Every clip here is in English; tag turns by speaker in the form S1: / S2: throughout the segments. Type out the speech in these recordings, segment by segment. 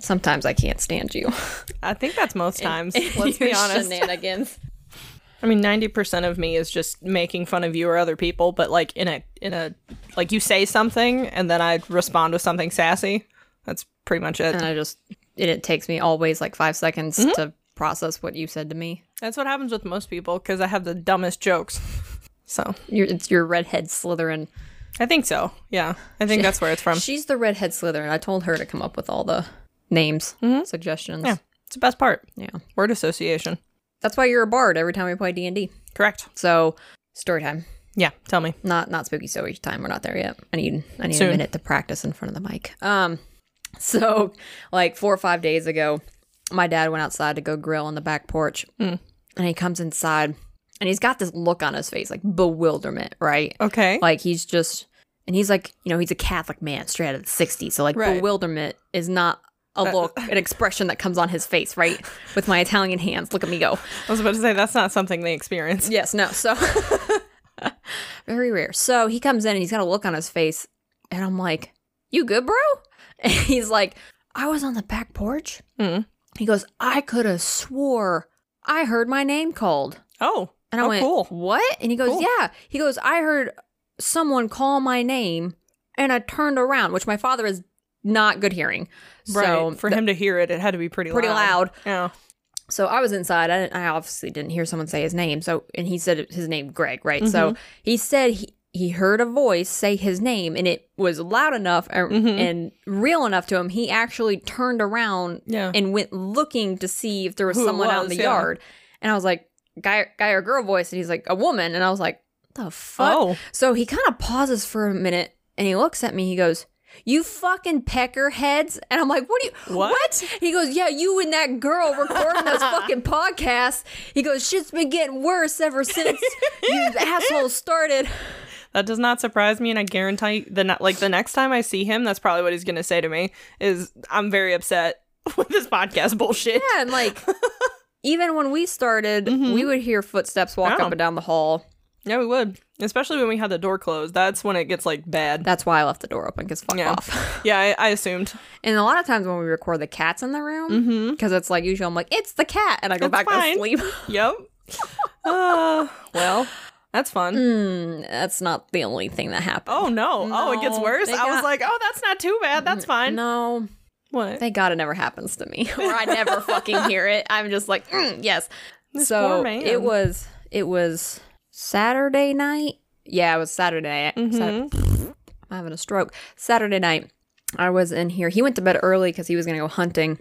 S1: Sometimes I can't stand you.
S2: I think that's most times. let's
S1: Your
S2: be honest.
S1: Shenanigans.
S2: I mean, ninety percent of me is just making fun of you or other people, but like in a in a like you say something and then I respond with something sassy. That's pretty much it.
S1: And I just, it, it takes me always like five seconds to process what you said to me.
S2: That's what happens with most people because I have the dumbest jokes. So
S1: You're, it's your redhead Slytherin.
S2: I think so. Yeah, I think that's where it's from.
S1: She's the redhead Slytherin. I told her to come up with all the names, suggestions.
S2: yeah, it's the best part.
S1: Yeah.
S2: Word association.
S1: That's why you're a bard every time we play D&D.
S2: Correct.
S1: So, story time.
S2: Yeah. Tell me.
S1: Not not spooky story time. We're not there yet. I need I need
S2: Soon.
S1: a minute to practice in front of the mic. Um so like 4 or 5 days ago, my dad went outside to go grill on the back porch.
S2: Hmm.
S1: And he comes inside and he's got this look on his face like bewilderment, right?
S2: Okay.
S1: Like he's just, and he's like, you know, he's a Catholic man straight out of the 60s. So, like,
S2: Right. Uh,
S1: bewilderment is not a look, an expression that comes on his face, right? With my Italian hands, look at me go.
S2: I was about to say that's not something they experience.
S1: Yes, no. So, very rare. So he comes in and he's got a look on his face. And I'm like, you good, bro? And he's like, I was on the back porch.
S2: Mm.
S1: He goes, I could have swore I heard my name called.
S2: Oh.
S1: And I
S2: oh,
S1: went,
S2: cool.
S1: "What?" And he goes,
S2: Cool.
S1: "Yeah." He goes, "I heard someone call my name, and I turned around, which my father is not good hearing, so
S2: right. For him to hear it, it had to be pretty
S1: pretty loud.
S2: Yeah.
S1: So I was inside. I, didn't, I obviously didn't hear someone say his name. So and he said his name, Greg, right? So
S2: Mm-hmm.
S1: he said he. He heard a voice say his name, and it was loud enough er,
S2: Mm-hmm.
S1: and real enough to him. He actually turned around
S2: Yeah.
S1: and went looking to see if there was
S2: Who it
S1: someone out in
S2: was,
S1: the
S2: yeah.
S1: yard. And I was like, guy, guy or girl voice, and he's like, a woman. And I was like, the fuck.
S2: Oh.
S1: So he kind of pauses for a minute and he looks at me. He goes, "You fucking peckerheads!" And I'm like, "What do you
S2: What?
S1: He goes, "Yeah, you and that girl recording those fucking podcasts." He goes, "Shit's been getting worse ever since you assholes started."
S2: That does not surprise me, and I guarantee the ne- like the next time I see him, that's probably what he's gonna say to me. Is I'm very upset with this podcast bullshit.
S1: Yeah, and like even when we started, we
S2: Mm-hmm.
S1: would hear footsteps walk
S2: Oh.
S1: up and down the hall.
S2: Yeah, we would, especially when we had the door closed. That's when it gets like bad.
S1: That's why I left the door open because fuck
S2: Yeah.
S1: off.
S2: yeah, I, I assumed.
S1: And a lot of times when we record, the cat's in the room because it's like usually I'm like, "It's the cat," and I go
S2: Mm-hmm. It's
S1: back
S2: fine.
S1: to sleep.
S2: Yep. uh, well, that's fun.
S1: Mm. That's not the only thing that happened.
S2: Oh no. Oh, it gets
S1: No,
S2: worse.
S1: they
S2: I was
S1: got- Mm,
S2: like, oh, that's not too bad. That's fine.
S1: No,
S2: What?
S1: thank God it never happens to me, or I never fucking hear it. I'm just like, mm, yes. so
S2: poor man.
S1: it was. It was Saturday night. Yeah, it was Saturday night. Sat-
S2: Mm-hmm.
S1: I'm having a stroke. Saturday night. I was in here. He went to bed early because he was gonna go hunting.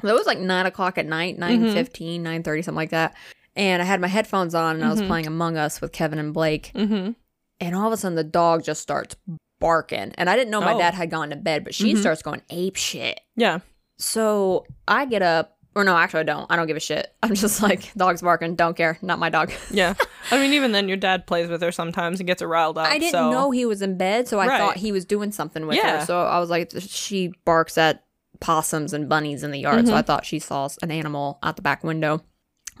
S1: So it was like nine o'clock at night,
S2: Mm-hmm.
S1: nine fifteen, nine thirty, something like that. And I had my headphones on and I was playing Among Us with Kevin and Blake.
S2: Mm-hmm.
S1: and all of a sudden the dog just starts barking and i didn't know my
S2: Oh. Mm-hmm.
S1: dad had gone to bed but she starts going ape shit
S2: Yeah.
S1: so i get up or no actually i don't i don't give a shit i'm just like dog's barking don't care not my dog
S2: Yeah. I mean, even then, your dad plays with her sometimes and gets her riled up.
S1: i didn't
S2: so-
S1: know he was in bed so i
S2: Right.
S1: thought he was doing something with
S2: Yeah.
S1: her so i was like she barks at possums and bunnies in the yard
S2: Mm-hmm.
S1: so i thought she saw an animal out the back window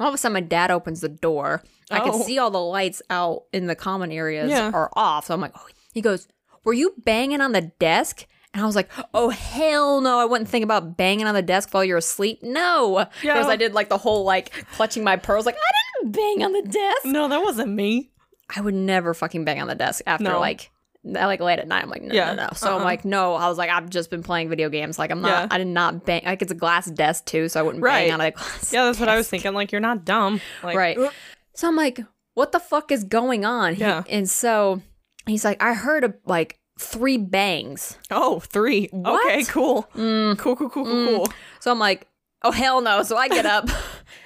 S1: all of a sudden my dad opens the door i could
S2: Oh.
S1: see all the lights out in the common areas
S2: Yeah.
S1: are off so i'm like oh. he goes were you banging on the desk and I was like, "Oh hell no! I wouldn't think about banging on the desk while you're asleep. No,
S2: Yeah.
S1: because I did like the whole like clutching my pearls, like I didn't bang on the desk.
S2: No, that wasn't me.
S1: I would never fucking bang on the desk after
S2: No.
S1: like I like late at night. I'm like, no,
S2: Yeah.
S1: no, no. So I'm
S2: Uh-uh.
S1: like, no. I was like, I've just been playing video games. Like I'm not.
S2: Yeah.
S1: I did not bang. Like it's a glass desk too, so I wouldn't
S2: Right.
S1: bang on a glass.
S2: Yeah, that's what I was thinking. Like, you're not dumb. Like,
S1: Right. So I'm like, what the fuck is going on? He-
S2: Yeah.
S1: and so he's like, I heard a, like three bangs.
S2: Oh, three.
S1: What? Mm.
S2: Okay, cool. Cool, cool, cool, cool, cool.
S1: So I'm like, oh hell no. So I get up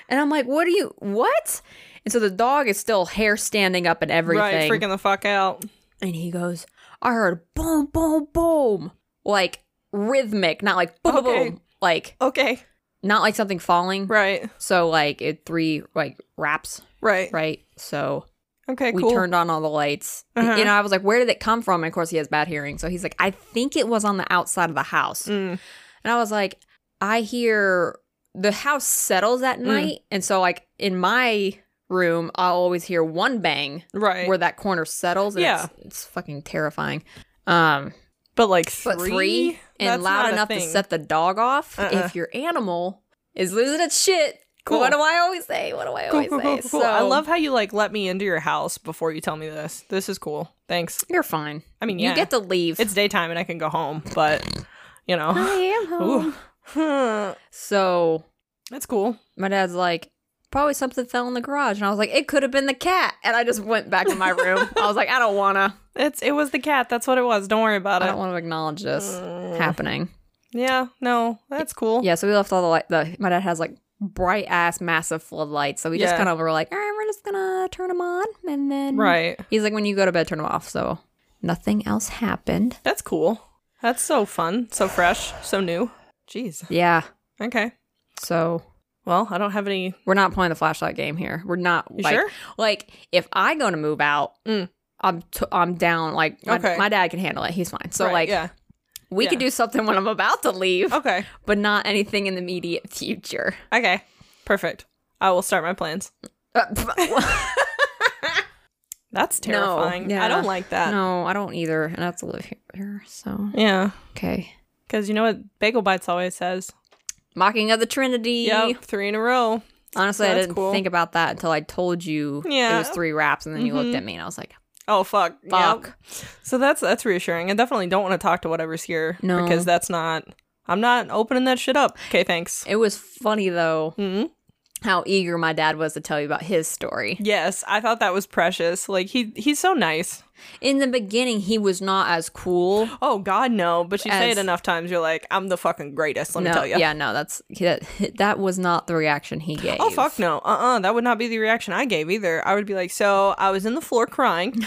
S1: and I'm like, what are you what? And so the dog is still hair standing up and everything.
S2: Right, freaking the fuck out.
S1: and he goes, I heard boom, boom, boom. Like rhythmic, not like boom,
S2: Okay.
S1: boom, boom. Like
S2: Okay.
S1: not like something falling.
S2: Right.
S1: So like it three like raps,
S2: Right.
S1: right? So
S2: Okay,
S1: we
S2: cool.
S1: turned on all the lights.
S2: Uh-huh.
S1: You know, I was like, where did it come from? And of course, he has bad hearing. So he's like, I think it was on the outside of the house.
S2: Mm.
S1: And I was like, I hear the house settles at
S2: Mm.
S1: night. And so, like, in my room, I'll always hear one bang
S2: Right.
S1: where that corner settles. And
S2: Yeah.
S1: It's, it's fucking terrifying. Um,
S2: but like
S1: but
S2: three?
S1: three? and
S2: That's not
S1: loud
S2: a
S1: enough to
S2: thing.
S1: set the dog off
S2: Uh-uh.
S1: if your animal is losing its shit.
S2: Cool.
S1: What do I always say? What do I
S2: Cool,
S1: always
S2: cool,
S1: say?
S2: cool, cool. I love how you like let me into your house before you tell me this. This is cool. Thanks.
S1: You're fine.
S2: I mean,
S1: You
S2: yeah.
S1: get to leave.
S2: It's daytime and I can go home, but you know,
S1: I am home.
S2: that's
S1: So
S2: cool.
S1: my dad's like, probably something fell in the garage, and I was like, it could have been the cat, and I just went back to my room. I was like, I don't wanna.
S2: It's it was the cat. That's what it was. Don't worry about
S1: I don't
S2: it.
S1: want to acknowledge this
S2: Mm.
S1: happening.
S2: Yeah, no, that's cool.
S1: Yeah, so we left all the light. The, my dad has like bright ass, massive floodlights. So we just
S2: Yeah.
S1: kind of were like, all right, we're just gonna turn them on, and then
S2: Right.
S1: He's like, when you go to bed, turn them off. So nothing else happened.
S2: That's cool. That's so fun, so fresh, so new. Jeez.
S1: Yeah.
S2: Okay.
S1: So
S2: Well, I don't have any.
S1: we're not playing the flashlight game here. We're not.
S2: You
S1: like,
S2: sure?
S1: Like if I go to move out,
S2: Mm.
S1: I'm t- I'm down. Like my,
S2: Okay.
S1: my dad can handle it. He's fine. So
S2: Right,
S1: like
S2: yeah.
S1: we
S2: yeah. Oh.
S1: could do something when I'm about to leave,
S2: Okay.
S1: but not anything in the immediate future.
S2: Okay. Perfect. I will start my plans.
S1: Uh, pff-
S2: That's terrifying.
S1: yeah.
S2: I don't like that.
S1: no, I don't either, and I have to live here. So
S2: Yeah.
S1: okay,
S2: Because you know what Bagel Bites always says?
S1: mocking of the Trinity.
S2: Yep, three in a row.
S1: Honestly,
S2: So
S1: I
S2: that's
S1: didn't
S2: cool.
S1: think about that until I told you it
S2: Yeah.
S1: was three wraps, and then you looked at me and I was like,
S2: Oh fuck.
S1: "Fuck."
S2: Yep. So that's that's reassuring. I definitely don't want to talk to whatever's here.
S1: No.
S2: Because that's not I'm not opening that shit up. Okay, thanks.
S1: It was funny though
S2: hmm
S1: how eager my dad was to tell you about his story.
S2: Yes, I thought that was precious. Like he he's so nice.
S1: In the beginning, he was not as cool.
S2: Oh God, no! But you say
S1: As-
S2: it enough times, you're like, I'm the fucking greatest. Let
S1: no,
S2: me tell you.
S1: yeah, no, that's that, that was not the reaction he gave.
S2: Oh fuck no! Uh uh that would not be the reaction I gave either. I would be like, so I was in the floor crying,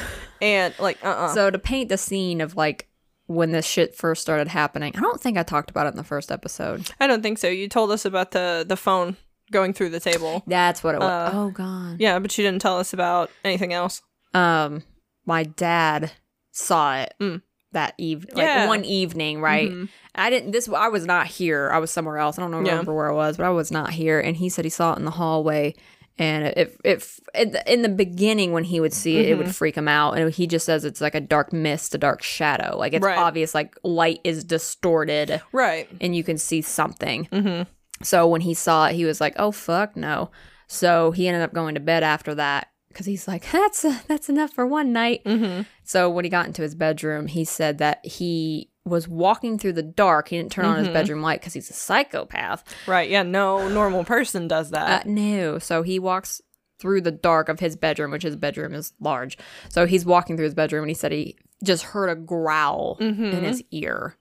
S2: and like uh uh
S1: So to paint the scene of like when this shit first started happening, I don't think I talked about it in the first episode.
S2: I don't think so. You told us about the the phone going through the table.
S1: That's what it was.
S2: Uh,
S1: oh god.
S2: Yeah, but you didn't tell us about anything else.
S1: Um, my dad saw it
S2: Mm.
S1: that eve,
S2: Yeah.
S1: like one evening, right?
S2: Mhm.
S1: I didn't. This I was not here. I was somewhere else. I don't know
S2: Yeah.
S1: remember where I was, but I was not here. And he said he saw it in the hallway. And if if in the- in the beginning when he would see it, it
S2: Mm-hmm.
S1: would freak him out. And he just says it's like a dark mist, a dark shadow. Like it's
S2: Right.
S1: obvious. Like light is distorted,
S2: Right.
S1: and you can see something.
S2: Mhm.
S1: So when he saw it, he was like, "Oh fuck no!" So he ended up going to bed after that because he's like, "That's that's enough for one night."
S2: Mhm.
S1: So when he got into his bedroom, he said that he was walking through the dark. He didn't turn on his bedroom light because he's a psychopath.
S2: Right. Yeah. No normal person does
S1: Uh,
S2: that.
S1: no, so he walks through the dark of his bedroom, which his bedroom is large. So he's walking through his bedroom, and he said he just heard a growl
S2: Mm-hmm.
S1: in his ear.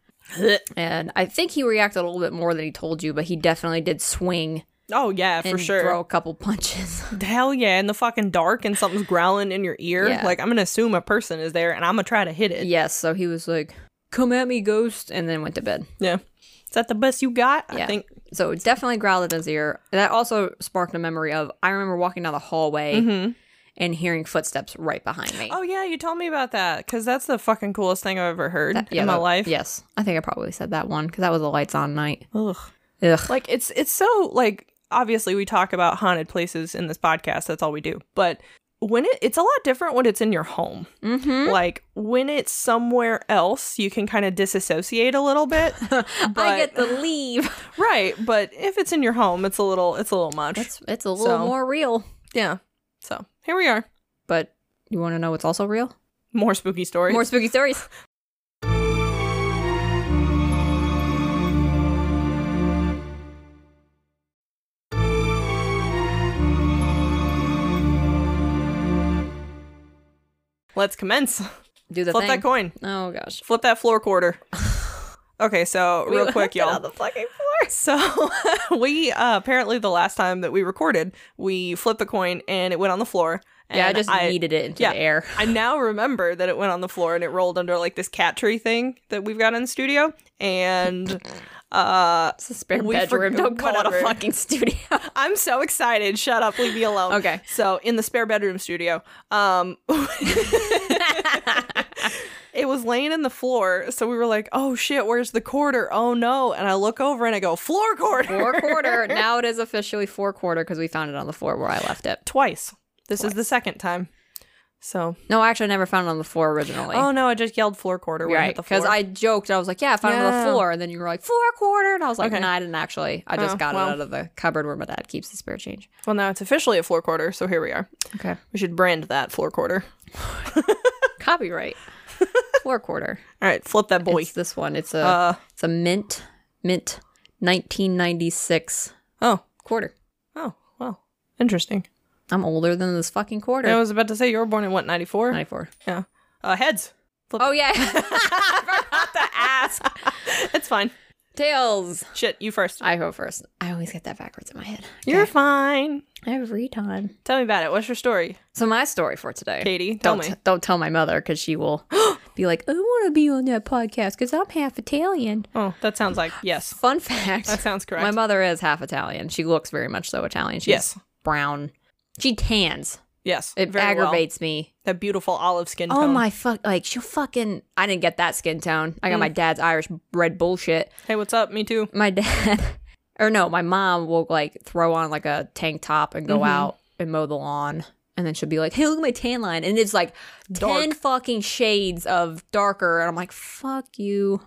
S1: And I think he reacted a little bit more than he told you, but he definitely did swing
S2: oh yeah, for
S1: and
S2: sure.
S1: throw a couple punches.
S2: Hell yeah, in the fucking dark and something's growling in your ear.
S1: Yeah.
S2: Like I'm gonna assume a person is there and I'm gonna try to hit it.
S1: yes, so he was like, "Come at me, ghost," and then went to bed.
S2: Yeah. Is that the best you got?
S1: Yeah.
S2: I think.
S1: So it definitely growled at his ear. That also sparked a memory of I remember walking down the hallway
S2: Mm-hmm.
S1: and hearing footsteps right behind me.
S2: Oh, yeah, you told me about that because that's the fucking coolest thing I've ever heard
S1: That- yeah,
S2: in my
S1: that-
S2: life.
S1: Yes, I think I probably said that one because that was the lights on night.
S2: Ugh.
S1: Ugh.
S2: Like, it's, it's so, like, obviously we talk about haunted places in this podcast. That's all we do. But when it, it's a lot different when it's in your home.
S1: Mm-hmm.
S2: Like, when it's somewhere else, you can kind of disassociate a little bit.
S1: I
S2: But-
S1: get to leave.
S2: right. But if it's in your home, it's a little, it's a little much.
S1: It's it's a little
S2: So-
S1: more real.
S2: yeah. So here we are.
S1: But you want to know what's also real?
S2: More spooky stories.
S1: More spooky stories.
S2: Let's commence.
S1: Do the
S2: Flip
S1: thing.
S2: that coin.
S1: oh gosh.
S2: Flip that floor quarter. Okay, so
S1: We
S2: real quick,
S1: left it
S2: y'all.
S1: on the fucking floor.
S2: So we uh, apparently the last time that we recorded, we flipped the coin and it went on the floor. And
S1: Yeah, I just yeeted it into
S2: yeah.
S1: the air.
S2: I now remember that it went on the floor and it rolled under like this cat tree thing that we've got in the studio. And uh,
S1: It's a spare
S2: We
S1: bedroom.
S2: forg-
S1: Don't call it a
S2: whatever.
S1: fucking studio.
S2: I'm so excited. Shut up. Leave me alone.
S1: Okay.
S2: So in the spare bedroom studio, um, it was laying in the floor. So we were like, oh shit, where's the quarter? Oh no. And I look over and I go, floor quarter.
S1: four quarter. Now it is officially four quarter because we found it on the floor where I left it.
S2: Twice. This is the second time. So
S1: No, actually, I never found it on the floor originally.
S2: oh no, I just yelled floor quarter when I
S1: right.
S2: hit the
S1: Because
S2: floor.
S1: I joked. I was like, yeah, I found it on
S2: Yeah.
S1: the floor. And then you were like, floor quarter. And I was like,
S2: Okay.
S1: no, I didn't actually. I just
S2: Oh,
S1: got
S2: well.
S1: it out of the cupboard where my dad keeps the spare change.
S2: well now it's officially a floor quarter, so here we are.
S1: Okay.
S2: We should brand that floor quarter.
S1: Copyright. floor quarter.
S2: All right, flip that boy.
S1: It's this one. It's a
S2: Uh
S1: it's a mint mint 1996
S2: oh
S1: quarter.
S2: oh well interesting.
S1: I'm older than this fucking quarter.
S2: I was about to say you were born in what ninety four?
S1: 94.
S2: Yeah. Uh, heads. Flip.
S1: Oh yeah.
S2: I forgot to ask. it's fine.
S1: Tails.
S2: Shit, you first.
S1: I go first. I always get that backwards in my head.
S2: You're fine.
S1: Every time.
S2: Tell me about it. What's your story,
S1: So my story for today.
S2: Katie? Tell
S1: don't
S2: me.
S1: t- don't tell my mother because she will be like, I want to be on that podcast because I'm half Italian.
S2: oh, that sounds like yes.
S1: Fun fact:
S2: That sounds correct.
S1: my mother is half Italian. She looks very much so Italian. She's
S2: Yes.
S1: brown. She tans.
S2: yes.
S1: It
S2: very well.
S1: aggravates me.
S2: that beautiful olive skin
S1: Oh
S2: tone.
S1: my fuck! Like she'll fucking. I didn't get that skin tone. I got
S2: Mm.
S1: my dad's Irish red bullshit.
S2: Hey, what's up? Me too.
S1: my dad or no, my mom will like throw on like a tank top and go out and mow the lawn. And then she'll be like, hey, look at my tan line. And it's like 10 fucking shades of darker. And I'm like, fuck you.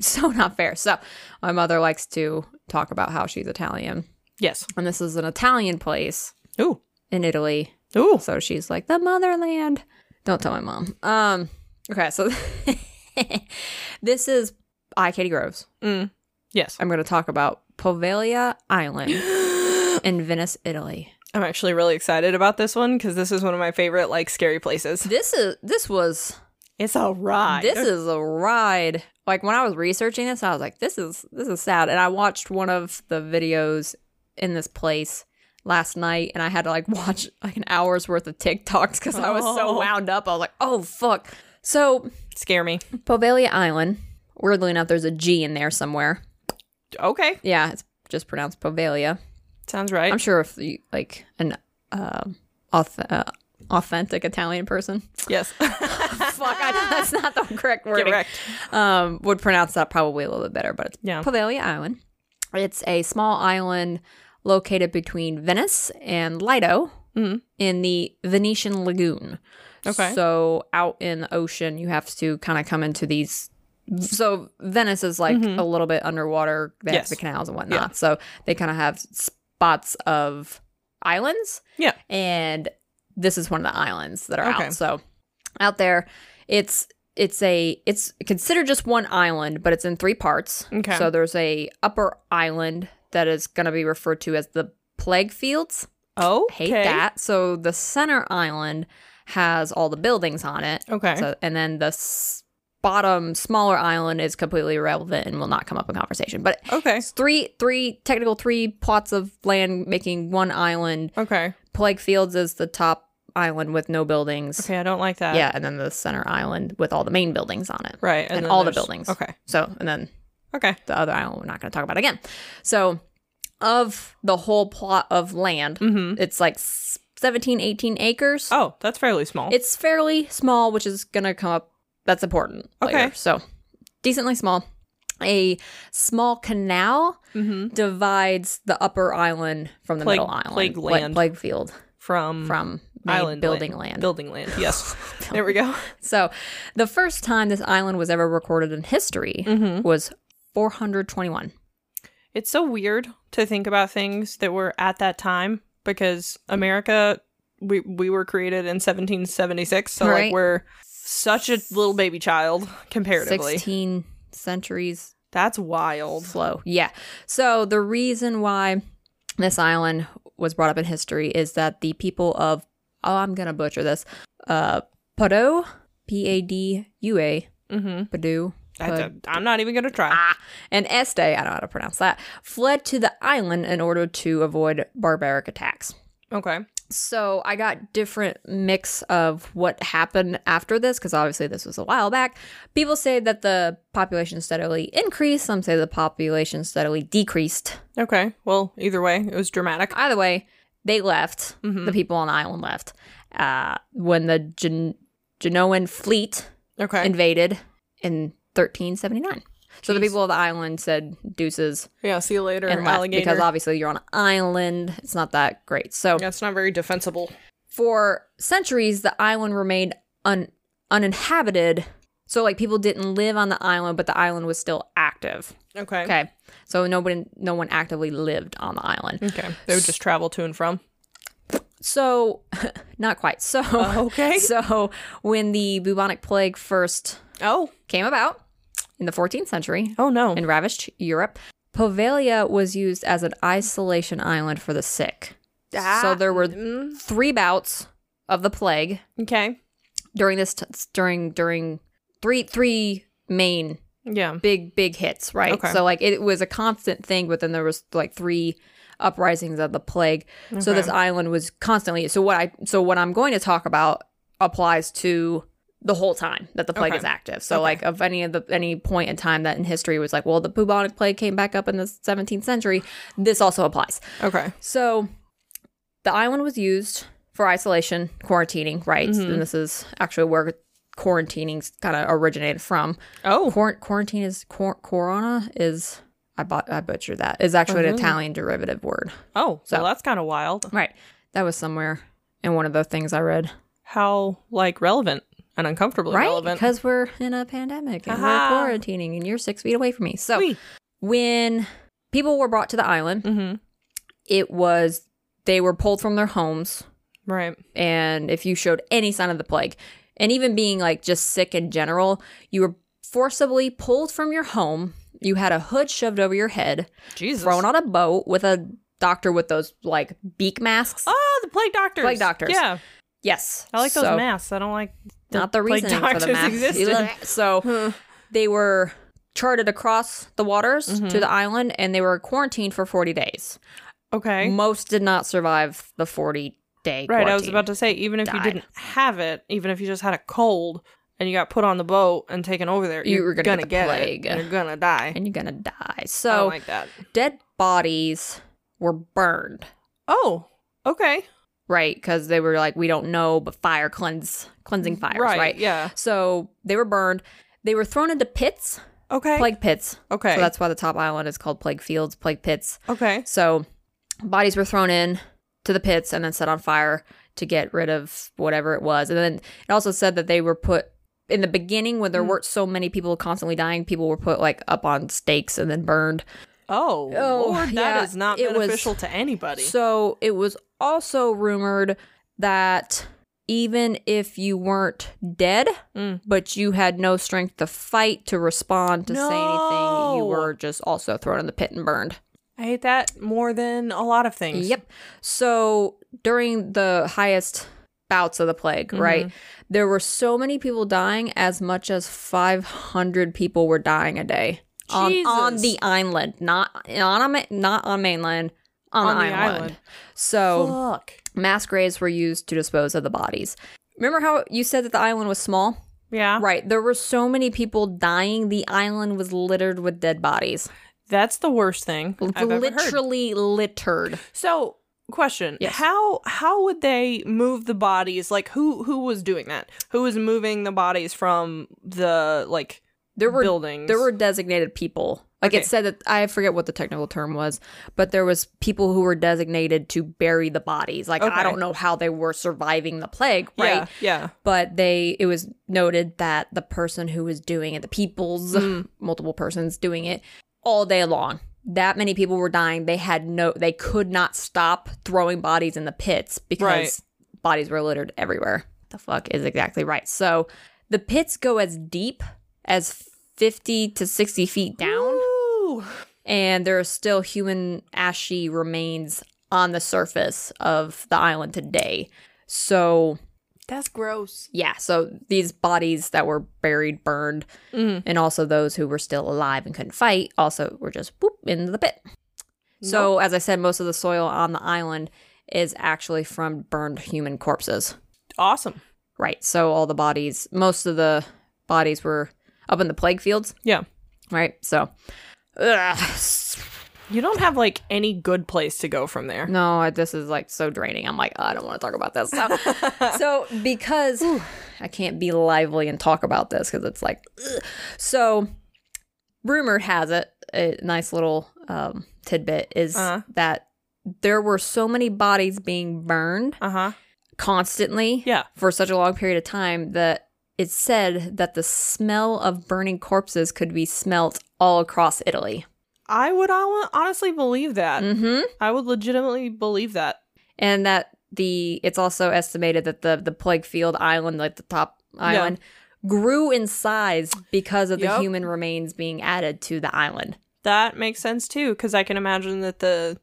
S1: So not fair. So my mother likes to talk about how she's Italian.
S2: Yes.
S1: And this is an Italian place
S2: Ooh.
S1: in Italy.
S2: Ooh.
S1: So she's like, the motherland. Don't tell my mom. Um, okay, so this is I, Katie Groves.
S2: Mm. Yes.
S1: I'm going to talk about Poveglia Island in Venice, Italy.
S2: I'm actually really excited about this one because this is one of my favorite like scary places.
S1: This is this was
S2: It's a ride.
S1: this is a ride. Like when I was researching this, I was like, this is this is sad. And I watched one of the videos in this place last night, and I had to like watch like an hour's worth of TikToks because I was so
S2: Oh.
S1: wound up. I was like, oh fuck. So
S2: scare me.
S1: Poveglia Island. Weirdly enough, there's a G in there somewhere.
S2: Okay.
S1: Yeah, it's just pronounced Poveglia.
S2: Sounds right.
S1: I'm sure if you, like an uh, auth- uh, authentic Italian person,
S2: yes.
S1: fuck, I, that's not the correct wording.
S2: Correct.
S1: Um, would pronounce that probably a little bit better, but it's
S2: Yeah.
S1: Poveglia Island. It's a small island located between Venice and Lido
S2: Mhm.
S1: in the Venetian Lagoon.
S2: Okay.
S1: So out in the ocean, you have to kind of come into these. So Venice is like a little bit underwater. They have
S2: Mm-hmm. Yes.
S1: the canals and whatnot. So they kind of have spots of islands.
S2: Yeah.
S1: And this is one of the islands that are
S2: Okay.
S1: out. So out there, it's it's a it's considered just one island, but it's in three parts.
S2: Okay.
S1: So there's a upper island that is going to be referred to as the plague fields
S2: Oh.
S1: hate that. So the center island has all the buildings on it.
S2: Okay.
S1: So and then the s- bottom smaller island is completely irrelevant and will not come up in conversation. But
S2: okay.
S1: it's three three technical three plots of land making one island.
S2: Okay.
S1: Plague Fields is the top island with no buildings.
S2: Okay. I don't like that.
S1: Yeah, and then the center island with all the main buildings on it.
S2: Right.
S1: And
S2: then
S1: all the
S2: there's-
S1: buildings.
S2: Okay.
S1: So and then
S2: Okay.
S1: the other island we're not going to talk about again. So of the whole plot of land,
S2: Mm-hmm.
S1: it's like s- 17 18 acres.
S2: Oh, that's fairly small.
S1: It's fairly small, which is going to come up. That's important.
S2: Okay.
S1: Later. So, decently small. A small canal
S2: Mhm.
S1: divides the upper island from the
S2: Plague-
S1: middle island.
S2: plague
S1: Like,
S2: land.
S1: plague field
S2: from
S1: from main
S2: island
S1: building land.
S2: Building land. Yes. there we go.
S1: So, the first time this island was ever recorded in history
S2: Mm-hmm.
S1: was 421.
S2: It's so weird to think about things that were at that time because America, we we were created in 1776, so
S1: Right.
S2: like we're such a little baby child comparatively.
S1: 16 centuries
S2: That's wild.
S1: slow. Yeah. So the reason why this island was brought up in history is that the people of oh, I'm gonna butcher this. Uh, Pado, P A D U A,
S2: Mm-hmm.
S1: Padu,
S2: I, I'm not even gonna try.
S1: ah, and Este, I don't know how to pronounce that, fled to the island in order to avoid barbaric attacks.
S2: Okay.
S1: So I got different mix of what happened after this because obviously this was a while back. People say that the population steadily increased. Some say the population steadily decreased.
S2: Okay. Well, either way, it was dramatic.
S1: Either way, they left.
S2: Mhm.
S1: The people on the island left uh, when the Gen- Genoan fleet
S2: Okay.
S1: invaded in 1379. So the
S2: Jeez.
S1: people of the island said deuces
S2: yeah. See you later,
S1: and left
S2: alligator.
S1: because obviously you're on an island. It's not that great. So
S2: That's not very defensible.
S1: for centuries the island remained un- uninhabited. So like people didn't live on the island, but the island was still active.
S2: Okay. Okay.
S1: Okay. So nobody no one actively lived on the island.
S2: They would just travel to and from.
S1: So not quite. So
S2: Okay.
S1: So when the bubonic plague first
S2: Oh.
S1: came about in the 14th century
S2: Oh no.
S1: and ravaged Europe, Povelia was used as an isolation island for the sick. So there were
S2: Mm,
S1: three bouts of the plague
S2: okay.
S1: during this t- during during three three main
S2: Yeah.
S1: big big hits right
S2: Okay.
S1: so like it was a constant thing but then there was like three uprisings of the plague so
S2: Okay.
S1: this island was constantly so what i so what i'm going to talk about applies to the whole time that the plague
S2: Okay.
S1: is active so
S2: Okay.
S1: like of any of the any point in time that in history was like well the bubonic plague came back up in the 17th century this also applies
S2: Okay.
S1: so the island was used for isolation, quarantining, right?
S2: Mm-hmm.
S1: And this is actually where quarantining kind of originated from.
S2: Oh.
S1: Quar- quarantine is cor- corona is I bought I butchered that is actually
S2: Uh-huh.
S1: an Italian derivative word.
S2: Oh. So that's kind of wild.
S1: Right. That was somewhere in one of the things I read.
S2: How like relevant and uncomfortably
S1: Right?
S2: relevant.
S1: Because we're in a pandemic and
S2: Aha.
S1: we're quarantining and you're six feet away from me. So when people were brought to the island,
S2: Mm-hmm.
S1: it was they were pulled from their homes
S2: Right.
S1: and if you showed any sign of the plague and even being like just sick in general you were forcibly pulled from your home you had a hood shoved over your head
S2: Jesus.
S1: thrown on a boat with a doctor with those like beak masks
S2: Oh, the plague doctors.
S1: Plague doctors.
S2: Yeah.
S1: yes
S2: I like those
S1: So,
S2: masks. I don't like the
S1: not the
S2: plague
S1: reason for
S2: doctors
S1: the mask
S2: existed.
S1: so they were charted across the waters
S2: Mm-hmm.
S1: to the island and they were quarantined for 40 days
S2: Okay.
S1: most did not survive the 40 day
S2: Right, I was about to say, even if
S1: died.
S2: you didn't have it, even if you just had a cold and you got put on the boat and taken over there,
S1: You
S2: you're
S1: were gonna
S2: gonna,
S1: get the
S2: get,
S1: plague.
S2: it. and You're gonna die.
S1: and you're gonna die
S2: Oh, I
S1: so
S2: don't like that.
S1: dead bodies were burned,
S2: Oh, okay.
S1: right? Because they were like, we don't know, but fire cleanse, cleansing fires, right?
S2: right, yeah.
S1: So they were burned. They were thrown into pits,
S2: Okay.
S1: plague pits.
S2: okay.
S1: So that's why the top island is called plague fields, plague pits.
S2: okay.
S1: So bodies were thrown in to the pits and then set on fire to get rid of whatever it was. And then it also said that they were put in the beginning when there
S2: Mm.
S1: weren't so many people constantly dying, people were put like up on stakes and then burned.
S2: Oh,
S1: Oh,
S2: Lord,
S1: yeah,
S2: that is not
S1: it was-
S2: beneficial to anybody.
S1: So it was also rumored that even if you weren't dead,
S2: Mm.
S1: but you had no strength to fight, to respond, to say anything, you
S2: No.
S1: were just also thrown in the pit and burned.
S2: I hate that more than a lot of things.
S1: Yep. So during the highest bouts of the plague,
S2: Mm-hmm.
S1: right, there were so many people dying, as much as 500 people were dying a day. On, on
S2: Jesus.
S1: the island, not on a, ma- not on mainland, on,
S2: On
S1: the
S2: the
S1: island.
S2: island.
S1: So
S2: Fuck.
S1: mass graves were used to dispose of the bodies. Remember how you said that the island was small?
S2: Yeah.
S1: Right. There were so many people dying, the island was littered with dead bodies.
S2: That's the worst thing I've ever heard.
S1: Literally littered.
S2: So, question:
S1: Yes.
S2: How how would they move the bodies? Like, who who was doing that? Who was moving the bodies from the like
S1: There were
S2: buildings?
S1: there were designated people. Like
S2: Okay.
S1: it said that I forget what the technical term was, but there was people who were designated to bury the bodies. Like I
S2: Okay.
S1: don't know how they were surviving the plague, right?
S2: Yeah, yeah.
S1: but they it was noted that the person who was doing it the people's multiple persons doing it all day long that many people were dying they had no they could not stop throwing bodies in the pits because
S2: Right.
S1: bodies were littered everywhere the fuck is exactly right so the pits go as deep as 50 to 60 feet down
S2: Ooh.
S1: and there are still human ashy remains on the surface of the island today so
S2: That's gross.
S1: yeah, so these bodies that were buried, burned,
S2: Mm.
S1: and also those who were still alive and couldn't fight also were just boop into the pit. So, as I said, most of the soil on the island is actually from burned human corpses.
S2: Awesome.
S1: Right. So, all the bodies, most of the bodies were up in the plague fields.
S2: Yeah.
S1: Right. So, ugh.
S2: You don't have like any good place to go from there.
S1: no, I- this is like so draining. I'm like, "Oh, I don't want to talk about this. So, so because I can't be lively and talk about this because it's like, ugh. so rumored has it, a nice little um, tidbit is
S2: Uh-huh.
S1: that there were so many bodies being burned
S2: Uh huh.
S1: constantly
S2: Yeah.
S1: for such a long period of time that it's said that the smell of burning corpses could be smelt all across Italy.
S2: I would hon- honestly believe that.
S1: hmm
S2: I would legitimately believe that.
S1: And that the it's also estimated that the the plague field island, like the top island, grew in size because of
S2: Yup.
S1: the human remains being added to the island.
S2: That makes sense too, because I can imagine that the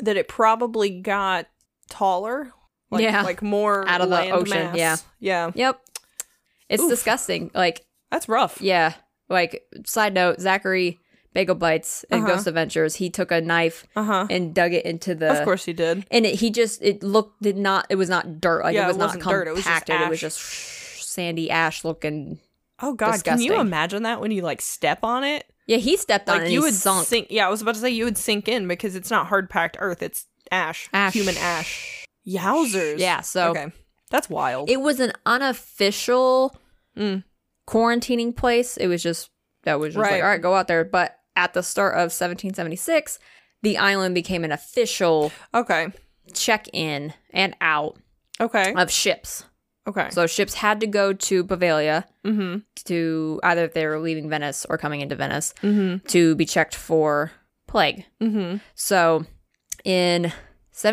S2: that it probably got taller, like,
S1: Yeah.
S2: like more
S1: Out of the
S2: land
S1: ocean,
S2: mass.
S1: yeah.
S2: yeah,
S1: Yep. It's
S2: Oof.
S1: disgusting. Like
S2: that's rough.
S1: Yeah. Like side note, Zachary Bagel Bites and
S2: Uh-huh.
S1: Ghost Adventures, he took a knife
S2: Uh huh.
S1: and dug it into the
S2: Of course he did.
S1: and it, he just it looked did not it was not dirt like
S2: Yeah,
S1: it was
S2: it
S1: not
S2: wasn't dirt,
S1: compacted
S2: it was just
S1: it was
S2: ash.
S1: just sandy ash looking
S2: Oh God, can
S1: Disgusting.
S2: you imagine that when you like step on it?
S1: yeah he stepped on it
S2: like
S1: and
S2: you
S1: he
S2: would
S1: sunk
S2: sink. Yeah, I was about to say you would sink in because it's not hard packed earth; it's ash,
S1: Ash.
S2: human ash. Yowzers!
S1: yeah so
S2: okay, that's wild.
S1: it was an unofficial
S2: Mm.
S1: quarantining place it was just that was just like
S2: Right.
S1: all right go out there but at the start of 1776 the island became an official
S2: okay,
S1: check in and out
S2: okay,
S1: of ships
S2: okay.
S1: So ships had to go to Bavaria
S2: mm-hmm.
S1: to either if they were leaving Venice or coming into Venice
S2: Mm-hmm.
S1: to be checked for plague.
S2: Mm-hmm.
S1: So in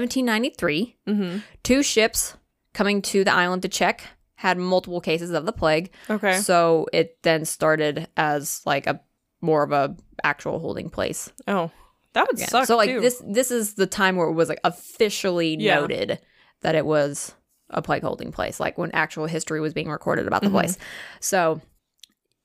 S1: 1793,
S2: Mm-hmm.
S1: two ships coming to the island to check had multiple cases of the plague.
S2: Okay.
S1: So it then started as like a more of a actual holding place.
S2: Oh, that would
S1: again.
S2: suck.
S1: so like
S2: too.
S1: this this is the time where it was like officially
S2: Yeah.
S1: noted that it was a plague holding place, like when actual history was being recorded about the
S2: Mhm.
S1: place. So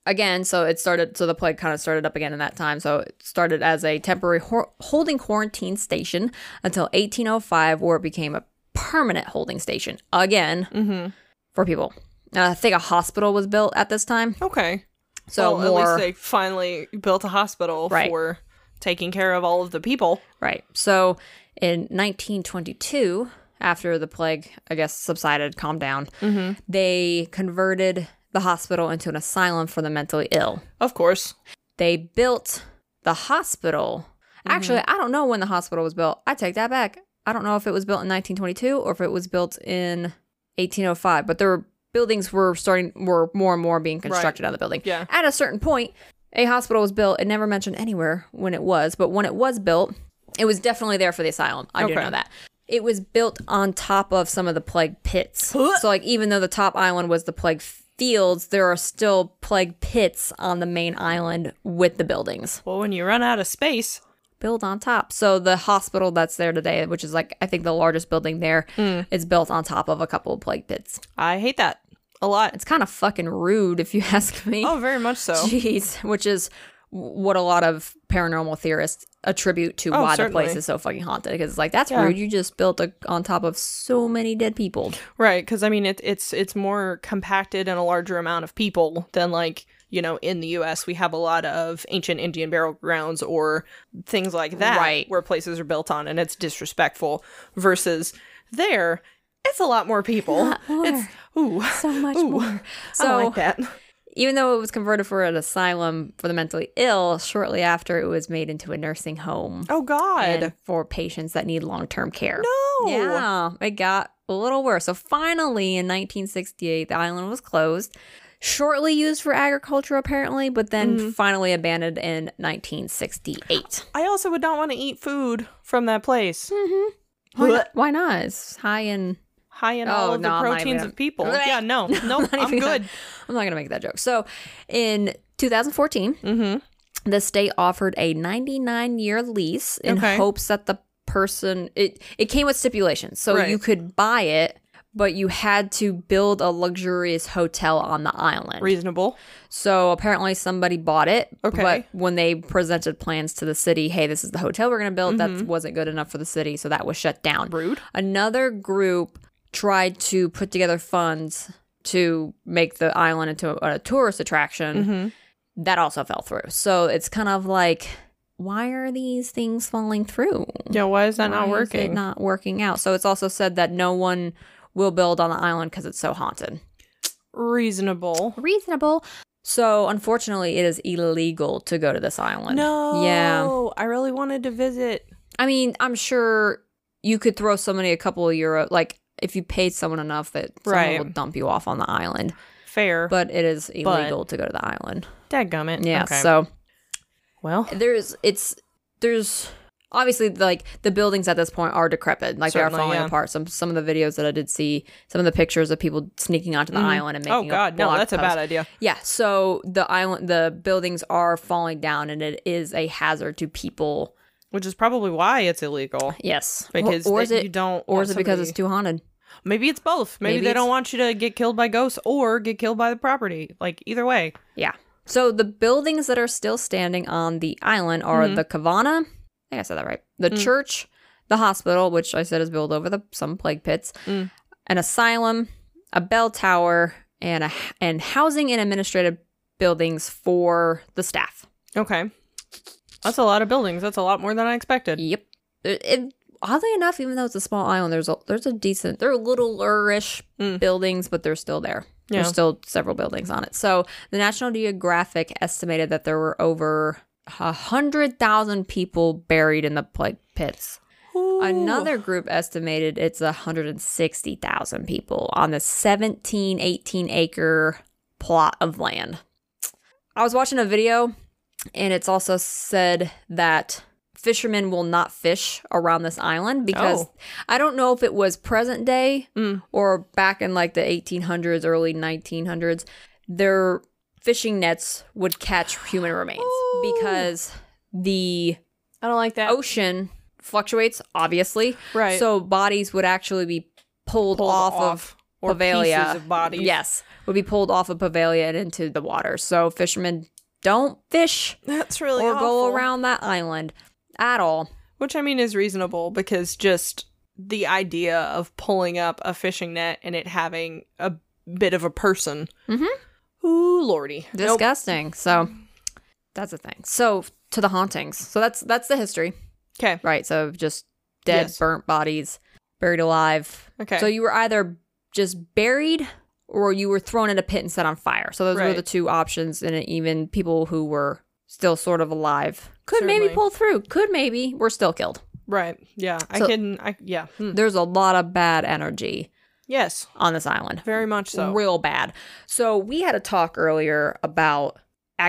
S1: again, so it started. So the plague kind of started up again in that time. So it started as a temporary hor- holding quarantine station until 1805, where it became a permanent holding station again
S2: Mm-hmm.
S1: for people. And I think a hospital was built at this time.
S2: Okay.
S1: So
S2: well,
S1: more
S2: at least they finally built a hospital
S1: Right.
S2: for taking care of all of the people.
S1: Right. So in 1922, after the plague, I guess, subsided, calmed down,
S2: Mhm.
S1: they converted the hospital into an asylum for the mentally ill.
S2: Of course.
S1: They built the hospital. Actually,
S2: Mm-hmm.
S1: I don't know when the hospital was built. I take that back. I don't know if it was built in 1922 or if it was built in 1805, but there were buildings were starting were more and more being constructed on the building.
S2: Yeah.
S1: At a certain point, a hospital was built. It never mentioned anywhere when it was, but when it was built, it was definitely there for the asylum. I do
S2: Okay.
S1: know that. It was built on top of some of the plague pits. so, like, even though the top island was the plague fields, there are still plague pits on the main island with the buildings
S2: Well, when you run out of space,
S1: built on top. So, the hospital that's there today, which is like, I think the largest building there, is
S2: Mm.
S1: built on top of a couple of plague pits.
S2: I hate that a lot.
S1: It's kind of fucking rude, if you ask me.
S2: Oh, very much so.
S1: Jeez, which is what a lot of paranormal theorists attribute to
S2: Oh,
S1: why
S2: certainly.
S1: the place is so fucking haunted. Because it's like that's
S2: Yeah.
S1: rude. You just built a, on top of so many dead people.
S2: Right, because I mean, it, it's it's more compacted and a larger amount of people than like you know in the U.S. We have a lot of ancient Indian burial grounds or things like that,
S1: Right.
S2: Where places are built on, and it's disrespectful. Versus there, it's a lot more people.
S1: more.
S2: It's ooh,
S1: So much
S2: Ooh. Oh,
S1: more.
S2: I
S1: So
S2: don't like that.
S1: even though it was converted for an asylum for the mentally ill, shortly after it was made into a nursing home
S2: Oh God,
S1: and for patients that need long term care.
S2: no.
S1: Yeah, it got a little worse. So finally, in 1968, the island was closed, shortly used for agriculture apparently, but then
S2: Mm-hmm.
S1: finally abandoned in 1968.
S2: I also would not want to eat food from that place.
S1: Mm-hmm. Why,
S2: Blech.
S1: not- why not? It's high in.
S2: High in
S1: Oh,
S2: all of
S1: no,
S2: the
S1: I'm not
S2: proteins
S1: even-
S2: of people. Yeah, no, no,
S1: not
S2: I'm
S1: even
S2: good.
S1: I'm not gonna make that joke. So, in 2014,
S2: Mm-hmm.
S1: the state offered a 99 year lease in
S2: Okay.
S1: hopes that the person it it came with stipulations, so
S2: Right.
S1: you could buy it. But you had to build a luxurious hotel on the island.
S2: Reasonable.
S1: So apparently somebody bought it.
S2: Okay.
S1: But when they presented plans to the city, hey, this is the hotel we're going to build,
S2: Mm-hmm.
S1: that wasn't good enough for the city. So that was shut down.
S2: Rude.
S1: Another group tried to put together funds to make the island into a, a tourist attraction.
S2: Mhm.
S1: That also fell through. So it's kind of like, why are these things falling through?
S2: Yeah, why is that not
S1: Why is it
S2: working?
S1: not working out. So it's also said that no one will build on the island because it's so haunted
S2: Reasonable.
S1: reasonable. So, unfortunately, it is illegal to go to this island.
S2: No.
S1: Yeah.
S2: I really wanted to visit.
S1: I mean, I'm sure you could throw somebody a couple of euro. Like, if you paid someone enough that
S2: Right.
S1: someone will dump you off on the island.
S2: Fair. But
S1: But it is illegal to go to the island.
S2: dadgummit.
S1: Yeah.
S2: Okay.
S1: So
S2: well,
S1: there's it's there's obviously like the buildings at this point are decrepit. Like they
S2: Certainly,
S1: are falling
S2: yeah.
S1: apart. Some some of the videos that I did see, some of the pictures of people sneaking onto the island and making
S2: oh
S1: a
S2: god, no,
S1: blog
S2: that's a
S1: post.
S2: bad idea.
S1: Yeah, so the island, the buildings are falling down, and it is a hazard to people.
S2: Which is probably why it's illegal
S1: Yes,
S2: because
S1: or, or is
S2: they-
S1: it
S2: you don't.
S1: or
S2: want
S1: is it because
S2: somebody-
S1: it's too haunted?
S2: Maybe it's both. Maybe,
S1: Maybe
S2: they
S1: it's-
S2: don't want you to get killed by ghosts or get killed by the property. Like either way.
S1: Yeah. So the buildings that are still standing on the island are the Kavana. I think I said that right. The church, the hospital, which I said is built over the some plague pits,
S2: Mm.
S1: an asylum, a bell tower, and a and housing and administrative buildings for the staff.
S2: Okay. That's a lot of buildings. That's a lot more than I expected.
S1: Yep. It, it- oddly enough, even though it's a small island, there's a there's a decent they're littler-ish
S2: Mm.
S1: buildings, but they're still there.
S2: Yeah.
S1: There's still several buildings on it. So the National Geographic estimated that there were over a hundred thousand people buried in the plague pits. Another group estimated it's a hundred and sixty thousand people on the 17, 18 acre plot of land. I was watching a video and it's also said that fishermen will not fish around this island because
S2: Oh.
S1: I don't know if it was present day
S2: Mm.
S1: or back in like the 1800s, early 1900s. Their fishing nets would catch human remains
S2: Ooh.
S1: because the
S2: I don't like that.
S1: ocean fluctuates, obviously.
S2: Oh, right.
S1: So bodies would actually be pulled,
S2: Pulled
S1: off, of
S2: or
S1: Pavalia.
S2: pieces of bodies.
S1: Yes, would be pulled off of Pavalia and into the water. So fishermen don't fish
S2: That's really
S1: or go
S2: awful.
S1: around that island at all.
S2: Which I mean is reasonable because just the idea of pulling up a fishing net and it having a bit of a person.
S1: Mhm.
S2: Ooh, lordy. Nope.
S1: Disgusting. So that's a thing. So to the hauntings. So that's that's the history,
S2: 'Kay.
S1: right? So just dead,
S2: Yes.
S1: burnt bodies, buried alive.
S2: Okay.
S1: So you were either just buried or you were thrown in a pit and set on fire. So those were
S2: Right.
S1: the two options. And even people who were still sort of alive could
S2: Certainly.
S1: maybe pull through. Could maybe were still killed.
S2: right. Yeah. I
S1: So-
S2: can. I yeah. Hmm.
S1: There's a lot of bad energy
S2: Yes.
S1: on this island.
S2: Very much so.
S1: Real bad. So we had a talk earlier about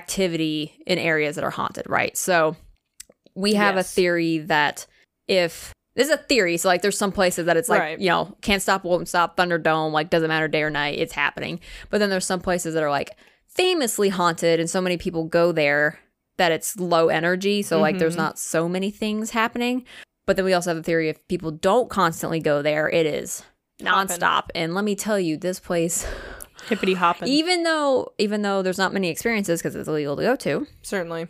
S1: activity in areas that are haunted, right? So we have
S2: Yes.
S1: a theory that if this is a theory, so like there's some places that it's like,
S2: Right.
S1: you know, can't stop, won't stop, Thunderdome, like doesn't matter day or night, it's happening. But then there's some places that are like famously haunted and so many people go there that it's low energy. So like
S2: Mhm.
S1: there's not so many things happening. But then we also have a theory if people don't constantly go there, it is
S2: Hoppin'.
S1: nonstop. And let me tell you, this place,
S2: Hippity hopping.
S1: even though even though there's not many experiences because it's illegal to go to,
S2: Certainly.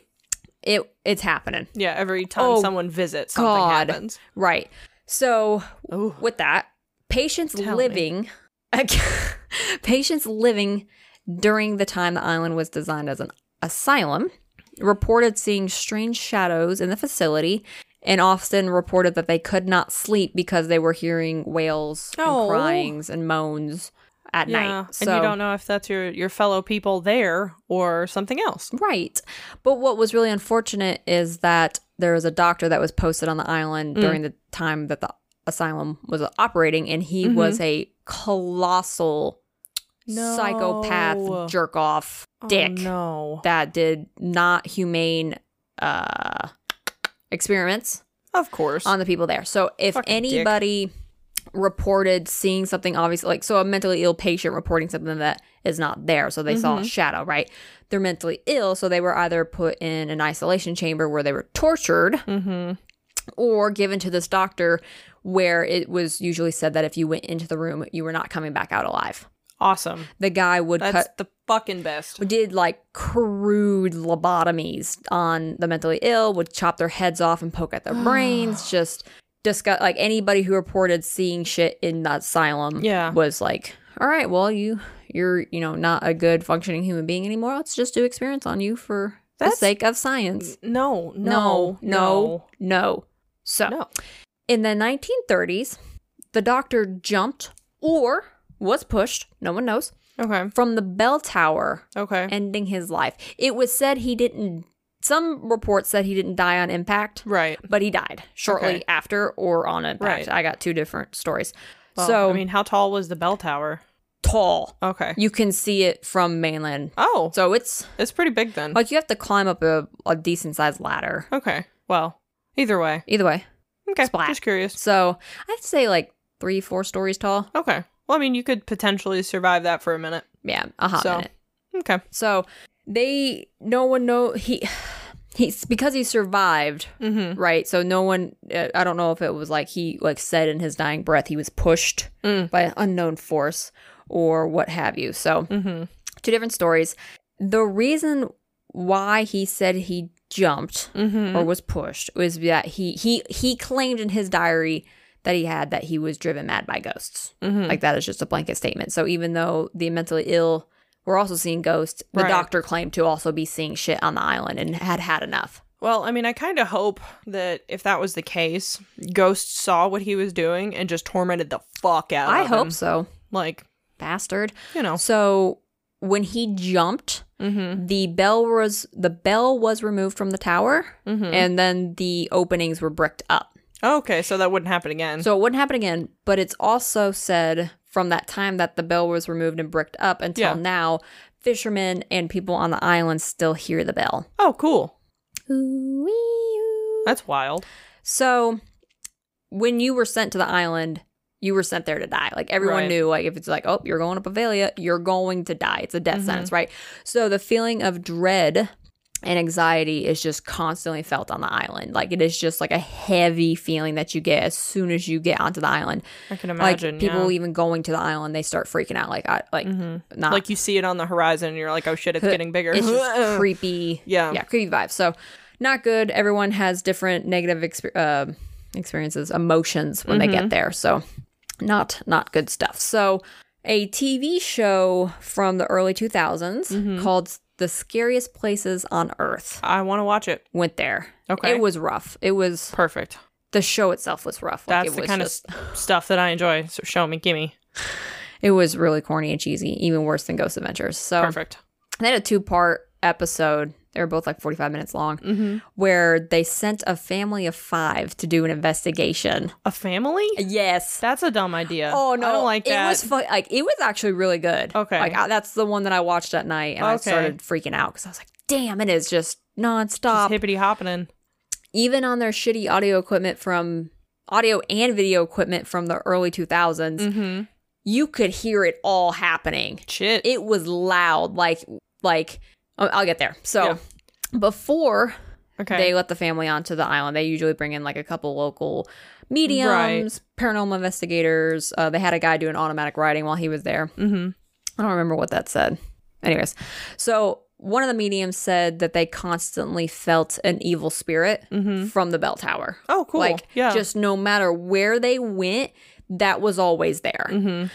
S1: it it's happening,
S2: Yeah. Every time
S1: Oh,
S2: someone visits, something
S1: God.
S2: happens.
S1: right? So
S2: Ooh.
S1: with that, patients
S2: Tell me.
S1: living, patients living during the time the island was designed as an asylum reported seeing strange shadows in the facility and often reported that they could not sleep because they were hearing wails
S2: Oh.
S1: and cryings and moans at night. So,
S2: and you don't know if that's your your fellow people there or something else.
S1: Right. But what was really unfortunate is that there was a doctor that was posted on the island during the time that the asylum was operating, and he was a colossal
S2: No.
S1: psychopath jerk off dick
S2: Oh,
S1: that did not humane uh, experiments
S2: no. Of course.
S1: on the people there. So if
S2: Fucking dick.
S1: anybody reported seeing something obviously like so a mentally ill patient reporting something that is not there so they
S2: Mm-hmm.
S1: saw a shadow right they're mentally ill so they were either put in an isolation chamber where they were tortured
S2: mm-hmm.
S1: or given to this doctor where it was usually said that if you went into the room you were not coming back out alive
S2: Awesome.
S1: the guy would
S2: That's
S1: cut
S2: the fucking best.
S1: did like crude lobotomies on the mentally ill, would chop their heads off and poke at their brains, just discuss like anybody who reported seeing shit in the asylum
S2: Yeah.
S1: was like, All right, well you you're, you know, not a good functioning human being anymore. Let's just do experiments on you for
S2: That's- Mm.
S1: the sake of science.
S2: No,
S1: No, no, no. So
S2: No.
S1: in the 1930s, the doctor jumped or was pushed, no one knows,
S2: Okay.
S1: from the bell tower
S2: Okay.
S1: ending his life. It was said he didn't, some reports said he didn't die on impact,
S2: right.
S1: but he died shortly
S2: Okay.
S1: after or on impact.
S2: Right.
S1: I got two different stories.
S2: Well,
S1: so
S2: I mean, how tall was the bell tower?
S1: tall.
S2: Okay.
S1: You can see it from mainland.
S2: Oh,
S1: So it's
S2: it's pretty big then.
S1: like you have to climb up a, a decent sized ladder.
S2: Okay. Well, either way.
S1: Either way.
S2: Okay.
S1: Splat.
S2: Just curious.
S1: So I'd say like three, four stories tall.
S2: Okay. Well, I mean, you could potentially survive that for a minute.
S1: Yeah, a hot
S2: So-
S1: minute.
S2: Okay.
S1: So they, no one know he, he's because he survived,
S2: Mm-hmm.
S1: right? So no one, uh, I don't know if it was like he like said in his dying breath he was pushed
S2: Mm.
S1: by an unknown force or what have you. So
S2: Mm-hmm.
S1: two different stories. The reason why he said he jumped
S2: Mm-hmm.
S1: or was pushed was that he he he claimed in his diary that he had that he was driven mad by ghosts.
S2: mm-hmm.
S1: Like that is just a blanket statement. So even though the mentally ill were also seeing ghosts, the
S2: Right.
S1: doctor claimed to also be seeing shit on the island and had had enough.
S2: Well, I mean, I kind of hope that if that was the case, Ghost saw what he was doing and just tormented the fuck out
S1: I
S2: of
S1: hope
S2: him.
S1: so,
S2: Like,
S1: bastard.
S2: you know.
S1: So when he jumped,
S2: Mm-hmm.
S1: the bell was the bell was removed from the tower,
S2: Mhm.
S1: and then the openings were bricked up.
S2: Okay, so that wouldn't happen again.
S1: So it wouldn't happen again, but it's also said from that time that the bell was removed and bricked up until
S2: Yeah.
S1: now, fishermen and people on the island still hear the bell.
S2: oh, cool.
S1: Ooh-wee-oo.
S2: That's wild.
S1: So when you were sent to the island, you were sent there to die. Like everyone
S2: Right.
S1: knew, like if it's like, oh, you're going to Pavalia, you're going to die. It's a death
S2: Mhm.
S1: sentence, right? So the feeling of dread and anxiety is just constantly felt on the island. Like it is just like a heavy feeling that you get as soon as you get onto the island.
S2: I can imagine.
S1: like people
S2: yeah.
S1: even going to the island, they start freaking out. Like I like
S2: Mhm.
S1: not
S2: Like you see it on the horizon and you're like, oh shit, it's getting bigger.
S1: it's just creepy.
S2: Yeah.
S1: yeah, creepy vibes. So not good. Everyone has different negative exper- uh, experiences, emotions when they
S2: Mm-hmm.
S1: get there. So not not good stuff. So a TV show from the early 2000s
S2: Mm-hmm.
S1: called "The Scariest Places on Earth"
S2: I want to watch it.
S1: went there.
S2: Okay.
S1: it was rough. It was
S2: Perfect.
S1: the show itself was rough. Like,
S2: That's
S1: it
S2: the
S1: was
S2: kind
S1: just-
S2: of s- stuff that I enjoy. So show me, gimme.
S1: it was really corny and cheesy, even worse than Ghost Adventures. So
S2: Perfect.
S1: they had a two part episode. They were both like 45 minutes long,
S2: Mhm.
S1: where they sent a family of five to do an investigation.
S2: A family?
S1: Yes.
S2: That's a dumb idea.
S1: Oh no,
S2: I don't like that.
S1: It was fu- like it was actually really good.
S2: Okay.
S1: like I, that's the one that I watched at night, and I
S2: Okay.
S1: started freaking out because I was like, "Damn, it is just
S2: Just
S1: nonstop."
S2: hippity hopping in.
S1: Even on their shitty audio equipment from audio and video equipment from the early 2000s,
S2: Mm-hmm.
S1: you could hear it all happening.
S2: Shit.
S1: it was loud like like oh, I'll I'll get there so before
S2: okay.
S1: they let the family onto the island they usually bring in like a couple local mediums paranormal investigators uh, they had a guy doing automatic writing while he was there
S2: mm-hmm.
S1: i don't remember what that said anyways so one of the mediums said that they constantly felt an evil spirit
S2: Mhm.
S1: from the bell tower
S2: Oh, cool.
S1: like
S2: yeah.
S1: just no matter where they went that was always there
S2: Mm-hmm.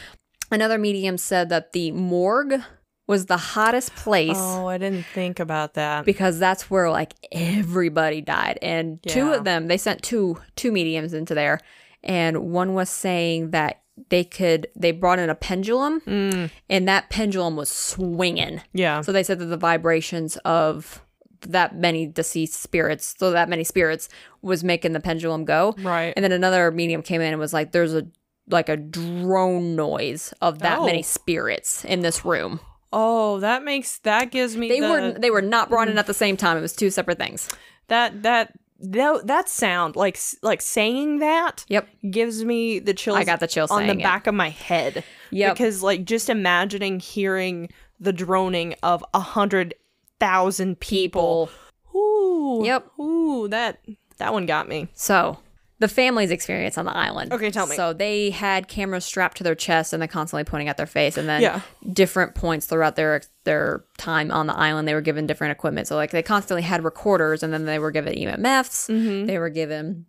S1: Another medium said that the morgue was the hottest place
S2: Oh, I didn't think about that.
S1: because that's where like everybody died. And two
S2: Yeah.
S1: of them, they sent two two mediums into there, and one was saying that they could they brought in a pendulum
S2: Mm,
S1: and that pendulum was swinging.
S2: yeah.
S1: So they said that the vibrations of that many deceased spirits, so that many spirits was making the pendulum go.
S2: Right.
S1: And then another medium came in and was like, "There's a like a drone noise of that
S2: Oh.
S1: many spirits in this room."
S2: Oh, that makes that gives me
S1: They
S2: the,
S1: were they were not brought in at the same time. It was two separate things.
S2: that that that that sound like s- like saying that
S1: Yep,
S2: gives me the chills.
S1: I got the chill
S2: on the
S1: saying it.
S2: back of my head.
S1: Yep.
S2: Because like just imagining hearing the droning of a hundred thousand people.
S1: people.
S2: Ooh.
S1: Yep.
S2: Ooh, that that one got me.
S1: So the family's experience on the island.
S2: Okay, tell me.
S1: So they had cameras strapped to their chest and they constantly pointing at their face, and then
S2: Yeah.
S1: different points throughout their their time on the island, they were given different equipment. So like they constantly had recorders, and then they were given EMFs.
S2: Mm-hmm.
S1: They were given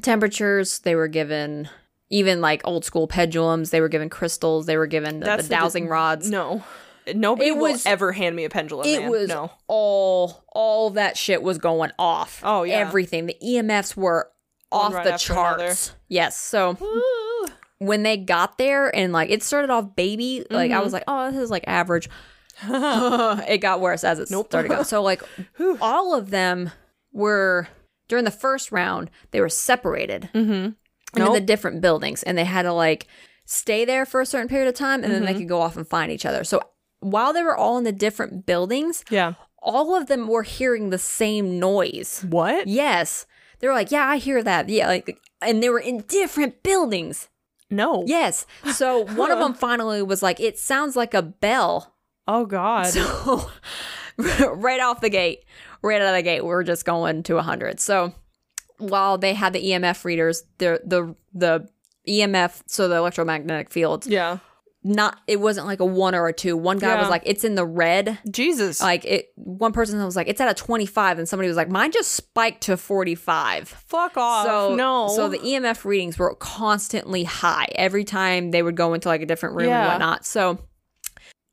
S1: temperatures. They were given even like old school pendulums. They were given crystals. They were given the, the
S2: That's the-
S1: dowsing rods.
S2: No. Nobody
S1: It
S2: will
S1: was-
S2: ever hand me a pendulum.
S1: it
S2: Oh, man.
S1: was
S2: no.
S1: all all that shit was going off.
S2: Oh, yeah.
S1: everything. The EMFs were
S2: One
S1: off
S2: right
S1: the
S2: after another.
S1: charts. Yes. So when they got there and like it started off baby, like
S2: Mm-hmm.
S1: I was like, oh, this is like average. it got worse as it started going. So like all of them were during the first round, they were separated
S2: Mm-hmm.
S1: into the
S2: Nope.
S1: different buildings and they had to like stay there for a certain period of time, and
S2: Mm-hmm.
S1: then they could go off and find each other. So while they were all in the different buildings,
S2: Yeah.
S1: all of them were hearing the same noise.
S2: What?
S1: Yes. They were like, yeah, I hear that. Yeah, like, and they were in different buildings.
S2: No.
S1: Yes. So one of them finally was like, it sounds like a bell.
S2: Oh God.
S1: So right off the gate, right out of the gate, we're just going to 100. So while they had the EMF readers, the the the EMF, so the electromagnetic fields,
S2: yeah.
S1: not it wasn't like a one or a two. One guy was
S2: Yeah.
S1: like, it's in the red.
S2: Jesus.
S1: Like it, one person was like, it's at a 25, and somebody was like, mine just spiked to 45.
S2: Fuck off.
S1: So
S2: Oh, no.
S1: So the EMF readings were constantly high every time they would go into like a different room and
S2: Yeah.
S1: whatnot. So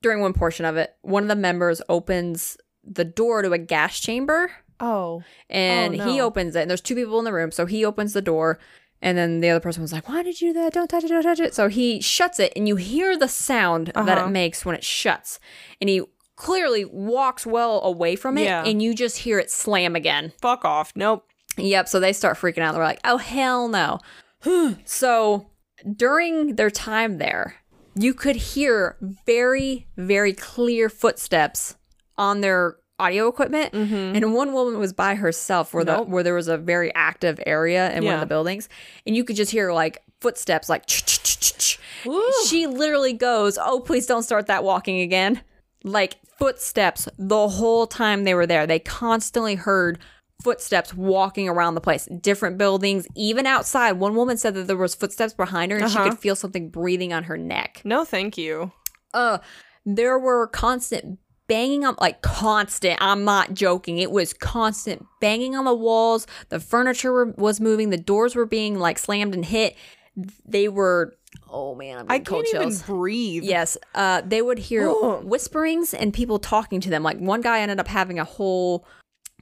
S1: during one portion of it, one of the members opens the door to a gas chamber
S2: oh.
S1: and
S2: Oh,
S1: he
S2: no.
S1: opens it and there's two people in the room so he opens the door and then the other person was like why did you do that don't touch it don't touch it so he shuts it and you hear the sound that it
S2: Uh-huh.
S1: makes when it shuts and he clearly walks well away from it
S2: Yeah.
S1: and you just hear it slam again
S2: Fuck off. Nope.
S1: Yep. So they start freaking out. They're like, oh, hell no. so during their time there, you could hear very, very clear footsteps on their audio equipment. And one woman was by herself where,
S2: Mm-hmm. Nope.
S1: the, where there was a very active area in one of
S2: Yeah.
S1: the buildings. And you could just hear like footsteps, like, ch-ch-ch-ch-ch.
S2: Woo.
S1: she literally goes, oh, please don't start that walking again. Like footsteps the whole time they were there. They constantly heard footsteps walking around the place, different buildings, even outside. One woman said that there was footsteps behind her and she
S2: Uh-huh.
S1: could feel something breathing on her neck.
S2: No, thank you.
S1: Uh there were constant banging on like constant. I'm not joking. It was constant banging on the walls. The furniture were, was moving, the doors were being like slammed and hit. They were Oh man, I'm
S2: I
S1: getting cold
S2: can't even
S1: chills.
S2: breathe.
S1: Yes, uh, they would hear
S2: Ugh.
S1: whisperings and people talking to them. Like one guy ended up having a whole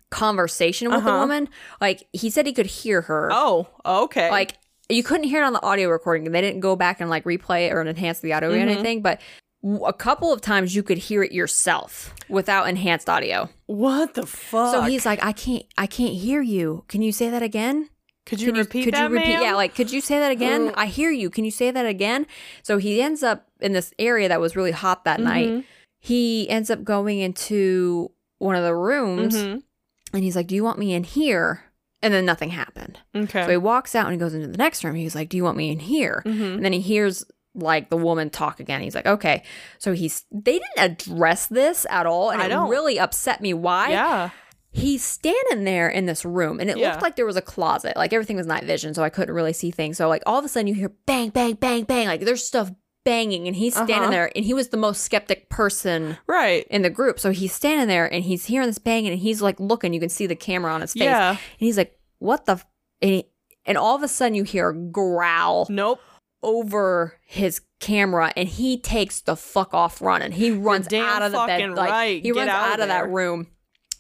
S1: conversation with the
S2: Uh-huh.
S1: woman. Like he said he could hear her.
S2: Oh. Okay.
S1: Like you couldn't hear it on the audio recording, and they didn't go back and like replay it or enhance the audio or
S2: Mm-hmm.
S1: anything. But w- a couple of times you could hear it yourself without enhanced audio.
S2: what the fuck?
S1: So he's like, "I can't, I can't hear you. Can you say that again?"
S2: Could you
S1: Can you-
S2: repeat
S1: could
S2: that,
S1: you repeat
S2: ma'am?
S1: yeah like could you say that again i hear you can you say that again so he ends up in this area that was really hot that
S2: Mm-hmm.
S1: night he ends up going into one of the rooms
S2: Mhm.
S1: and he's like do you want me in here and then nothing happened
S2: Okay.
S1: so he walks out and he goes into the next room he's like do you want me in here
S2: Mhm.
S1: and then he hears like the woman talk again he's like okay so he's they didn't address this at all and
S2: I
S1: it
S2: don't.
S1: really upset me why
S2: yeah.
S1: he's standing there in this room and it
S2: Yeah.
S1: looked like there was a closet like everything was night vision so i couldn't really see things so like all of a sudden you hear bang bang bang bang like there's stuff banging and he's standing
S2: Uh-huh.
S1: there and he was the most skeptic person
S2: Right.
S1: in the group so he's standing there and he's hearing this banging and he's like looking you can see the camera on his face
S2: Yeah.
S1: and he's like what the f-? And, he, and all of a sudden you hear a growl
S2: Nope.
S1: over his camera and he takes the fuck off running. He runs
S2: damn
S1: out of the bed.
S2: fucking
S1: Like,
S2: right.
S1: He
S2: Get
S1: runs
S2: out
S1: out,
S2: of
S1: of that
S2: there.
S1: room.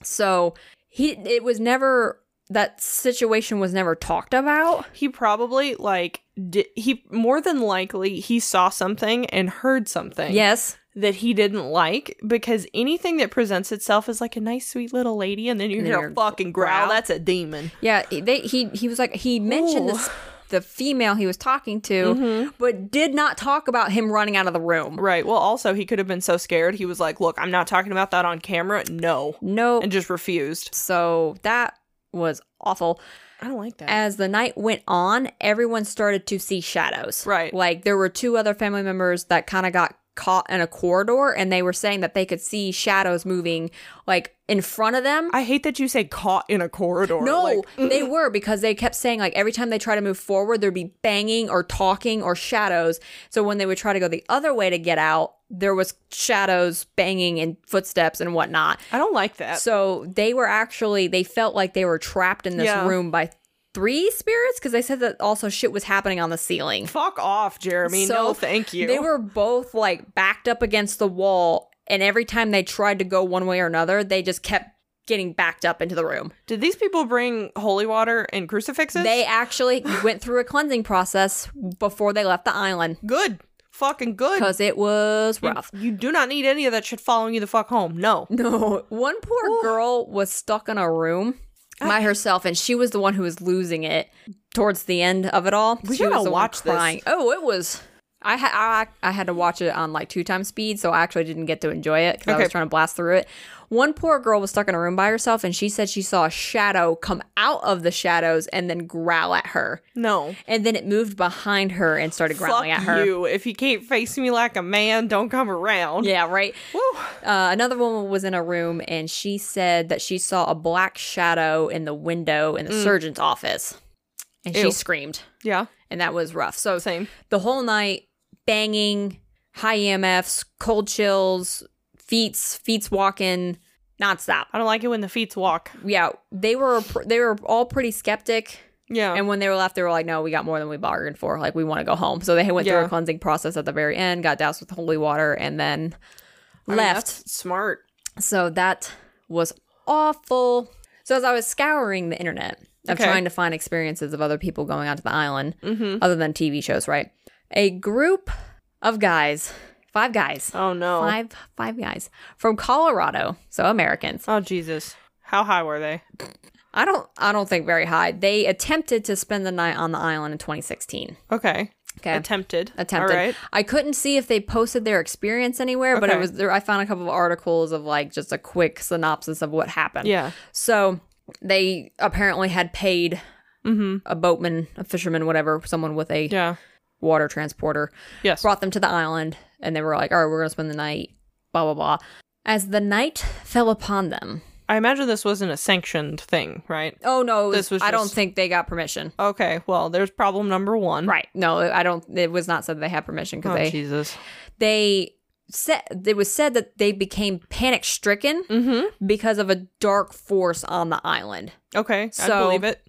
S1: So he it was never that situation was never talked about.
S2: He probably like di- he more than likely he saw something and heard something
S1: Yes.
S2: that he didn't like because anything that presents itself is like a nice sweet little lady and then you
S1: And then
S2: hear
S1: you're-
S2: a fucking growl.
S1: growl.
S2: That's a demon.
S1: Yeah, they, he he was like he mentioned
S2: Ooh. Mm-hmm.
S1: this the female he was talking to but did not talk about him running out of the room.
S2: Right. Well, also he could have been so scared he was like, "Look, I'm not talking about that on camera. No,"
S1: No.
S2: and just refused.
S1: So that was awful.
S2: I don't like that.
S1: as the night went on, everyone started to see shadows.
S2: Right.
S1: Like there were two other family members that kind of got caught in a corridor and they were saying that they could see shadows moving like in front of them.
S2: I hate that you say caught in a corridor.
S1: no,
S2: Like,
S1: they were because they kept saying like every time they try to move forward, there'd be banging or talking or shadows. So when they would try to go the other way to get out, there was shadows, banging, and footsteps and whatnot.
S2: I don't like that.
S1: So they were actually they felt like they were trapped in this
S2: Yeah.
S1: room by three spirits because they said that also shit was happening on the ceiling.
S2: Fuck off, Jeremy.
S1: So
S2: no, thank you.
S1: They were both like backed up against the wall, and every time they tried to go one way or another, they just kept getting backed up into the room.
S2: Did these people bring holy water and crucifixes?
S1: They actually went through a cleansing process before they left the island
S2: good, fucking good.
S1: because it was rough.
S2: You do not need any of that shit following you the fuck home. No.
S1: No, one poor girl was stuck in a room by herself, and she was the one who was losing it towards the end of it all. We she
S2: gotta
S1: was the one
S2: watch this.
S1: crying. Oh, it was I, ha- I I had to watch it on like two times speed, so I actually didn't get to enjoy it because I was
S2: Okay.
S1: trying to blast through it. One poor girl was stuck in a room by herself, and she said she saw a shadow come out of the shadows and then growl at her,
S2: No.
S1: and then it moved behind her and started growling
S2: Fuck
S1: at her.
S2: you. If you can't face me like a man, don't come around.
S1: Yeah, right.
S2: Woo.
S1: Uh, another woman was in a room, and she said that she saw a black shadow in the window in the surgeon's office, and she
S2: Mm. Ew.
S1: screamed,
S2: Yeah.
S1: and that was rough. So
S2: Same.
S1: the whole night banging high emfs cold chills feets feets walking nonstop
S2: I don't like it when the feet walk.
S1: yeah they were pr- they were all pretty skeptic
S2: Yeah.
S1: and when they were left they were like no we got more than we bargained for like we want to go home so they went through
S2: Yeah.
S1: a cleansing process at the very end got doused with holy water and then
S2: I mean,
S1: left
S2: that's smart.
S1: so that was awful so as i was scouring the internet of
S2: Okay.
S1: trying to find experiences of other people going out to the island
S2: Mm-hmm.
S1: other than TV shows, right? A group of guys, five guys,
S2: Oh no.
S1: five five guys from Colorado, so Americans.
S2: Oh Jesus. How high were they?
S1: I don't I don't think very high. They attempted to spend the night on the island in 2016.
S2: Okay.
S1: Okay.
S2: Attempted.
S1: Attempted.
S2: All right.
S1: I couldn't see if they posted their experience anywhere, but it
S2: Okay.
S1: was there. I found a couple of articles of like just a quick synopsis of what happened.
S2: Yeah.
S1: So they apparently had paid
S2: Mm-hmm.
S1: a boatman, a fisherman, whatever, someone with a
S2: Yeah.
S1: water transporter,
S2: Yes.
S1: brought them to the island and they were like, all right, we're going to spend the night, blah, blah, blah. As the night fell upon them.
S2: I imagine this wasn't a sanctioned thing, right?
S1: Oh, no.
S2: This was
S1: I don't
S2: just-
S1: think they got permission.
S2: Okay. Well, there's problem number one.
S1: Right. No, I don't. It was not said they had permission because
S2: Oh
S1: they,
S2: Jesus.
S1: they said, it was said that they became panic stricken
S2: Mm-hmm.
S1: because of a dark force on the island.
S2: Okay. I
S1: So-
S2: believe it.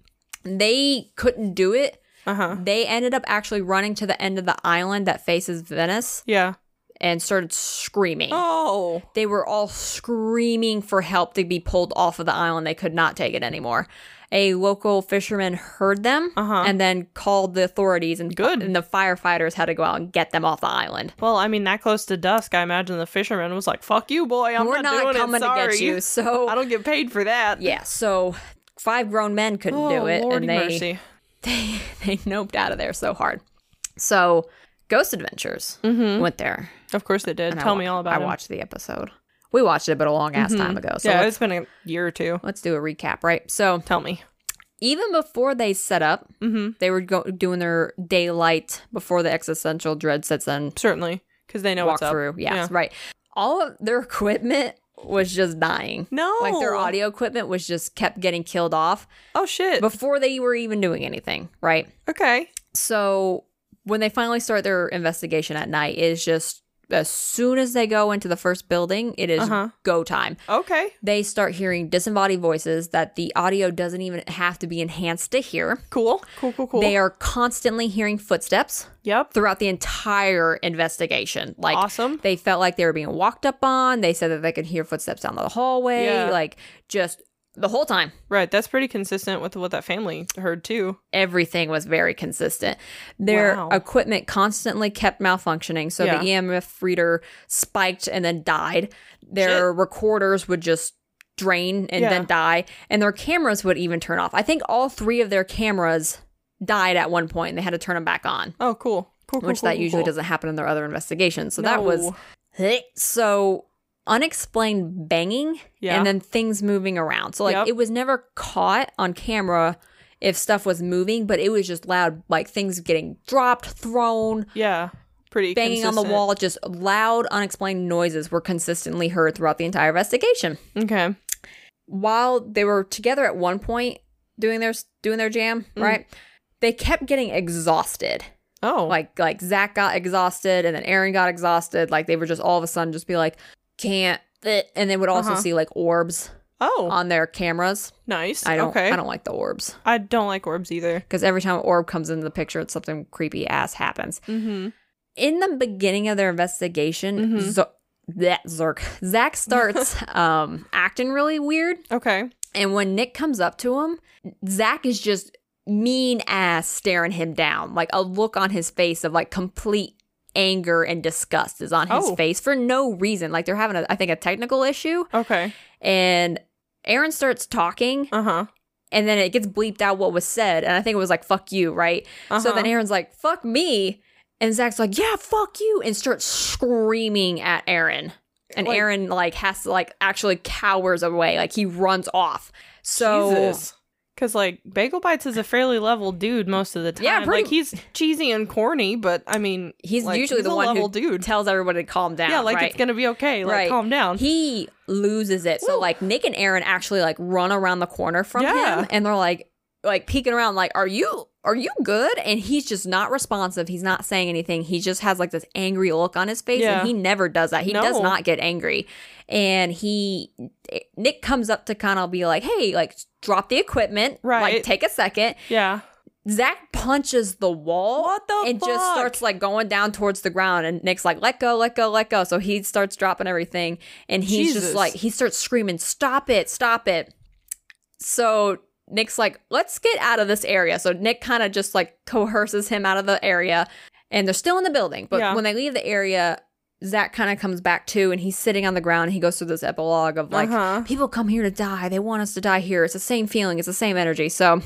S1: They couldn't do it.
S2: Uh huh.
S1: They ended up actually running to the end of the island that faces Venice
S2: Yeah.
S1: and started screaming.
S2: Oh.
S1: they were all screaming for help to be pulled off of the island. They could not take it anymore. A local fisherman heard them
S2: Uh-huh.
S1: and then called the authorities and
S2: Good.
S1: and the firefighters had to go out and get them off the island.
S2: Well, I mean, that close to dusk, I imagine the fisherman was like, "Fuck you, boy. I'm
S1: we're not,
S2: doing
S1: coming
S2: it.
S1: to
S2: Sorry.
S1: get you.
S2: I
S1: So
S2: don't get paid for that."
S1: yeah, so five grown men couldn't
S2: Oh,
S1: do it
S2: Lordy
S1: and they
S2: mercy.
S1: they they noped out of there so hard. So Ghost Adventures
S2: Mm-hmm.
S1: went there.
S2: Of course they did.
S1: and I
S2: Tell
S1: wa-
S2: me all about
S1: I
S2: it.
S1: watched the episode. We watched it but a long ass time ago. So
S2: yeah,
S1: let's,
S2: it's been a year or two.
S1: let's do a recap, right? So
S2: Tell me.
S1: even before they set up,
S2: Mm-hmm.
S1: they were go- doing their daylight before the existential dread sets in.
S2: Certainly, because they know
S1: walk
S2: what's up.
S1: through, yes,
S2: Yeah.
S1: right. All of their equipment was just dying.
S2: No,
S1: Like their audio equipment was just kept getting killed off
S2: Oh shit.
S1: before they were even doing anything, right?
S2: okay.
S1: So when they finally start their investigation at night, it is just as soon as they go into the first building, it is
S2: Uh-huh.
S1: go time.
S2: Okay.
S1: They start hearing disembodied voices that the audio doesn't even have to be enhanced to hear.
S2: Cool. Cool. Cool. Cool.
S1: They are constantly hearing footsteps
S2: yep.
S1: throughout the entire investigation. Like
S2: awesome.
S1: they felt like they were being walked up on. They said that they could hear footsteps down the hallway,
S2: Yeah.
S1: like just the whole time.
S2: Right. That's pretty consistent with what that family heard too.
S1: Everything was very consistent. Their
S2: Wow.
S1: equipment constantly kept malfunctioning, so the EMF reader spiked and then died. Their recorders would just drain and
S2: Yeah.
S1: then die, and their cameras would even turn off. I think all three of their cameras died at one point, and they had to turn them back on.
S2: Oh, cool. Cool. cool
S1: which
S2: cool,
S1: that
S2: cool,
S1: usually
S2: cool.
S1: doesn't happen in their other investigations. So that was
S2: No.
S1: so unexplained banging
S2: Yeah.
S1: and then things moving around. So like
S2: Yep.
S1: it was never caught on camera if stuff was moving, but it was just loud like things getting dropped, thrown,
S2: yeah. Pretty
S1: banging on the
S2: consistent.
S1: wall, just loud unexplained noises were consistently heard throughout the entire investigation.
S2: Okay.
S1: While they were together at one point doing their doing their jam,
S2: Mm.
S1: right? They kept getting exhausted
S2: Oh.
S1: like like Zach got exhausted and then Aaron got exhausted. Like they were just all of a sudden just be like, can't. eh," And they would also
S2: Uh-huh.
S1: see like orbs
S2: oh.
S1: on their cameras.
S2: nice.
S1: uh, I don't
S2: okay.
S1: I don't like the orbs
S2: I don't like orbs either.
S1: because every time an orb comes into the picture, it's something creepy ass happens.
S2: Mm-hmm.
S1: In the beginning of their investigation,
S2: Mhm.
S1: Zo- that Zerk Zach starts um acting really weird,
S2: Okay.
S1: and when Nick comes up to him, Zach is just mean ass staring him down. Like a look on his face of like complete anger and disgust is on his
S2: Oh.
S1: face for no reason. Like they're having, a, I think, a technical issue.
S2: Okay.
S1: And Aaron starts talking
S2: Uh huh.
S1: and then it gets bleeped out what was said. And I think it was like, fuck you, right?
S2: Uh-huh.
S1: So then Aaron's like, fuck me. And Zach's like, yeah, fuck you, and starts screaming at Aaron. And
S2: Like-
S1: Aaron like has to like actually cowers away, like he runs off. So
S2: Because like Bagel Bites is a fairly level dude most of the time.
S1: Yeah, pretty-
S2: like he's cheesy and corny, but I mean,
S1: he's
S2: like,
S1: usually the
S2: a
S1: one
S2: level
S1: who
S2: dude.
S1: tells everybody to calm down.
S2: yeah, like
S1: right?
S2: it's gonna be okay. Like calm down.
S1: He loses it. So
S2: Woo.
S1: like Nick and Aaron actually like run around the corner from
S2: Yeah.
S1: him and they're like like peeking around like are you are you good? And he's just not responsive. He's not saying anything. He just has like this angry look on his face
S2: Yeah.
S1: and he never does that. He does
S2: No.
S1: not get angry. And he Nick comes up to kind of be like, "Hey, like drop the equipment. Like
S2: Right.
S1: take a second.
S2: yeah.
S1: Zach punches the wall
S2: What the
S1: and just
S2: fuck?
S1: starts like going down towards the ground and Nick's like let go let go let go so he starts dropping everything and he's just
S2: Jesus.
S1: like he starts screaming stop it stop it so Nick's like let's get out of this area so Nick kind of just like coerces him out of the area and they're still in the building but
S2: Yeah.
S1: when they leave the area Zach kind of comes back too and he's sitting on the ground and he goes through this epilogue of like
S2: Uh-huh.
S1: people come here to die they want us to die here it's the same feeling it's the same energy so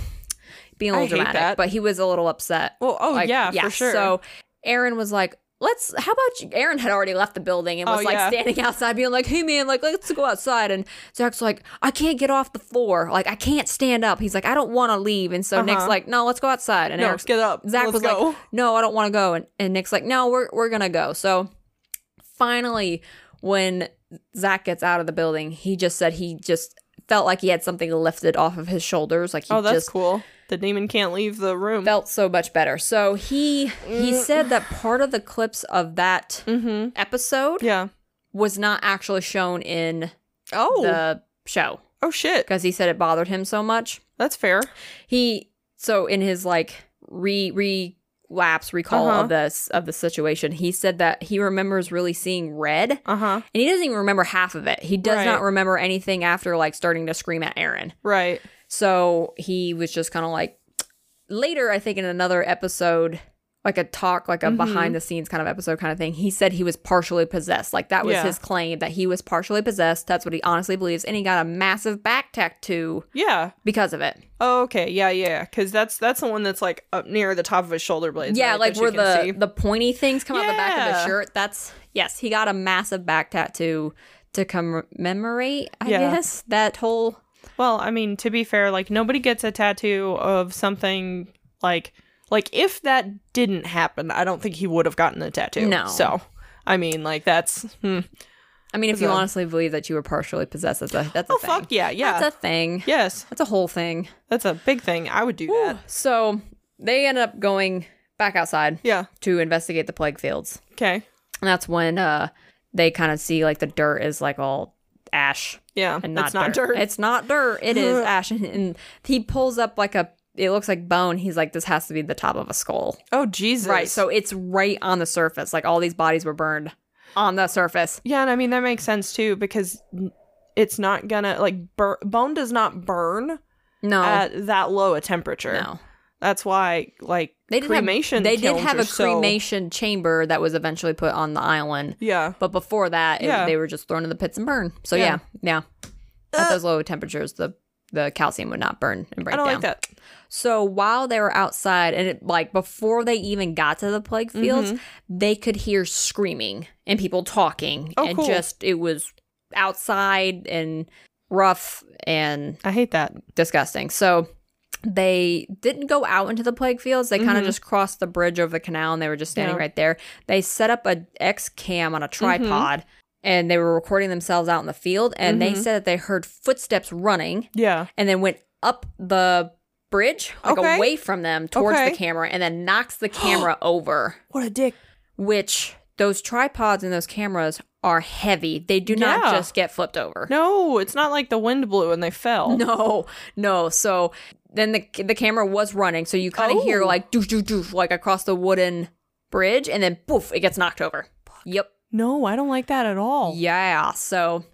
S1: being a
S2: I
S1: little
S2: hate
S1: dramatic
S2: that.
S1: but he was a little upset
S2: Well, oh
S1: like,
S2: yeah, for sure.
S1: So Aaron was like, let's, how about you? Aaron had already left the building and
S2: Oh,
S1: was like
S2: yeah.
S1: standing outside being like, hey man, like, let's go outside. And Zach's like, I can't get off the floor. Like, I can't stand up. He's like, I don't want to leave. And so Nick's
S2: Uh-huh.
S1: like, no, let's go outside. And
S2: no,
S1: Aaron's,
S2: get up.
S1: Zach
S2: Let's
S1: was
S2: go.
S1: like, no, I don't want to go. And, and Nick's like, no, we're, we're going to go. So finally, when Zach gets out of the building, he just said he just felt like he had something lifted off of his shoulders. Like he
S2: oh, that's
S1: just
S2: cool. The demon can't leave the room.
S1: felt so much better. So he
S2: Mm.
S1: he said that part of the clips of that
S2: mm-hmm.
S1: episode
S2: Yeah.
S1: was not actually shown in
S2: Oh.
S1: the show
S2: oh shit.
S1: because he said it bothered him so much.
S2: That's fair.
S1: He so in his like re re lapse recall
S2: Uh-huh.
S1: of this of the situation, he said that he remembers really seeing red and
S2: Uh huh.
S1: he doesn't even remember half of it. He does
S2: Right.
S1: not remember anything after like starting to scream at Aaron.
S2: Right.
S1: So he was just kind of like later, I think in another episode, like a talk, like a
S2: Mhm.
S1: behind the scenes kind of episode kind of thing, he said he was partially possessed. Like that was
S2: Yeah.
S1: his claim that he was partially possessed. That's what he honestly believes. And he got a massive back tattoo
S2: Yeah.
S1: because of it.
S2: Oh, okay. Yeah. Yeah. Because that's that's the one that's like up near the top of his shoulder blades.
S1: yeah,
S2: right,
S1: like
S2: that
S1: where
S2: you can
S1: the
S2: see.
S1: the pointy things come out the back of his
S2: Yeah.
S1: shirt. That's yes, he got a massive back tattoo to commemorate, I
S2: Yeah.
S1: guess, that whole
S2: Well, I mean, to be fair, like nobody gets a tattoo of something like like if that didn't happen, I don't think he would have gotten a tattoo.
S1: No.
S2: So, I mean, like that's hmm.
S1: I mean, if you
S2: Is a-
S1: honestly believe that you were partially possessed, that's a that's a
S2: oh
S1: thing.
S2: fuck yeah yeah
S1: That's a thing.
S2: yes
S1: That's a whole thing.
S2: that's a big thing. I would do that.
S1: So they end up going back outside
S2: Yeah.
S1: to investigate the plague fields.
S2: Okay.
S1: And that's when uh, they kind of see like the dirt is like all ash
S2: Yeah.
S1: and not,
S2: it's not dirt.
S1: It's not dirt. It is ash. And, and he pulls up like a, it looks like bone. He's like, this has to be the top of a skull.
S2: oh Jesus.
S1: Right. So it's right on the surface. Like all these bodies were burned on the surface.
S2: Yeah, and I mean that makes sense too because it's not gonna like bur- bone does not burn
S1: No.
S2: at that low a temperature.
S1: no.
S2: That's why like
S1: They did
S2: cremation.
S1: Have, they did
S2: kilns
S1: have
S2: are
S1: a
S2: so-
S1: cremation chamber that was eventually put on the island.
S2: Yeah.
S1: But before that, it-
S2: Yeah.
S1: they were just thrown in the pits and burned. So yeah,
S2: Yeah. Uh.
S1: yeah. At those low temperatures, the the calcium would not burn and break
S2: I don't
S1: down.
S2: like that.
S1: So while they were outside, and it, like before they even got to the plague
S2: Mm-hmm.
S1: fields, they could hear screaming and people talking,
S2: Oh,
S1: and
S2: cool.
S1: just it was outside and rough and
S2: I hate that.
S1: disgusting. So they didn't go out into the plague fields. They kind of
S2: Mhm.
S1: just crossed the bridge over the canal and they were just standing
S2: Yeah. Mm-hmm.
S1: right there. They set up a X cam on a tripod and they were recording themselves out in the field and they
S2: Mhm.
S1: said that they heard footsteps running
S2: Yeah.
S1: and then went up the bridge like
S2: Okay.
S1: away from them towards
S2: Okay.
S1: the camera and then knocks the camera over
S2: What a dick.
S1: which those tripods and those cameras are heavy they do not
S2: Yeah.
S1: just get flipped over
S2: No, it's not like the wind blew and they fell.
S1: no, no. So then the the camera was running, so you kind of hear
S2: Oh.
S1: like doof doof doof like across the wooden bridge, and then poof, it gets knocked over. Yep.
S2: No, I don't like that at all.
S1: Yeah. So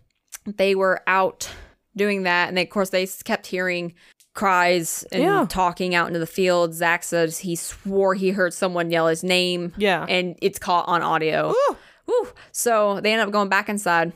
S1: they were out doing that, and they, of course they s- kept hearing cries and
S2: Yeah.
S1: talking out into the field. Zach says he swore he heard someone yell his name,
S2: Yeah.
S1: and it's caught on audio.
S2: Ooh.
S1: Woo. So they end up going back inside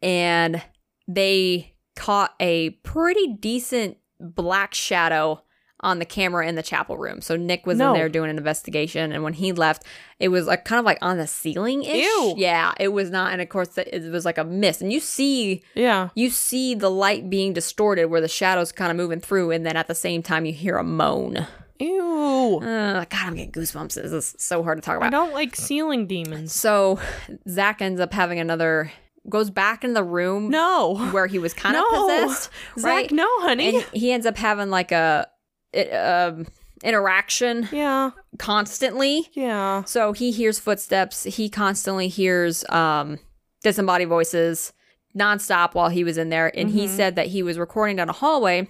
S1: and they caught a pretty decent black shadow on the camera in the chapel room. So Nick was
S2: No.
S1: in there doing an investigation, and when he left, it was like kind of like on the ceiling ish.
S2: Ew.
S1: Yeah, it was not, and of course it it was like a mist, and you see
S2: Yeah.
S1: you see the light being distorted where the shadows kind of moving through, and then at the same time you hear a moan.
S2: Ew.
S1: Uh, God, I'm getting goosebumps. This is so hard to talk
S2: I
S1: about.
S2: don't like ceiling demons.
S1: So Zach ends up having another goes back in the room
S2: No.
S1: where he was kind of
S2: No.
S1: possessed, right?
S2: Zach, no, honey.
S1: and he ends up having like a it, um, interaction
S2: yeah.
S1: constantly.
S2: Yeah.
S1: So he hears footsteps. He constantly hears um, disembodied voices nonstop while he was in there. And
S2: Mm-hmm.
S1: he said that he was recording down a hallway,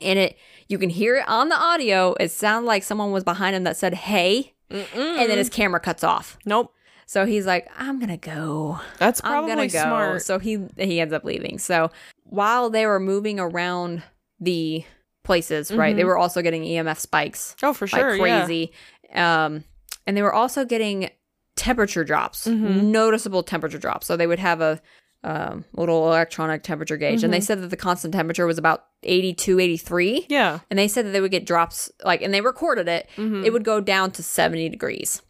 S1: and it you can hear it on the audio. It sounded like someone was behind him that said "Hey," and
S2: Mm-hmm.
S1: then his camera cuts off.
S2: Nope.
S1: So he's like, "I'm gonna go."
S2: That's
S1: I'm
S2: probably
S1: gonna go.
S2: smart.
S1: So he he ends up leaving. So while they were moving around the places, right, they were also getting EMF spikes
S2: oh, for Mm-hmm. sure.
S1: like
S2: yeah.
S1: crazy, um, and they were also getting temperature drops,
S2: Mm-hmm.
S1: noticeable temperature drops. So they would have a um, little electronic temperature gauge, and they said that the constant temperature was about 82, 83.
S2: Mm-hmm. Yeah. Mm-hmm.
S1: And they said that they would get drops, like, and they recorded it. It would go down to 70 degrees.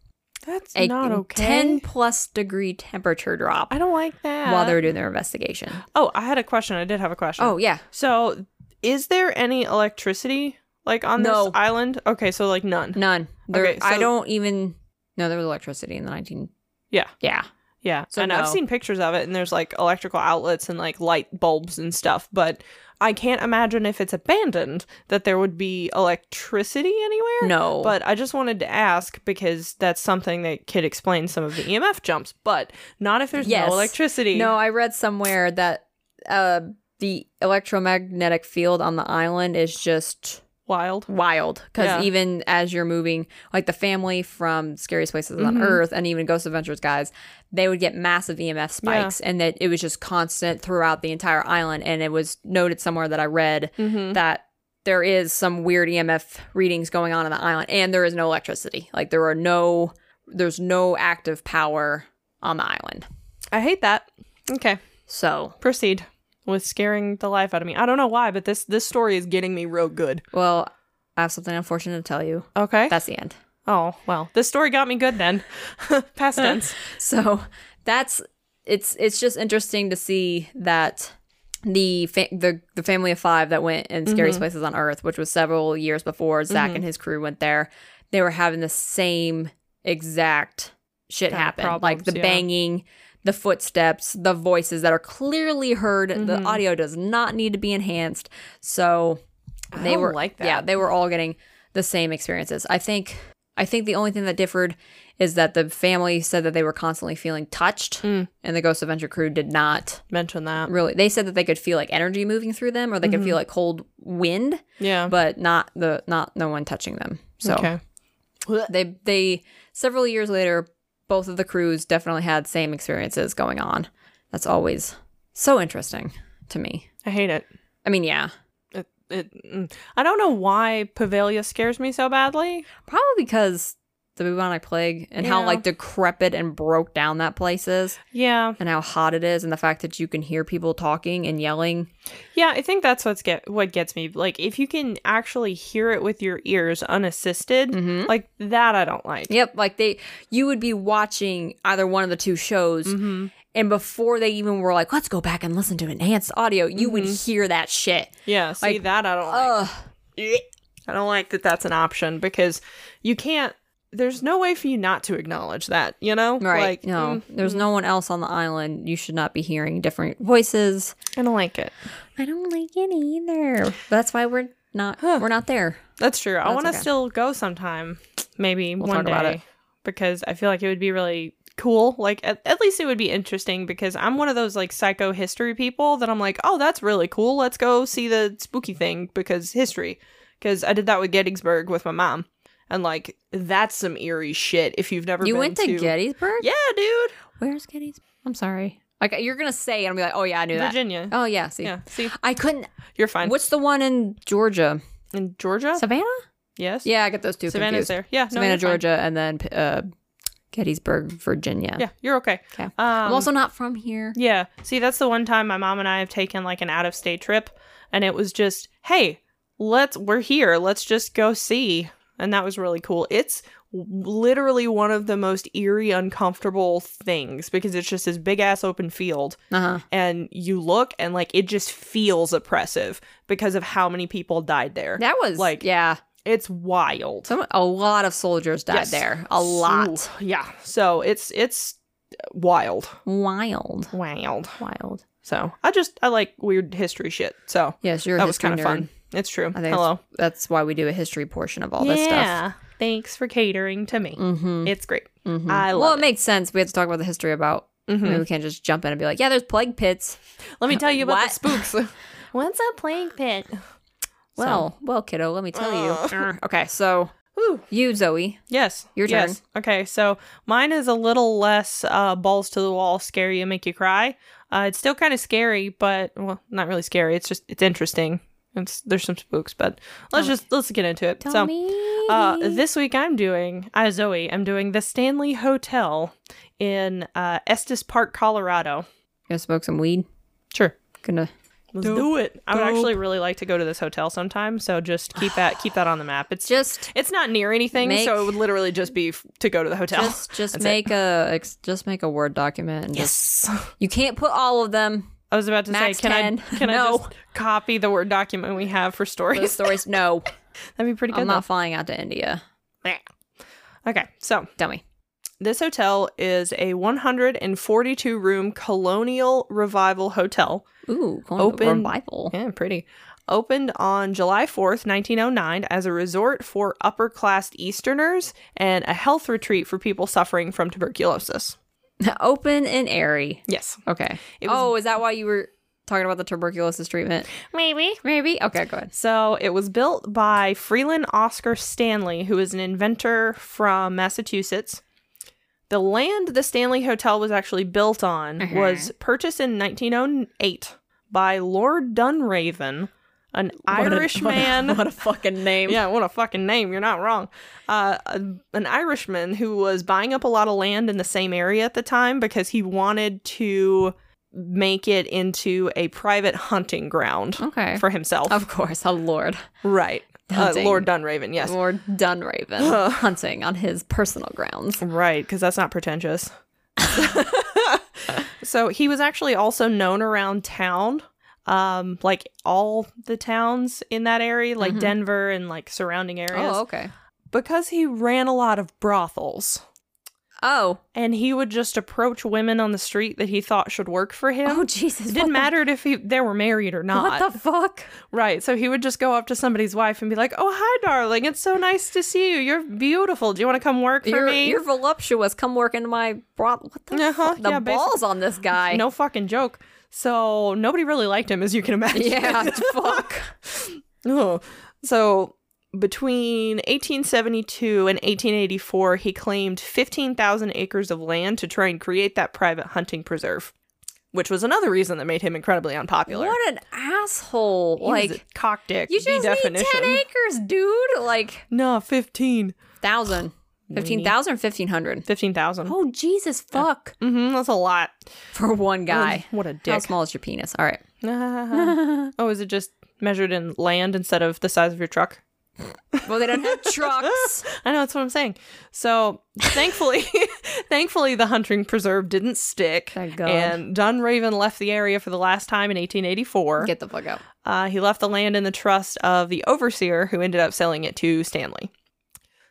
S2: That's
S1: A
S2: Mm. not okay.
S1: 10 plus degree temperature drop
S2: I don't like that.
S1: while they were doing their investigation.
S2: oh, I had a question. I did have a question.
S1: Oh yeah,
S2: So, is there any electricity like on
S1: No.
S2: this island? Okay, so like none.
S1: none. There,
S2: Okay,
S1: I
S2: so-
S1: don't even. No, there was electricity in the nineteen.
S2: Yeah.
S1: Yeah,
S2: Yeah.
S1: So
S2: and I've
S1: no.
S2: seen pictures of it and there's like electrical outlets and like light bulbs and stuff, but I can't imagine if it's abandoned that there would be electricity anywhere.
S1: no.
S2: But I just wanted to ask because that's something that could explain some of the EMF jumps, but not if there's
S1: Yes.
S2: no electricity.
S1: no, I read somewhere that uh, the electromagnetic field on the island is just
S2: Wild.
S1: wild because
S2: Yeah.
S1: even as you're moving like the family from scariest places
S2: Mm-hmm.
S1: on earth and even ghost adventures guys they would get massive emf spikes and that it was just constant throughout the entire island and it was noted somewhere that i read
S2: Mm-hmm.
S1: that there is some weird emf readings going on in the island and there is no electricity like there are no there's no active power on the island
S2: I hate that. Okay.
S1: so
S2: Proceed with scaring the life out of me. I don't know why, but this this story is getting me real good.
S1: well i have something unfortunate to tell you
S2: Okay.
S1: that's the end
S2: Oh, well, this story got me good then. Past tense.
S1: So that's it's it's just interesting to see that the fa- the the family of five that went in
S2: Mm-hmm.
S1: scariest places on earth, which was several years before Zach and his crew went there, they were having the same exact shit
S2: Kind of
S1: happen,
S2: problems,
S1: like the
S2: yeah.
S1: banging. The footsteps, the voices that are clearly heard, the
S2: Mm-hmm.
S1: audio does not need to be enhanced. So they
S2: don't
S1: were
S2: like
S1: Yeah,
S2: that.
S1: they were all getting the same experiences. I think I think the only thing that differed is that the family said that they were constantly feeling touched
S2: Hmm.
S1: and the Ghost Adventure crew did not
S2: Mention that.
S1: really they said that they could feel like energy moving through them or they
S2: Mm-hmm.
S1: could feel like cold wind,
S2: Yeah.
S1: but not the not no one touching them. So
S2: okay.
S1: they they several years later both of the crews definitely had same experiences going on. That's always so interesting to me.
S2: I hate it.
S1: I mean, yeah.
S2: It, it, mm. I don't know why Pavelia scares me so badly.
S1: Probably because the bubonic plague and how
S2: Yeah.
S1: like decrepit and broke down that place is
S2: Yeah.
S1: and how hot it is and the fact that you can hear people talking and yelling.
S2: Yeah, I think that's what's get what gets me. Like if you can actually hear it with your ears unassisted,
S1: Mm-hmm.
S2: like that I don't like.
S1: Yep, like they you would be watching either one of the two shows
S2: Mm-hmm.
S1: and before they even were like, let's go back and listen to enhanced audio, you would hear that shit.
S2: Yeah,
S1: Mm-hmm.
S2: see
S1: Like, uh,
S2: that I don't like.
S1: Ugh.
S2: I don't like that that's an option because you can't there's no way for you not to acknowledge that, you know?
S1: Right.
S2: Like
S1: no.
S2: mm,
S1: There's no one else on the island. You should not be hearing different voices.
S2: I don't like it.
S1: I don't like it either. That's why we're not we're not there.
S2: That's true. I want to
S1: okay.
S2: still go sometime, maybe one
S1: talk
S2: day,
S1: about it.
S2: because I feel like it would be really cool. Like at, at least it would be interesting because I'm one of those like psycho history people that I'm like, oh, that's really cool. Let's go see the spooky thing because history. Because I did that with Gettysburg with my mom, and like that's some eerie shit. If you've never
S1: You
S2: been
S1: went to Gettysburg?
S2: yeah, dude,
S1: Where's Gettysburg? I'm sorry. Like you're gonna say, it, I'm gonna be like, oh yeah, I knew
S2: Virginia.
S1: that. Oh yeah, see,
S2: Yeah, see,
S1: I couldn't.
S2: you're fine.
S1: What's the one in Georgia?
S2: in Georgia?
S1: Savannah?
S2: yes.
S1: Yeah, I get those two
S2: Savannah's
S1: confused.
S2: there. Yeah, no,
S1: Savannah,
S2: you're fine.
S1: Georgia, and then uh, Gettysburg, Virginia.
S2: Yeah, you're okay.
S1: Okay.
S2: Um,
S1: I'm also not from here.
S2: Yeah. See, that's the one time my mom and I have taken like an out of state trip, and it was just, hey, let's we're here. Let's just go see. And that was really cool. It's literally one of the most eerie, uncomfortable things because it's just this big ass open field
S1: Uh huh.
S2: and you look and like it just feels oppressive because of how many people died there.
S1: That was
S2: Like-
S1: like yeah.
S2: It's wild.
S1: Some a lot of soldiers died
S2: Yes.
S1: there. A lot.
S2: So- yeah. So it's it's wild.
S1: Wild.
S2: Wild.
S1: Wild.
S2: So I just I like weird history shit. So
S1: Yes, you're a
S2: that was
S1: history
S2: kind of
S1: nerd.
S2: fun. It's true.
S1: I think
S2: Hello.
S1: That's why we do a history portion of all this stuff.
S2: Thanks for catering to me.
S1: Mm-hmm.
S2: It's great.
S1: hmm
S2: I
S1: well,
S2: love
S1: it makes sense. We have to talk about the history about. I mean,
S2: Mhm.
S1: we can't just jump in and be like, "Yeah, there's plague pits."
S2: Let me tell you about
S1: What?
S2: the spooks. What's a plague pit?
S1: Well, well, kiddo, let me tell
S2: Ugh.
S1: you. Er, okay, so
S2: Whew.
S1: you, Zoe.
S2: Yes.
S1: Your
S2: yes. Okay, so mine is a little less uh, balls to the wall, scary and make you cry. Uh, it's still kind of scary, but well, not really scary. It's just it's interesting. It's there's some spooks, but let's just let's get into it. so
S1: me.
S2: uh, this week I'm doing I Zoe. I'm doing the Stanley Hotel in uh, Estes Park, Colorado.
S1: gonna smoke some weed.
S2: Sure.
S1: Gonna
S2: Let's
S1: Dope.
S2: do it. I would
S1: Dope.
S2: actually really like to go to this hotel sometime, so just keep that keep that on the map. It's
S1: just
S2: it's not near anything,
S1: Make-
S2: so it would literally just be f- to go to the hotel.
S1: just just
S2: That's it.
S1: make a ex- just make a word document. And just,
S2: yes.
S1: you can't put all of them.
S2: I was about to
S1: Max
S2: say, can
S1: 10.
S2: I can I
S1: No.
S2: just copy the word document we have for
S1: Those
S2: stories?
S1: stories. No,
S2: That'd be pretty good.
S1: I'm not flying out to India.
S2: though. Okay, so
S1: Dummy.
S2: this hotel is a 142 room colonial revival hotel.
S1: Ooh, going to
S2: Open-
S1: revival.
S2: Yeah, pretty. Opened on July 4th, 1909, as a resort for upper class Easterners and a health retreat for people suffering from tuberculosis.
S1: Open and airy.
S2: Yes.
S1: Okay.
S2: It was-
S1: oh, is that why you were talking about the tuberculosis treatment?
S2: Maybe.
S1: Maybe. Okay, go ahead.
S2: So it was built by Freeland Oscar Stanley, who is an inventor from Massachusetts. The land the Stanley Hotel was actually built on
S1: Mhm.
S2: was purchased in 1908 by Lord Dunraven, an Irish man.
S1: What a fucking name.
S2: yeah, what a fucking name. You're not wrong. Uh, a- an Irishman who was buying up a lot of land in the same area at the time because he wanted to make it into a private hunting ground
S1: Okay.
S2: for himself.
S1: of course. Oh, Lord.
S2: Right. Uh,
S1: Hunting.
S2: Lord Dunraven, yes.
S1: Lord Dunraven hunting on his personal grounds.
S2: Right, because that's not pretentious. so he was actually also known around town, um, like all the towns in that area, like
S1: Mhm.
S2: Denver and like surrounding areas,
S1: Oh, okay.
S2: because he ran a lot of brothels.
S1: Oh.
S2: And he would just approach women on the street that he thought should work for him.
S1: Oh, Jesus.
S2: it
S1: what
S2: didn't matter if he, they were married or
S1: The,
S2: not.
S1: what the fuck?
S2: Right. So he would just go up to somebody's wife and be like, "Oh, hi, darling. It's so nice to see you. You're beautiful. Do you want to come work for
S1: you're,
S2: me?"
S1: you're voluptuous. Come work into my bra. What the
S2: Uh-huh,
S1: fuck? The
S2: yeah, basic-
S1: balls on this guy.
S2: No fucking joke. So nobody really liked him, as you can imagine.
S1: Yeah, fuck.
S2: Ugh. so between 1872 and 1884, he claimed 15,000 acres of land to try and create that private hunting preserve, which was another reason that made him incredibly unpopular.
S1: What an asshole.
S2: He was a
S1: like,
S2: cock dick.
S1: you just
S2: the
S1: need 10
S2: definition.
S1: acres, dude. Like,
S2: No, 15.
S1: Thousand. Fifteen thousand or fifteen hundred.
S2: 15,000.
S1: Oh Jesus fuck.
S2: hmm that's a lot.
S1: For one guy.
S2: What a
S1: How
S2: Oh, dick.
S1: small is your penis? All right.
S2: oh, is it just measured in land instead of the size of your truck?
S1: Well they don't have trucks.
S2: I know that's what I'm saying. So thankfully, thankfully the hunting preserve didn't stick,
S1: Thank God.
S2: and Dunraven left the area for the last time in 1884.
S1: Get the fuck out.
S2: Uh, he left the land in the trust of the overseer, who ended up selling it to Stanley.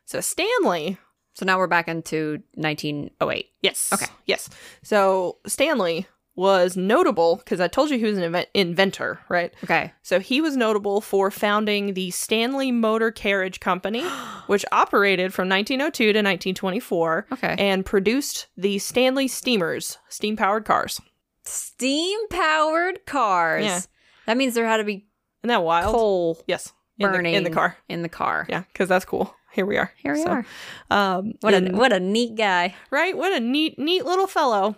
S2: So Stanley,
S1: So now we're back into nineteen oh eight.
S2: yes,
S1: Okay.
S2: yes. So Stanley was notable because I told you he was an invent- inventor, right?
S1: Okay.
S2: So he was notable for founding the Stanley Motor Carriage Company, which operated from 1902 to 1924
S1: Okay.
S2: and produced the Stanley Steamers, steam powered cars.
S1: Steam powered cars.
S2: Yeah.
S1: That means there had to be
S2: Isn't that wild?
S1: coal
S2: Yes. In the-
S1: burning
S2: in the, car.
S1: In the car.
S2: Yeah, because that's cool. Here we are.
S1: Here we
S2: So,
S1: are.
S2: Um,
S1: What a
S2: in-
S1: what a neat guy.
S2: right? What a neat, neat little fellow.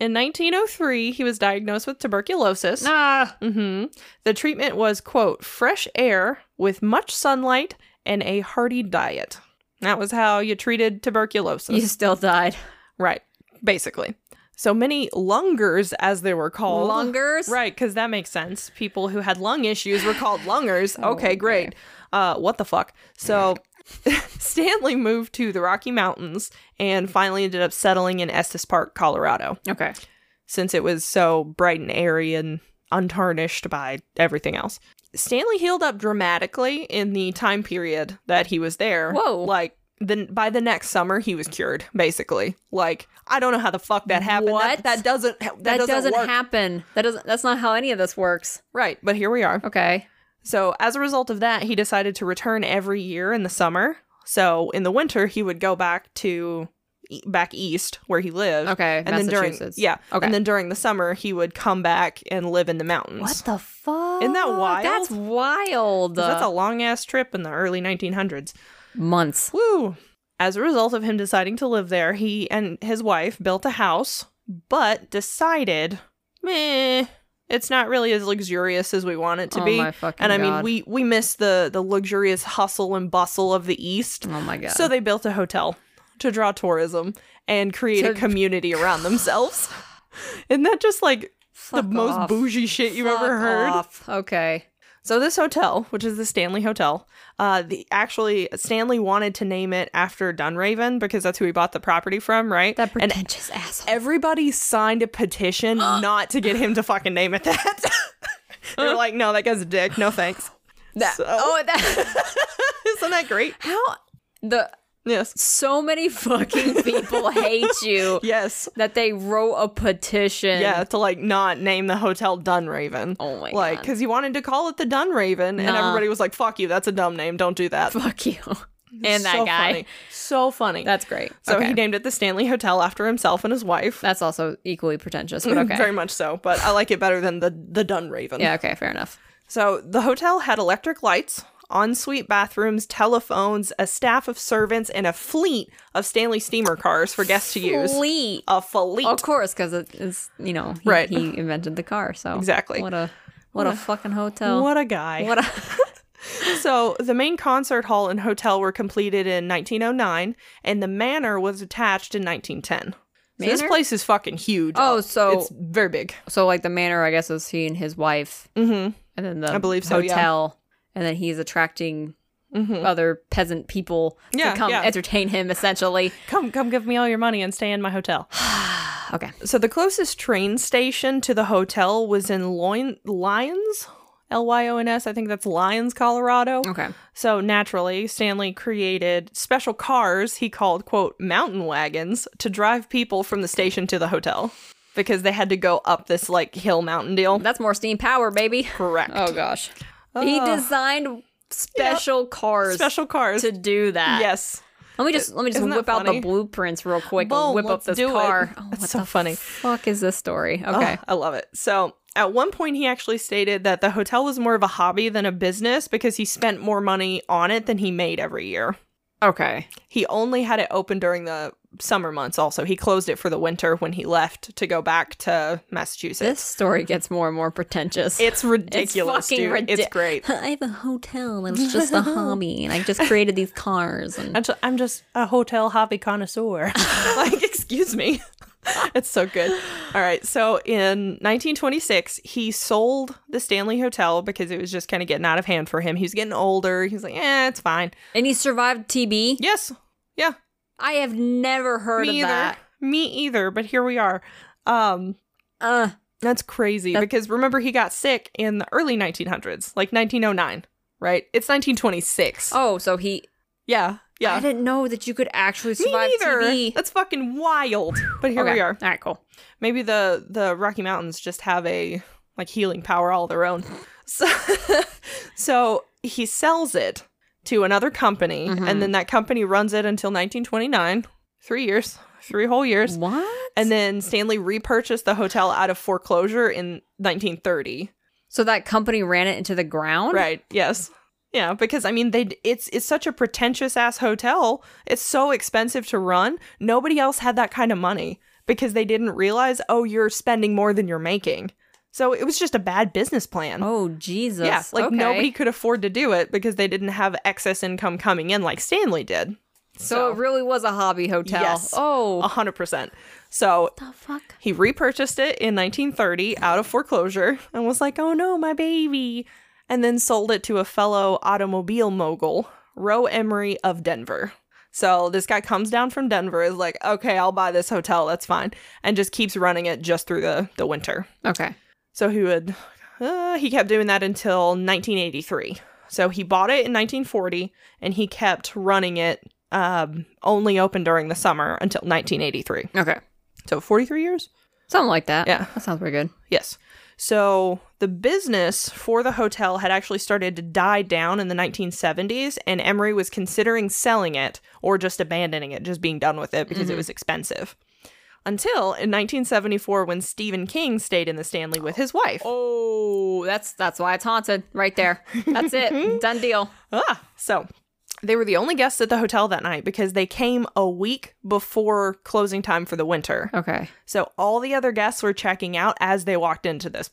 S2: In 1903, he was diagnosed with tuberculosis.
S1: Nah.
S2: hmm The treatment was, quote, fresh air with much sunlight and a hearty diet. That was how you treated tuberculosis.
S1: You still died.
S2: Right, basically. So many lungers, as they were called.
S1: Lungers?
S2: Right, because that makes sense. People who had lung issues were called lungers.
S1: Oh,
S2: okay, great. Uh, what the fuck? So Stanley moved to the Rocky Mountains and finally ended up settling in Estes Park, Colorado,
S1: Okay.
S2: since it was so bright and airy and untarnished by everything else. Stanley healed up dramatically in the time period that he was there.
S1: Whoa.
S2: Like the, by the next summer, he was cured, basically. Like, I don't know how the fuck that happened.
S1: What?
S2: That, that doesn't that,
S1: That,
S2: doesn't,
S1: doesn't,
S2: work.
S1: happen. That doesn't that's not how any of this works.
S2: right, but here we are.
S1: Okay.
S2: So, as a result of that, he decided to return every year in the summer. So, in the winter, he would go back to e- back east where he lived.
S1: Okay.
S2: And then during yeah,
S1: Okay.
S2: and then during the summer, he would come back and live in the mountains.
S1: What the fuck?
S2: Isn't that wild?
S1: That's wild.
S2: 'Cause That's a long ass trip in the early 1900s.
S1: Months.
S2: Woo! As a result of him deciding to live there, he and his wife built a house, but decided, meh, it's not really as luxurious as we want it to
S1: oh
S2: be.
S1: my fucking
S2: and I mean,
S1: God.
S2: we we miss the the luxurious hustle and bustle of the East.
S1: Oh my god.
S2: So they built a hotel to draw tourism and create a
S1: To-
S2: community around themselves. And that just like
S1: Fuck
S2: the most
S1: off.
S2: bougie shit you've ever
S1: Fuck
S2: heard.
S1: off. Okay.
S2: So this hotel, which is the Stanley Hotel, uh, the actually Stanley wanted to name it after Dunraven because that's who he bought the property from, right?
S1: That
S2: and
S1: pretentious asshole.
S2: everybody signed a petition not to get him to fucking name it that. they were like, no, that guy's a dick. No thanks.
S1: That-
S2: so-
S1: Oh, that
S2: Isn't that great?
S1: how the
S2: Yes.
S1: so many fucking people hate you
S2: Yes.
S1: that they wrote a petition.
S2: Yeah, to like not name the hotel Dunraven.
S1: Oh my
S2: like,
S1: god.
S2: because he wanted to call it the Dunraven, and
S1: Nah.
S2: everybody was like, fuck you, that's a dumb name. Don't do that.
S1: Fuck you. And that
S2: So
S1: guy.
S2: funny. So funny.
S1: That's great.
S2: so
S1: okay.
S2: he named it the Stanley Hotel after himself and his wife.
S1: That's also equally pretentious, but okay.
S2: Mm-hmm. Very much so, but I like it better than the the Dunraven.
S1: yeah, okay, fair enough.
S2: So the hotel had electric lights, ensuite bathrooms, telephones, a staff of servants, and a fleet of Stanley steamer cars for guests to use.
S1: Fleet.
S2: A fleet.
S1: Of course, because it's you know he,
S2: Right.
S1: he invented the car, so
S2: Exactly.
S1: What a what a fucking hotel.
S2: What a guy.
S1: What a
S2: So the main concert hall and hotel were completed in 1909, and the manor was attached in 1910. So this
S1: Manor?
S2: place is fucking huge.
S1: Oh, so-
S2: it's very big.
S1: so like the manor, I guess, is he and his wife,
S2: Mm-hmm.
S1: and then the
S2: I believe so, yeah.
S1: hotel, and then he's attracting
S2: Mm-hmm.
S1: other peasant people
S2: Yeah,
S1: to come
S2: yeah.
S1: entertain him, essentially.
S2: Come, come, give me all your money and stay in my hotel.
S1: okay,
S2: So the closest train station to the hotel was in Loin- Lyons, L Y O N S. I think that's Lyons, Colorado.
S1: okay,
S2: So naturally, Stanley created special cars he called, quote, mountain wagons to drive people from the station to the hotel because they had to go up this like hill mountain deal.
S1: that's more steam power, baby.
S2: Correct.
S1: Oh gosh, he
S2: Ugh.
S1: designed special cars
S2: special cars.
S1: to do that.
S2: yes.
S1: Let me just let me just
S2: Isn't that
S1: whip out
S2: funny?
S1: the blueprints real quick
S2: Boom,
S1: and whip up
S2: let's
S1: this
S2: do it.
S1: car. Oh,
S2: That's
S1: what
S2: so
S1: the
S2: funny.
S1: Fuck is this story? Okay.
S2: Okay. Oh, I love it. So at one point, he actually stated that the hotel was more of a hobby than a business because he spent more money on it than he made every year.
S1: okay.
S2: He only had it open during the summer months, also. He closed it for the winter when he left to go back to Massachusetts.
S1: This story gets more and more pretentious.
S2: It's ridiculous,
S1: fucking
S2: dude.
S1: ridic-
S2: it's great.
S1: I have a hotel and it's just a hobby and I just created these cars and
S2: I'm just, I'm just a hotel hobby connoisseur. like, excuse me. it's so good. All right. So in 1926, he sold the Stanley Hotel because it was just kind of getting out of hand for him. He was getting older. He was like, eh, it's fine.
S1: and he survived TB.
S2: Yes. Yeah.
S1: I have never heard
S2: me
S1: of
S2: either.
S1: that.
S2: Me either. But here we are. Um,
S1: Uh,
S2: That's crazy
S1: That-
S2: because remember he got sick in the early 1900s, like 1909, right? It's 1926.
S1: oh, so he
S2: yeah,
S1: I
S2: yeah.
S1: didn't know that you could actually
S2: Me
S1: survive
S2: neither.
S1: TB.
S2: That's fucking wild. But here
S1: Okay.
S2: we are.
S1: All right, cool.
S2: Maybe the the Rocky Mountains just have a like healing power all their own. So, so he sells it to another company,
S1: Mhm.
S2: and then that company runs it until 1929, three years, three whole years.
S1: What?
S2: And then Stanley repurchased the hotel out of foreclosure in 1930.
S1: so that company ran it into the ground?
S2: Right. Yes. Yeah, because I mean, they it's it's such a pretentious ass hotel. It's so expensive to run. Nobody else had that kind of money because they didn't realize, oh, you're spending more than you're making. So it was just a bad business plan.
S1: Oh Jesus.
S2: yeah, like
S1: okay.
S2: nobody could afford to do it because they didn't have excess income coming in like Stanley did.
S1: So, it really was a hobby hotel.
S2: Yes. Uh,
S1: Oh,
S2: 100%. So
S1: the fuck.
S2: He repurchased it in 1930 out of foreclosure and was like, oh no, my baby. And then sold it to a fellow automobile mogul, Roe Emery of Denver. So this guy comes down from Denver, is like, okay, I'll buy this hotel, that's fine. And just keeps running it just through the, the winter.
S1: Okay.
S2: So he would, uh, he kept doing that until 1983. So he bought it in 1940 and he kept running it, um, only open during the summer until 1983.
S1: Okay.
S2: So 43 years?
S1: Something like that.
S2: Yeah.
S1: That sounds pretty good.
S2: Yes. So the business for the hotel had actually started to die down in the 1970s, and Emery was considering selling it or just abandoning it, just being done with it because it was expensive. Until in 1974, when Stephen King stayed in the Stanley with his wife.
S1: Oh, that's that's why it's haunted right there. That's it. Done deal.
S2: Ah, so they were the only guests at the hotel that night because they came a week before closing time for the winter.
S1: Okay.
S2: So all the other guests were checking out as they walked into this.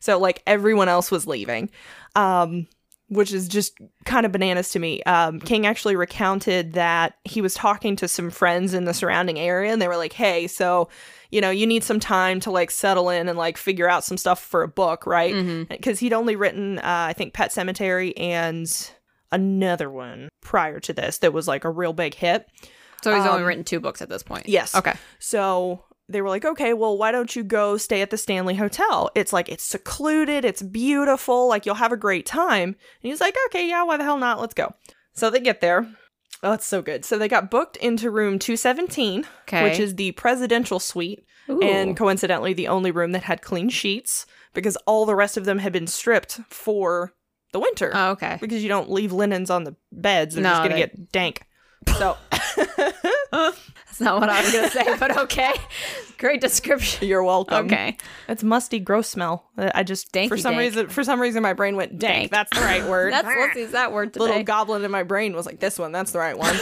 S2: So like everyone else was leaving, um, which is just kind of bananas to me. Um, King actually recounted that he was talking to some friends in the surrounding area, and they were like, "Hey, so." You know, you need some time to like settle in and like figure out some stuff for a book, right? Because he'd only written, uh, I think, Pet Cemetery and another one prior to this that was like a real big hit.
S1: So he's only written two books at this point.
S2: Um, Yes.
S1: Okay.
S2: So they were like, okay, well, why don't you go stay at the Stanley Hotel? It's like, it's secluded, it's beautiful, like, you'll have a great time. And he's like, okay, yeah, why the hell not? Let's go. So they get there. Oh, it's so good. So they got booked into room 217,
S1: Okay.
S2: which is the presidential suite,
S1: Ooh.
S2: and coincidentally, the only room that had clean sheets because all the rest of them had been stripped for the winter
S1: Oh, okay.
S2: because you don't leave linens on the beds. They're
S1: No,
S2: just going to
S1: they-
S2: get dank. So.
S1: That's not what I was gonna say, but okay. Great description.
S2: You're welcome.
S1: Okay.
S2: It's musty, gross smell. Uh, I just
S1: Danky
S2: for some
S1: dank.
S2: reason for some reason my brain went dank.
S1: Dank.
S2: That's the right word.
S1: That's let's use that word today.
S2: little goblin in my brain was like this one. That's the right one.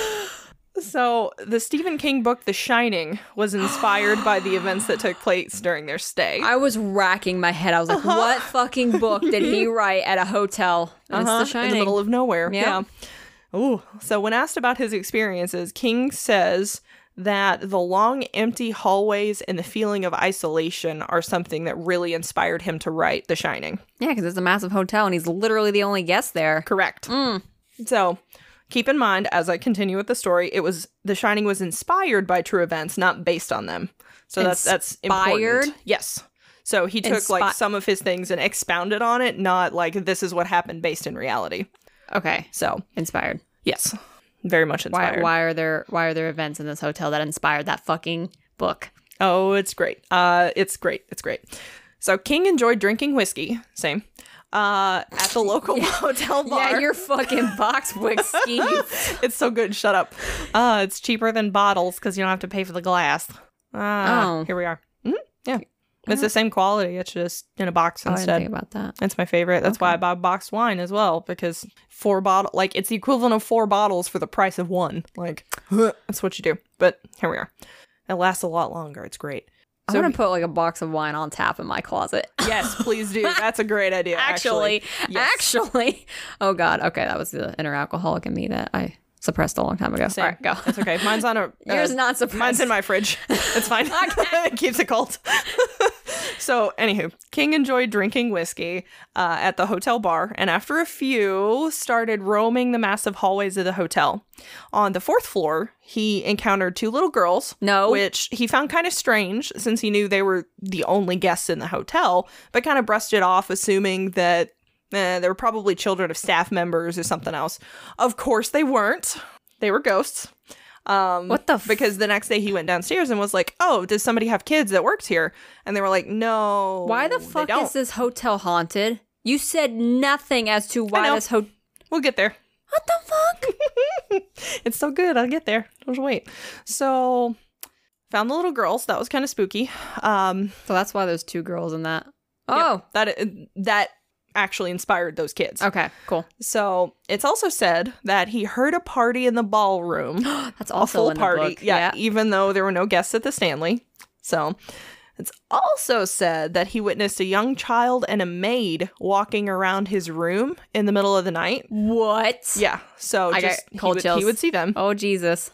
S2: so the Stephen King book The Shining was inspired by the events that took place during their stay.
S1: I was racking my head. I was like, what fucking book did he write at a hotel? And
S2: Uh-huh,
S1: It's The Shining.
S2: in the middle of nowhere.
S1: Yeah.
S2: yeah. Ooh. So when asked about his experiences, King says that the long empty hallways and the feeling of isolation are something that really inspired him to write The Shining.
S1: yeah, because it's a massive hotel and he's literally the only guest there.
S2: Correct.
S1: Mm.
S2: So keep in mind as I continue with the story, it was The Shining was inspired by true events, not based on them. So that's that's important.
S1: Inspired?
S2: Yes. So he took like
S1: Inspi-
S2: some of his things and expounded on it, not like this is what happened based in reality.
S1: Okay.
S2: So
S1: Inspired.
S2: yes. Very much
S1: Why,
S2: inspired.
S1: why are there why are there events in this hotel that inspired that fucking book?
S2: Oh, it's great. Uh, it's great. It's great. So King enjoyed drinking whiskey, same, uh, at the local hotel bar.
S1: Yeah, your fucking box whiskey.
S2: it's so good. Shut up. Uh, it's cheaper than bottles because you don't have to pay for the glass. Ah,
S1: Oh.
S2: here we are. Mhm, Yeah, it's the same quality. It's just in a box
S1: Oh, I didn't
S2: instead.
S1: think about that.
S2: That's my favorite. That's why I buy boxed wine as well because four bottle, like it's the equivalent of four bottles for the price of one. Like that's what you do. But here we are. It lasts a lot longer. It's great.
S1: I'm
S2: So-
S1: gonna put like a box of wine on tap in my closet.
S2: Yes, please do. That's a great idea. Actually,
S1: actually, actually. Oh God. Okay, that was the inner alcoholic in me that I suppressed a long time ago. All right, go.
S2: That's okay. Mine's on a. uh,
S1: Yours not suppressed.
S2: Mine's in my fridge. It's fine. it keeps it cold. so, anywho, King enjoyed drinking whiskey uh, at the hotel bar, and after a few, started roaming the massive hallways of the hotel. On the fourth floor, he encountered two little girls.
S1: No.
S2: which he found kind of strange since he knew they were the only guests in the hotel, but kind of brushed it off, assuming that. eh, they were probably children of staff members or something else. Of course, they weren't. They were ghosts. Um,
S1: What the f-
S2: because the next day he went downstairs and was like, "Oh, does somebody have kids that works here?" And they were like, "No."
S1: Why the
S2: they
S1: fuck
S2: don't."
S1: is this hotel haunted? You said nothing as to why
S2: know.
S1: this hotel.
S2: We'll get there.
S1: What the fuck?
S2: It's so good. I'll get there. Just wait. So, found the little girls. That was kind of spooky. Um,
S1: So that's why there's two girls in that.
S2: yeah,
S1: Oh,
S2: that that actually inspired those kids.
S1: okay, cool.
S2: So it's also said that he heard a party in the ballroom.
S1: That's
S2: a
S1: also
S2: full
S1: in the
S2: party.
S1: book.
S2: Yeah, even though there were no guests at the Stanley. So It's also said that he witnessed a young child and a maid walking around his room in the middle of the night.
S1: What?
S2: Yeah, so
S1: I got
S2: just,
S1: cold
S2: he, would,
S1: chills.
S2: he would see them.
S1: Oh Jesus.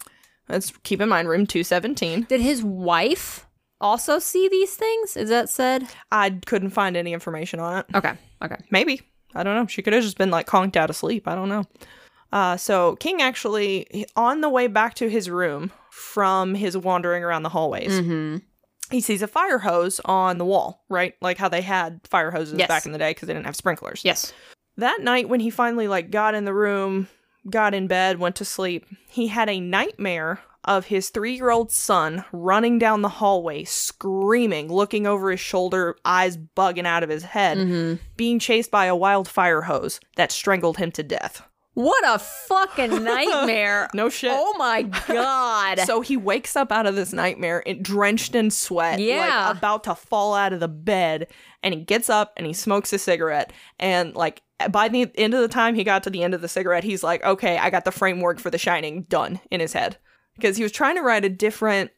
S2: Let's keep in mind room 217.
S1: Did his wife also see these things? Is that said?
S2: I couldn't find any information on it.
S1: Okay. Okay.
S2: Maybe. I don't know. She could have just been like conked out of sleep. I don't know. Uh, so King actually, on the way back to his room from his wandering around the hallways,
S1: Mm-hmm.
S2: he sees a fire hose on the wall, right? Like how they had fire hoses
S1: Yes.
S2: back in the day because they didn't have sprinklers.
S1: Yes.
S2: That night when he finally like got in the room, got in bed, went to sleep, he had a nightmare of his 3-year-old son running down the hallway screaming, looking over his shoulder, eyes bugging out of his head,
S1: Mm-hmm.
S2: being chased by a wild fire hose that strangled him to death.
S1: What a fucking nightmare.
S2: No shit.
S1: oh my god.
S2: So he wakes up out of this nightmare in, drenched in sweat,
S1: Yeah.
S2: like about to fall out of the bed. And he gets up and he smokes a cigarette. And like by the end of the time he got to the end of the cigarette, he's like, okay, I got the framework for The Shining done in his head. Because he was trying to write a different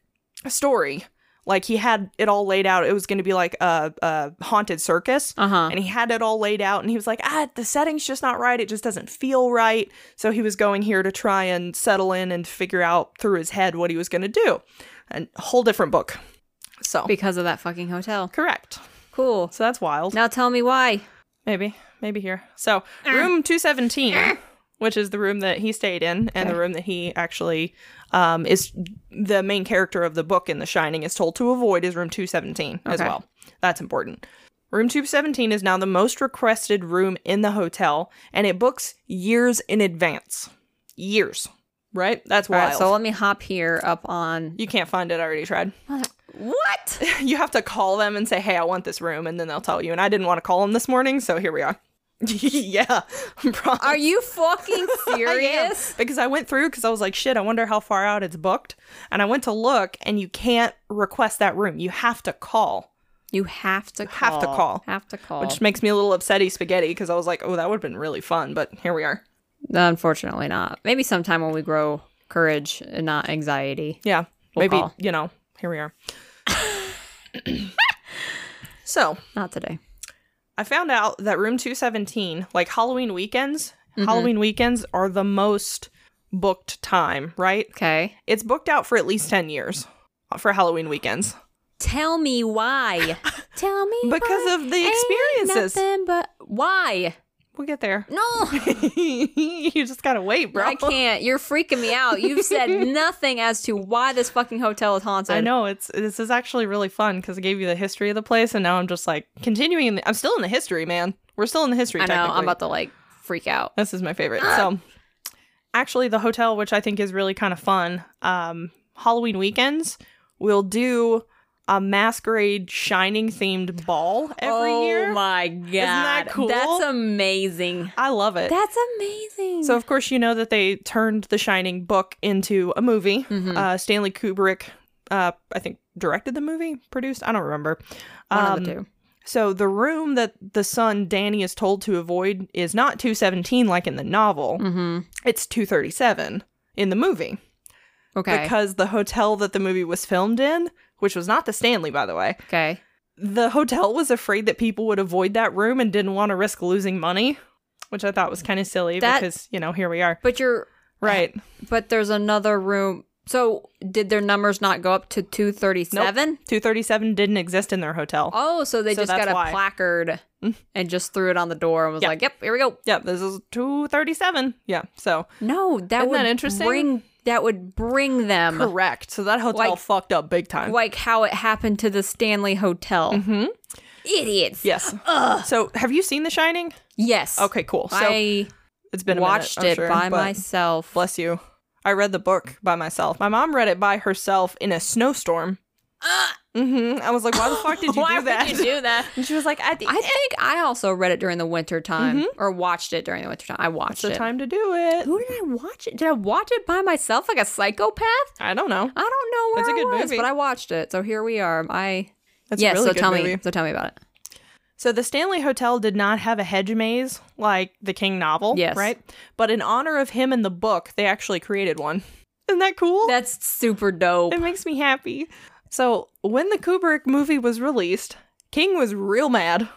S2: story. Like he had it all laid out. It was going to be like a, a haunted circus.
S1: uh-huh.
S2: and he had it all laid out and he was like ah the setting's just not right it just doesn't feel right so he was going here to try and settle in and figure out through his head what he was going to do a whole different book so
S1: Because of that fucking hotel.
S2: correct
S1: Cool.
S2: so that's wild
S1: Now tell me why.
S2: maybe maybe here so
S1: Ah.
S2: room 217 which is the room that he stayed in and the room that he actually um, is the main character of the book in the shining is told to avoid is room 217 as
S1: Okay.
S2: well that's important room 217 is now the most requested room in the hotel and it books years in advance years right that's
S1: All
S2: wild
S1: right, so let me hop here up on
S2: you can't find it i already tried
S1: What?
S2: you have to call them and say, "Hey, I want this room," and then they'll tell you. And I didn't want to call them this morning, so here we are. yeah, promise.
S1: Are you fucking
S2: I am,
S1: serious?
S2: because I went through because I was like, "Shit, I wonder how far out it's booked." And I went to look, and you can't request that room. You have to call,
S1: You have to call.
S2: Have to call.
S1: Have to call.
S2: which makes me a little upsetty spaghetti because I was like, "Oh, that would have been really fun," but here we are.
S1: Unfortunately not. Maybe sometime when we grow courage and not anxiety.
S2: Yeah,
S1: We'll
S2: maybe
S1: call.
S2: you know, here we are. so
S1: Not today.
S2: I found out that room 217, like Halloween weekends,
S1: Mm-hmm.
S2: Halloween weekends are the most booked time, right?
S1: Okay.
S2: It's booked out for at least 10 years for Halloween weekends
S1: Tell me why. Tell me
S2: because
S1: why.
S2: of the
S1: Ain't
S2: experiences.
S1: Nothing but why?
S2: We'll get there.
S1: No.
S2: you just gotta wait, bro.
S1: I can't. You're freaking me out. You've said nothing as to why this fucking hotel is haunted.
S2: I know it's this is actually really fun because I gave you the history of the place, and now I'm just like continuing. In the, I'm still in the history, man. We're still in the history.
S1: I know.
S2: technically.
S1: I'm about to like freak out.
S2: This is my favorite. So, actually, the hotel, which I think is really kind of fun, um, Halloween weekends, will do a masquerade shining themed ball every
S1: oh
S2: year.
S1: my god.
S2: that cool?
S1: That's amazing.
S2: I love it.
S1: That's amazing.
S2: so, of course, you know that they turned the Shining book into a movie.
S1: Mhm.
S2: Uh, Stanley Kubrick, uh, I think, directed the movie, produced, I don't remember.
S1: one
S2: Um,
S1: of the two.
S2: So the room that the son Danny is told to avoid is not 217 like in the novel.
S1: Mm-hmm.
S2: It's 237 in the movie.
S1: Okay.
S2: because the hotel that the movie was filmed in, which was not the Stanley, by the way,
S1: okay.
S2: the hotel was afraid that people would avoid that room and didn't want to risk losing money, which I thought was kind of silly
S1: That- Uh,
S2: because, you know, here we are.
S1: But you're
S2: Right.
S1: but there's another room. So did their numbers not go up to 237?
S2: 237 didn't exist in their hotel.
S1: Oh, so they
S2: So
S1: just
S2: that's
S1: got a
S2: why. Mm.
S1: placard and just threw it on the door and was
S2: Yeah.
S1: like, "Yep, here we go."
S2: Yep, this is 237. Yeah, so
S1: No, that
S2: Isn't
S1: would
S2: that interesting?
S1: bring that would bring them
S2: correct. So that hotel
S1: Like-
S2: fucked up big time.
S1: like how it happened to the Stanley Hotel.
S2: Mhm.
S1: Idiots.
S2: Yes.
S1: Ugh.
S2: So have you seen The Shining?
S1: Yes.
S2: Okay, cool. So
S1: I
S2: it's been a
S1: watched
S2: minute, I'm
S1: it
S2: sure,
S1: by
S2: but-
S1: myself.
S2: Bless you. I read the book by myself. My mom read it by herself in a snowstorm.
S1: Ah!
S2: hmm I was like, why the fuck did you
S1: Why
S2: do that?
S1: would you do that?
S2: and she was like, at the,
S1: I think I also read it during the winter time or watched it during the winter time. I watched
S2: it's Mm-hmm. the
S1: it.
S2: time to do it.
S1: Who did I watch it? Did I watch it by myself like a psychopath?
S2: I don't know.
S1: I don't know where
S2: It's a
S1: I
S2: good
S1: was,
S2: movie.
S1: but I watched it. So here we are. I
S2: That's
S1: yeah.
S2: a really
S1: so
S2: good
S1: tell me.
S2: movie.
S1: So tell me about it.
S2: So the Stanley Hotel did not have a hedge maze like the King novel,
S1: Yes.
S2: right? But in honor of him in the book, they actually created one. Isn't that cool?
S1: That's super dope.
S2: it makes me happy. So, when the Kubrick movie was released, King was real mad.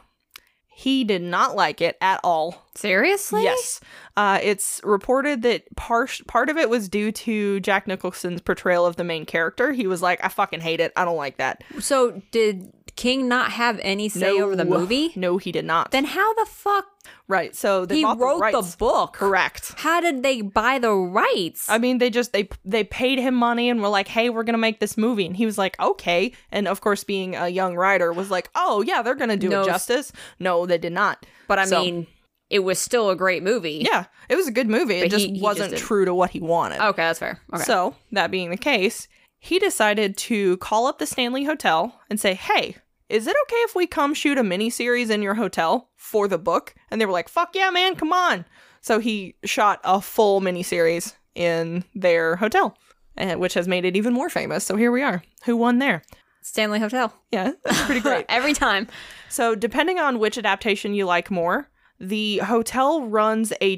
S2: He did not like it at all.
S1: Seriously?
S2: Yes. Uh, it's reported that part, part of it was due to Jack Nicholson's portrayal of the main character. He was like, I fucking hate it. I don't like that.
S1: So did King not have any say over the
S2: No.
S1: movie?
S2: No, he did not.
S1: Then how the fuck
S2: right. So they
S1: he
S2: bought
S1: wrote the,
S2: rights.
S1: book?
S2: Correct.
S1: How did they buy the rights?
S2: I mean, they just they they paid him money and were like, "Hey, we're gonna make this movie," and he was like, "Okay." And of course, being a young writer, was like, "Oh yeah, they're gonna do
S1: No.
S2: it justice." No, they did not.
S1: but I
S2: so-
S1: mean, it was still a great movie.
S2: Yeah, it was a good movie.
S1: But
S2: it just
S1: he- he just
S2: wasn't
S1: didn't.
S2: true to what he wanted.
S1: Okay, that's fair. Okay.
S2: So that being the case, he decided to call up the Stanley Hotel and say, "Hey." Is it okay if we come shoot a miniseries in your hotel for the book? And they were like, "Fuck yeah, man, come on!" So he shot a full miniseries in their hotel, and- which has made it even more famous. So here we are. Who won there?
S1: Stanley Hotel.
S2: Yeah, that's pretty great.
S1: Every time.
S2: so depending on which adaptation you like more, the hotel runs a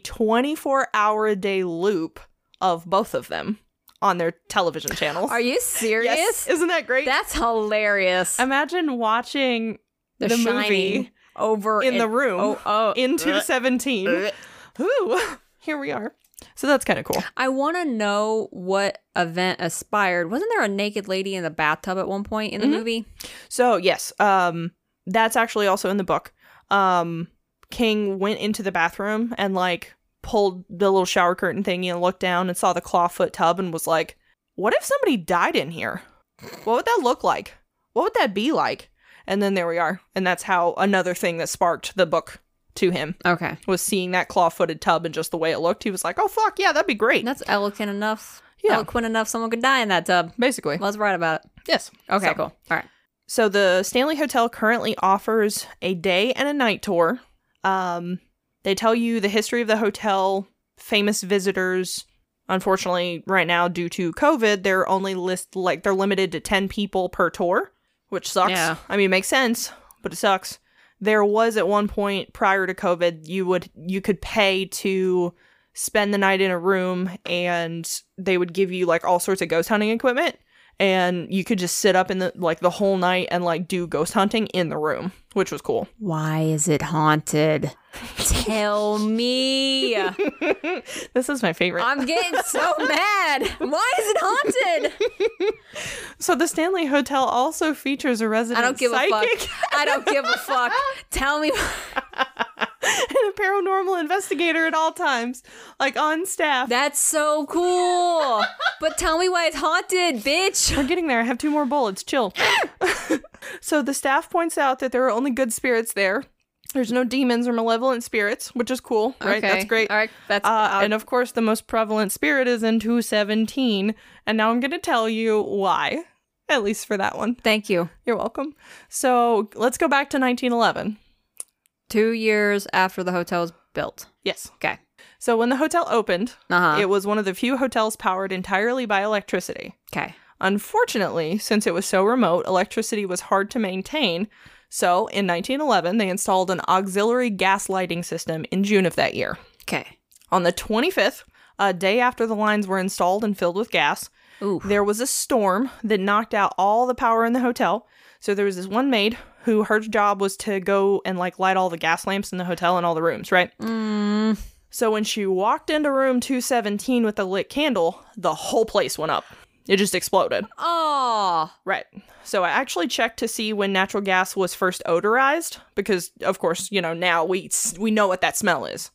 S2: 24-hour-a-day loop of both of them on their television channels.
S1: Are you serious?
S2: Yes. Isn't that great?
S1: That's hilarious.
S2: Imagine watching
S1: the
S2: the
S1: shining
S2: movie
S1: over
S2: in the
S1: and-
S2: room
S1: Oh, oh.
S2: in
S1: Uh.
S2: 217. Ooh, here we are. So that's kind of cool.
S1: I want to know what event aspired. Wasn't there a naked lady in the bathtub at one point in the
S2: Mhm.
S1: movie?
S2: So yes, um, that's actually also in the book. Um, King went into the bathroom and like pulled the little shower curtain thingy and looked down and saw the clawfoot tub and was like, "What if somebody died in here? What would that look like? What would that be like?" And then there we are, and that's how another thing that sparked the book to him
S1: Okay.
S2: was seeing that claw-footed tub and just the way it looked. He was like, "Oh fuck yeah, that'd be great."
S1: That's eloquent enough.
S2: Yeah.
S1: Eloquent enough someone could die in that tub.
S2: Basically,
S1: Let's write about it.
S2: yes.
S1: Okay,
S2: So-
S1: cool. All right.
S2: So the Stanley Hotel currently offers a day and a night tour. Um, they tell you the history of the hotel, famous visitors. Unfortunately, right now due to COVID, they're only list like they're limited to ten people per tour, which sucks.
S1: Yeah.
S2: I mean, it makes sense, but it sucks. There was at one point prior to COVID, you would you could pay to spend the night in a room, and they would give you like all sorts of ghost hunting equipment and you could just sit up in the like the whole night and like do ghost hunting in the room, which was cool.
S1: Why is it haunted? Tell me.
S2: This is my favorite.
S1: I'm getting so mad. Why is it haunted?
S2: so the Stanley Hotel also features a resident
S1: I don't give a
S2: psychic
S1: fuck. I don't give a fuck. Tell me.
S2: and a paranormal investigator at all times, like on staff.
S1: That's so cool. But tell me why it's haunted, bitch.
S2: We're getting there. I have two more bullets. Chill. so the staff points out that there are only good spirits there. There's no demons or malevolent spirits, which is cool, right? That's great.
S1: All right. That's
S2: Uh, and of course, the most prevalent spirit is in 217. And now I'm going to tell you why, at least for that one.
S1: thank you.
S2: You're welcome. So let's go back to 1911.
S1: Two years after the hotel was built.
S2: Yes.
S1: Okay.
S2: So when the hotel opened,
S1: Uh huh.
S2: it was one of the few hotels powered entirely by electricity.
S1: Okay.
S2: Unfortunately, since it was so remote, electricity was hard to maintain. So in 1911, they installed an auxiliary gas lighting system in June of that year.
S1: Okay.
S2: On the 25th, a day after the lines were installed and filled with gas,
S1: Ooh.
S2: There was a storm that knocked out all the power in the hotel. So there was this one maid who her job was to go and like light all the gas lamps in the hotel and all the rooms, right?
S1: Mm,
S2: So when she walked into room 217 with a lit candle, the whole place went up. It just exploded.
S1: oh.
S2: Right. So I actually checked to see when natural gas was first odorized because of course, you know, now we we know what that smell is.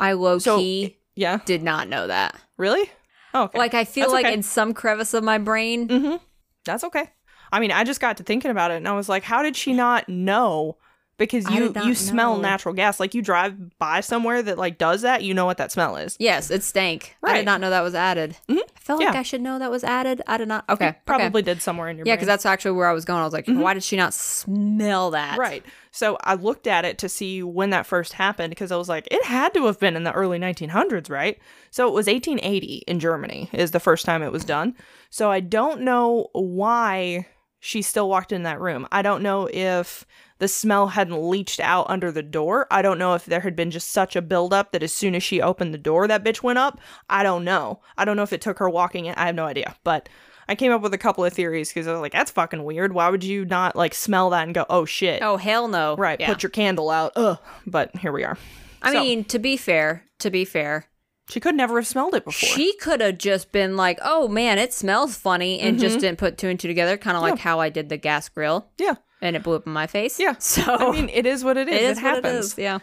S1: I low
S2: So-
S1: key
S2: Yeah.
S1: did not know that.
S2: Really? Oh, okay.
S1: Like I feel
S2: That's
S1: like
S2: okay.
S1: in some crevice of my brain.
S2: Mm-hmm. That's okay. I mean, I just got to thinking about it, and I was like, "How did she not know?" Because
S1: I
S2: you
S1: did not
S2: you smell
S1: know.
S2: natural gas. Like you drive by somewhere that like does that, you know what that smell is.
S1: Yes, it stank. I did
S2: Right.
S1: not know that was added.
S2: Mhm.
S1: I felt like
S2: Yeah.
S1: I should know that was added. I did not. Okay. okay.
S2: Probably did somewhere in your
S1: Yeah, because
S2: brain.
S1: that's actually where I was going. I was like,
S2: Mhm.
S1: why did she not smell that?
S2: right. So I looked at it to see when that first happened because I was like, it had to have been in the early 1900s, right? So it was 1880 in Germany is the first time it was done. So I don't know why she still walked in that room. I don't know if the smell hadn't leached out under the door. I don't know if there had been just such a buildup that as soon as she opened the door, that bitch went up. I don't know. I don't know if it took her walking in. I have no idea. But I came up with a couple of theories because I was like, that's fucking weird. Why would you not like smell that and go, oh shit?
S1: Oh hell no!
S2: right.
S1: Yeah.
S2: Put your candle out. Ugh. But here we are.
S1: I
S2: so-
S1: mean, to be fair, to be fair,
S2: She could never have smelled it before.
S1: she could have just been like, "Oh man, it smells funny," and just didn't put two and two together. Kind of like how I did the gas grill,
S2: yeah.
S1: and it blew up in my face.
S2: Yeah.
S1: So
S2: I mean, it is what it is. It,
S1: Oh. it is what
S2: happens.
S1: it is. Yeah.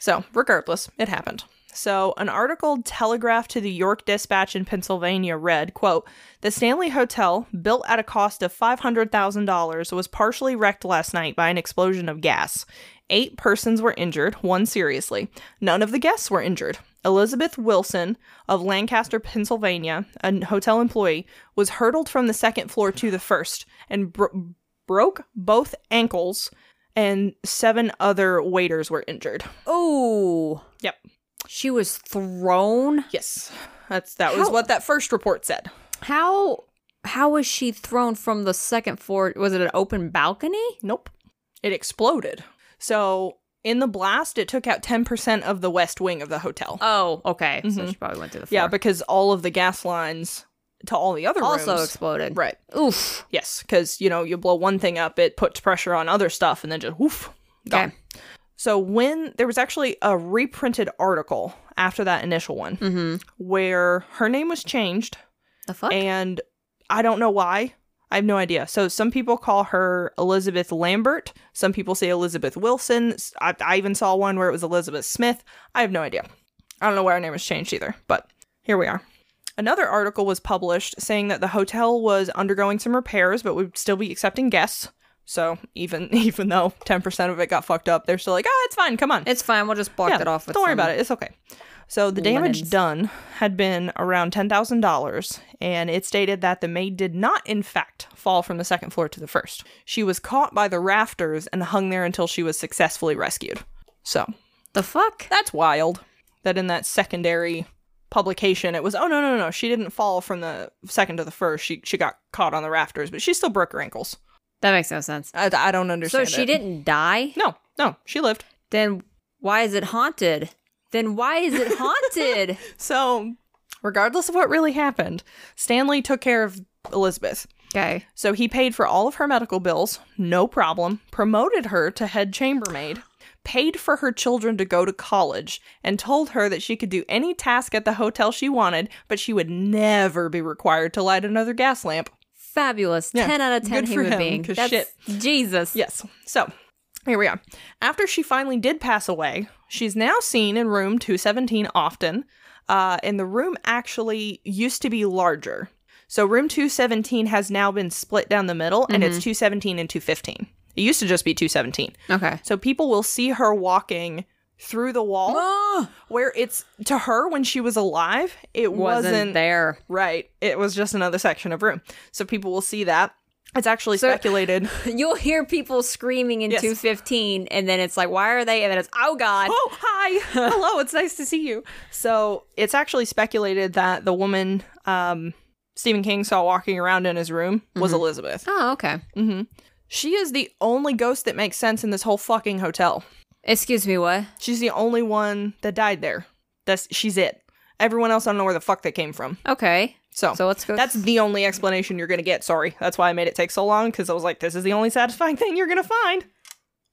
S2: So, regardless, it happened. So, an article telegraphed to the York Dispatch in Pennsylvania read, quote, "The Stanley Hotel, built at a cost of $500,000, was partially wrecked last night by an explosion of gas. 8 persons were injured, one seriously. None of the guests were injured. Elizabeth Wilson of Lancaster, Pennsylvania, a hotel employee, was hurtled from the second floor to the first and bro- broke both ankles, and seven other waiters were injured.
S1: Oh.
S2: Yep.
S1: She was thrown.
S2: Yes. That's that was
S1: How-
S2: what that first report said.
S1: How how was she thrown from the second floor? Was it an open balcony?
S2: Nope. It exploded. So in the blast, it took out 10% of the west wing of the hotel.
S1: Oh, okay. So
S2: Mhm.
S1: she probably went through the floor.
S2: yeah, because all of the gas lines to all the other
S1: also
S2: rooms.
S1: exploded.
S2: Right.
S1: Oof.
S2: Yes, because you know you blow one thing up, it puts pressure on other stuff, and then just woof. Gone.
S1: Okay.
S2: So when there was actually a reprinted article after that initial one
S1: Mm-hmm.
S2: where her name was changed
S1: The fuck?
S2: and I don't know why. I have no idea. So some people call her Elizabeth Lambert. Some people say Elizabeth Wilson. S- I, I even saw one where it was Elizabeth Smith. I have no idea. I don't know why her name was changed either, but here we are. Another article was published saying that the hotel was undergoing some repairs, but would still be accepting guests. So even even though ten percent of it got fucked up, they're still like, ah, it's fine. Come on,
S1: it's fine. We'll just block it off. With
S2: don't worry
S1: some-
S2: about it. It's okay. So the damage
S1: linens.
S2: done had been around ten thousand dollars, and it stated that the maid did not, in fact, fall from the second floor to the first. She was caught by the rafters and hung there until she was successfully rescued. So
S1: The fuck?
S2: that's wild. That in that secondary publication, it was oh no no no no she didn't fall from the second to the first. She she got caught on the rafters, but she still broke her ankles.
S1: That makes no sense.
S2: I, I don't
S1: So
S2: understand.
S1: she
S2: it.
S1: didn't die?
S2: No no she lived.
S1: Then why is it haunted? Then why is it haunted?
S2: So, regardless of what really happened, Stanley took care of Elizabeth.
S1: okay.
S2: So he paid for all of her medical bills, no problem, promoted her to head chambermaid, paid for her children to go to college, and told her that she could do any task at the hotel she wanted, but she would never be required to light another gas lamp.
S1: Fabulous.
S2: Yeah.
S1: 10 out of 10
S2: Good for
S1: human
S2: him,
S1: being.
S2: 'cause
S1: That's Jesus.
S2: Yes. So here we are. After she finally did pass away, she's now seen in room 217 often. Uh, and the room actually used to be larger. So room 217 has now been split down the middle, and
S1: Mm-hmm.
S2: it's 217 and 215. It used to just be 217.
S1: Okay.
S2: So people will see her walking through the wall where it's to her when she was alive, it
S1: wasn't,
S2: wasn't,
S1: there.
S2: right. It was just another section of room. So people will see that. It's actually
S1: So-
S2: speculated.
S1: You'll hear people screaming in
S2: Yes.
S1: 215, and then it's like, why are they? And then it's, oh God.
S2: oh hi hello it's nice to see you so it's actually speculated that the woman um, stephen king saw walking around in his room was elizabeth
S1: Oh, okay.
S2: hmm she is the only ghost that makes sense in this whole fucking hotel
S1: Excuse me, what?
S2: she's the only one that died there that's she's it everyone else i don't know where the fuck they came from
S1: Okay.
S2: so,
S1: So let's go.
S2: that's the only explanation you're gonna get sorry that's why i made it take so long because i was like this is the only satisfying thing you're gonna find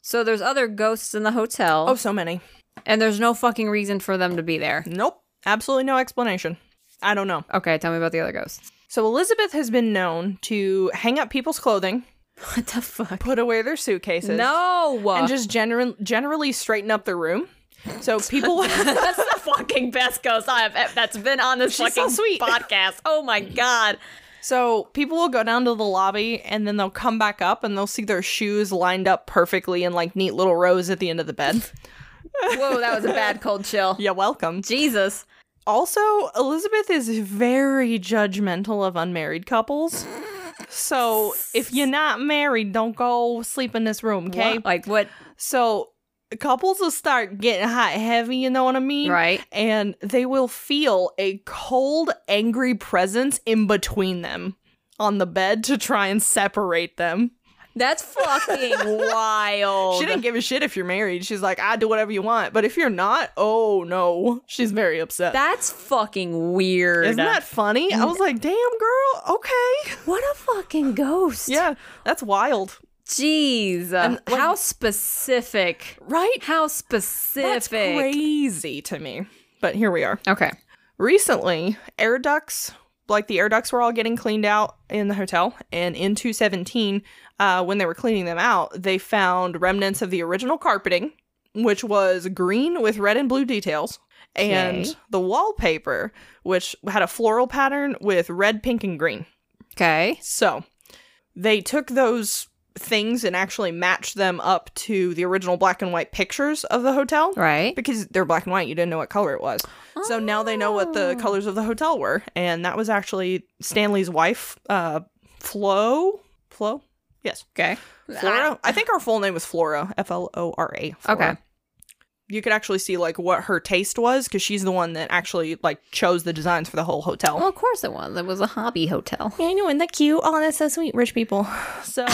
S1: so there's other ghosts in the hotel,
S2: oh so many
S1: and there's no fucking reason for them to be there.
S2: nope absolutely no explanation i don't know
S1: Okay, tell me about the other ghosts.
S2: So Elizabeth has been known to hang up people's clothing,
S1: What the fuck?
S2: put away their suitcases,
S1: No.
S2: and just gener- generally straighten up their room. So people
S1: That's the fucking best ghost I have. e, That's been on this
S2: She's so
S1: fucking
S2: sweet.
S1: podcast. Oh my god.
S2: So people will go down to the lobby and then they'll come back up and they'll see their shoes lined up perfectly in like neat little rows at the end of the bed.
S1: Whoa, that was a bad cold chill.
S2: Yeah, welcome.
S1: Jesus.
S2: Also, Elizabeth is very judgmental of unmarried couples. So if you're not married, don't go sleep in this room, okay?
S1: What? Like what?
S2: So couples will start getting hot heavy, you know what I mean?
S1: Right.
S2: And they will feel a cold, angry presence in between them on the bed to try and separate them.
S1: That's fucking wild.
S2: She didn't give a shit if you're married. She's like, I do whatever you want. But if you're not, oh no. She's very upset.
S1: That's fucking weird.
S2: Isn't that funny? I was like, damn, girl. Okay.
S1: what a fucking ghost?
S2: Yeah, that's wild.
S1: Jeez.
S2: like-
S1: how specific.
S2: Right?
S1: How specific.
S2: That's crazy to me. But here we are.
S1: Okay.
S2: Recently, air ducts, like the air ducts were all getting cleaned out in the hotel. And in 217, uh, when they were cleaning them out, they found remnants of the original carpeting, which was green with red and blue details, and
S1: Okay.
S2: the wallpaper, which had a floral pattern with red, pink, and green.
S1: Okay.
S2: So they took those things and actually matched them up to the original black and white pictures of the hotel
S1: Right.
S2: because they're black and white you didn't know what color it was so now they know what the
S1: Oh.
S2: colors of the hotel were and that was actually stanley's wife uh flo flo yes
S1: Okay.
S2: flora i think her full name was flora f-l-o-r-a Flora.
S1: Okay.
S2: you could actually see like what her taste was because she's the one that actually like chose the designs for the whole hotel
S1: Well, Oh, of course it was. It was a hobby hotel.
S2: Yeah, I know, isn't that cute? Oh, that's so sweet, rich people. So,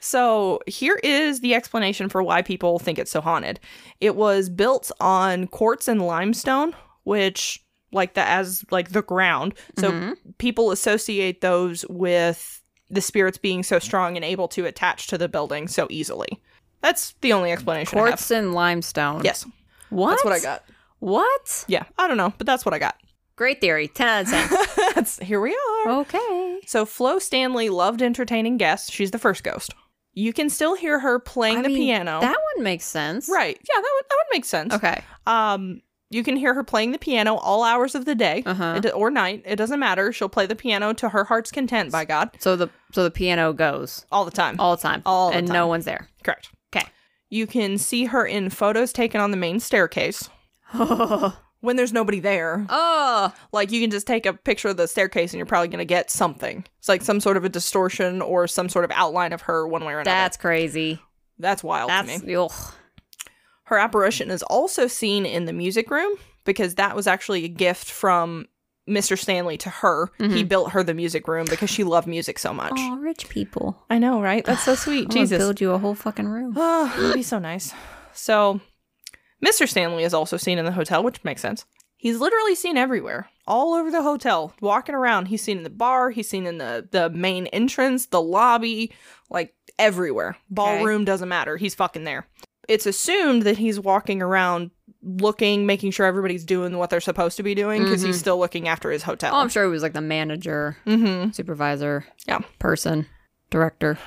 S2: so here is the explanation for why people think it's so haunted. It was built on quartz and limestone, which like the as like the ground. So
S1: Mhm.
S2: people associate those with the spirits being so strong and able to attach to the building so easily. That's the only explanation. I have.
S1: quartz and limestone.
S2: Yes,
S1: What?
S2: that's what I got.
S1: What?
S2: Yeah, I don't know, but that's what I got.
S1: Great theory. 10 out of 10.
S2: that's here we are.
S1: okay.
S2: So Flo Stanley loved entertaining guests. She's the first ghost. You can still hear her playing
S1: I
S2: the
S1: mean,
S2: piano.
S1: That one makes sense.
S2: right. Yeah, that would that would make sense.
S1: Okay.
S2: Um you can hear her playing the piano all hours of the day
S1: Uh-huh.
S2: it do- or night. It doesn't matter. She'll play the piano to her heart's content by God
S1: So the so the piano goes
S2: all the time.
S1: all the time.
S2: All the
S1: and no one's there.
S2: Correct.
S1: 'Kay.
S2: You can see her in photos taken on the main staircase
S1: oh.
S2: when there's nobody there.
S1: Uh.
S2: Like you can just take a picture of the staircase and you're probably going to get something. It's like some sort of a distortion or some sort of outline of her one way or another.
S1: That's crazy.
S2: that's wild to me.
S1: That's ugh.
S2: Her apparition is also seen in the music room because that was actually a gift from Mr. Stanley to her. He built her the music room because she loved music so much.
S1: Aw, rich people.
S2: I know, right? That's so sweet.
S1: I'm gonna
S2: Jesus.
S1: build you a whole fucking room.
S2: Oh, that'd be so nice. So, Mr. Stanley is also seen in the hotel, which makes sense. He's literally seen everywhere, all over the hotel, walking around. He's seen in the bar, he's seen in the, the main entrance, the lobby, like everywhere. Ballroom doesn't matter. He's fucking there. It's assumed that he's walking around looking, making sure everybody's doing what they're supposed to be doing because he's still looking after his hotel.
S1: Mm-hmm. Oh, I'm sure he was like the manager,
S2: mm-hmm.
S1: supervisor,
S2: Yeah.
S1: person, director.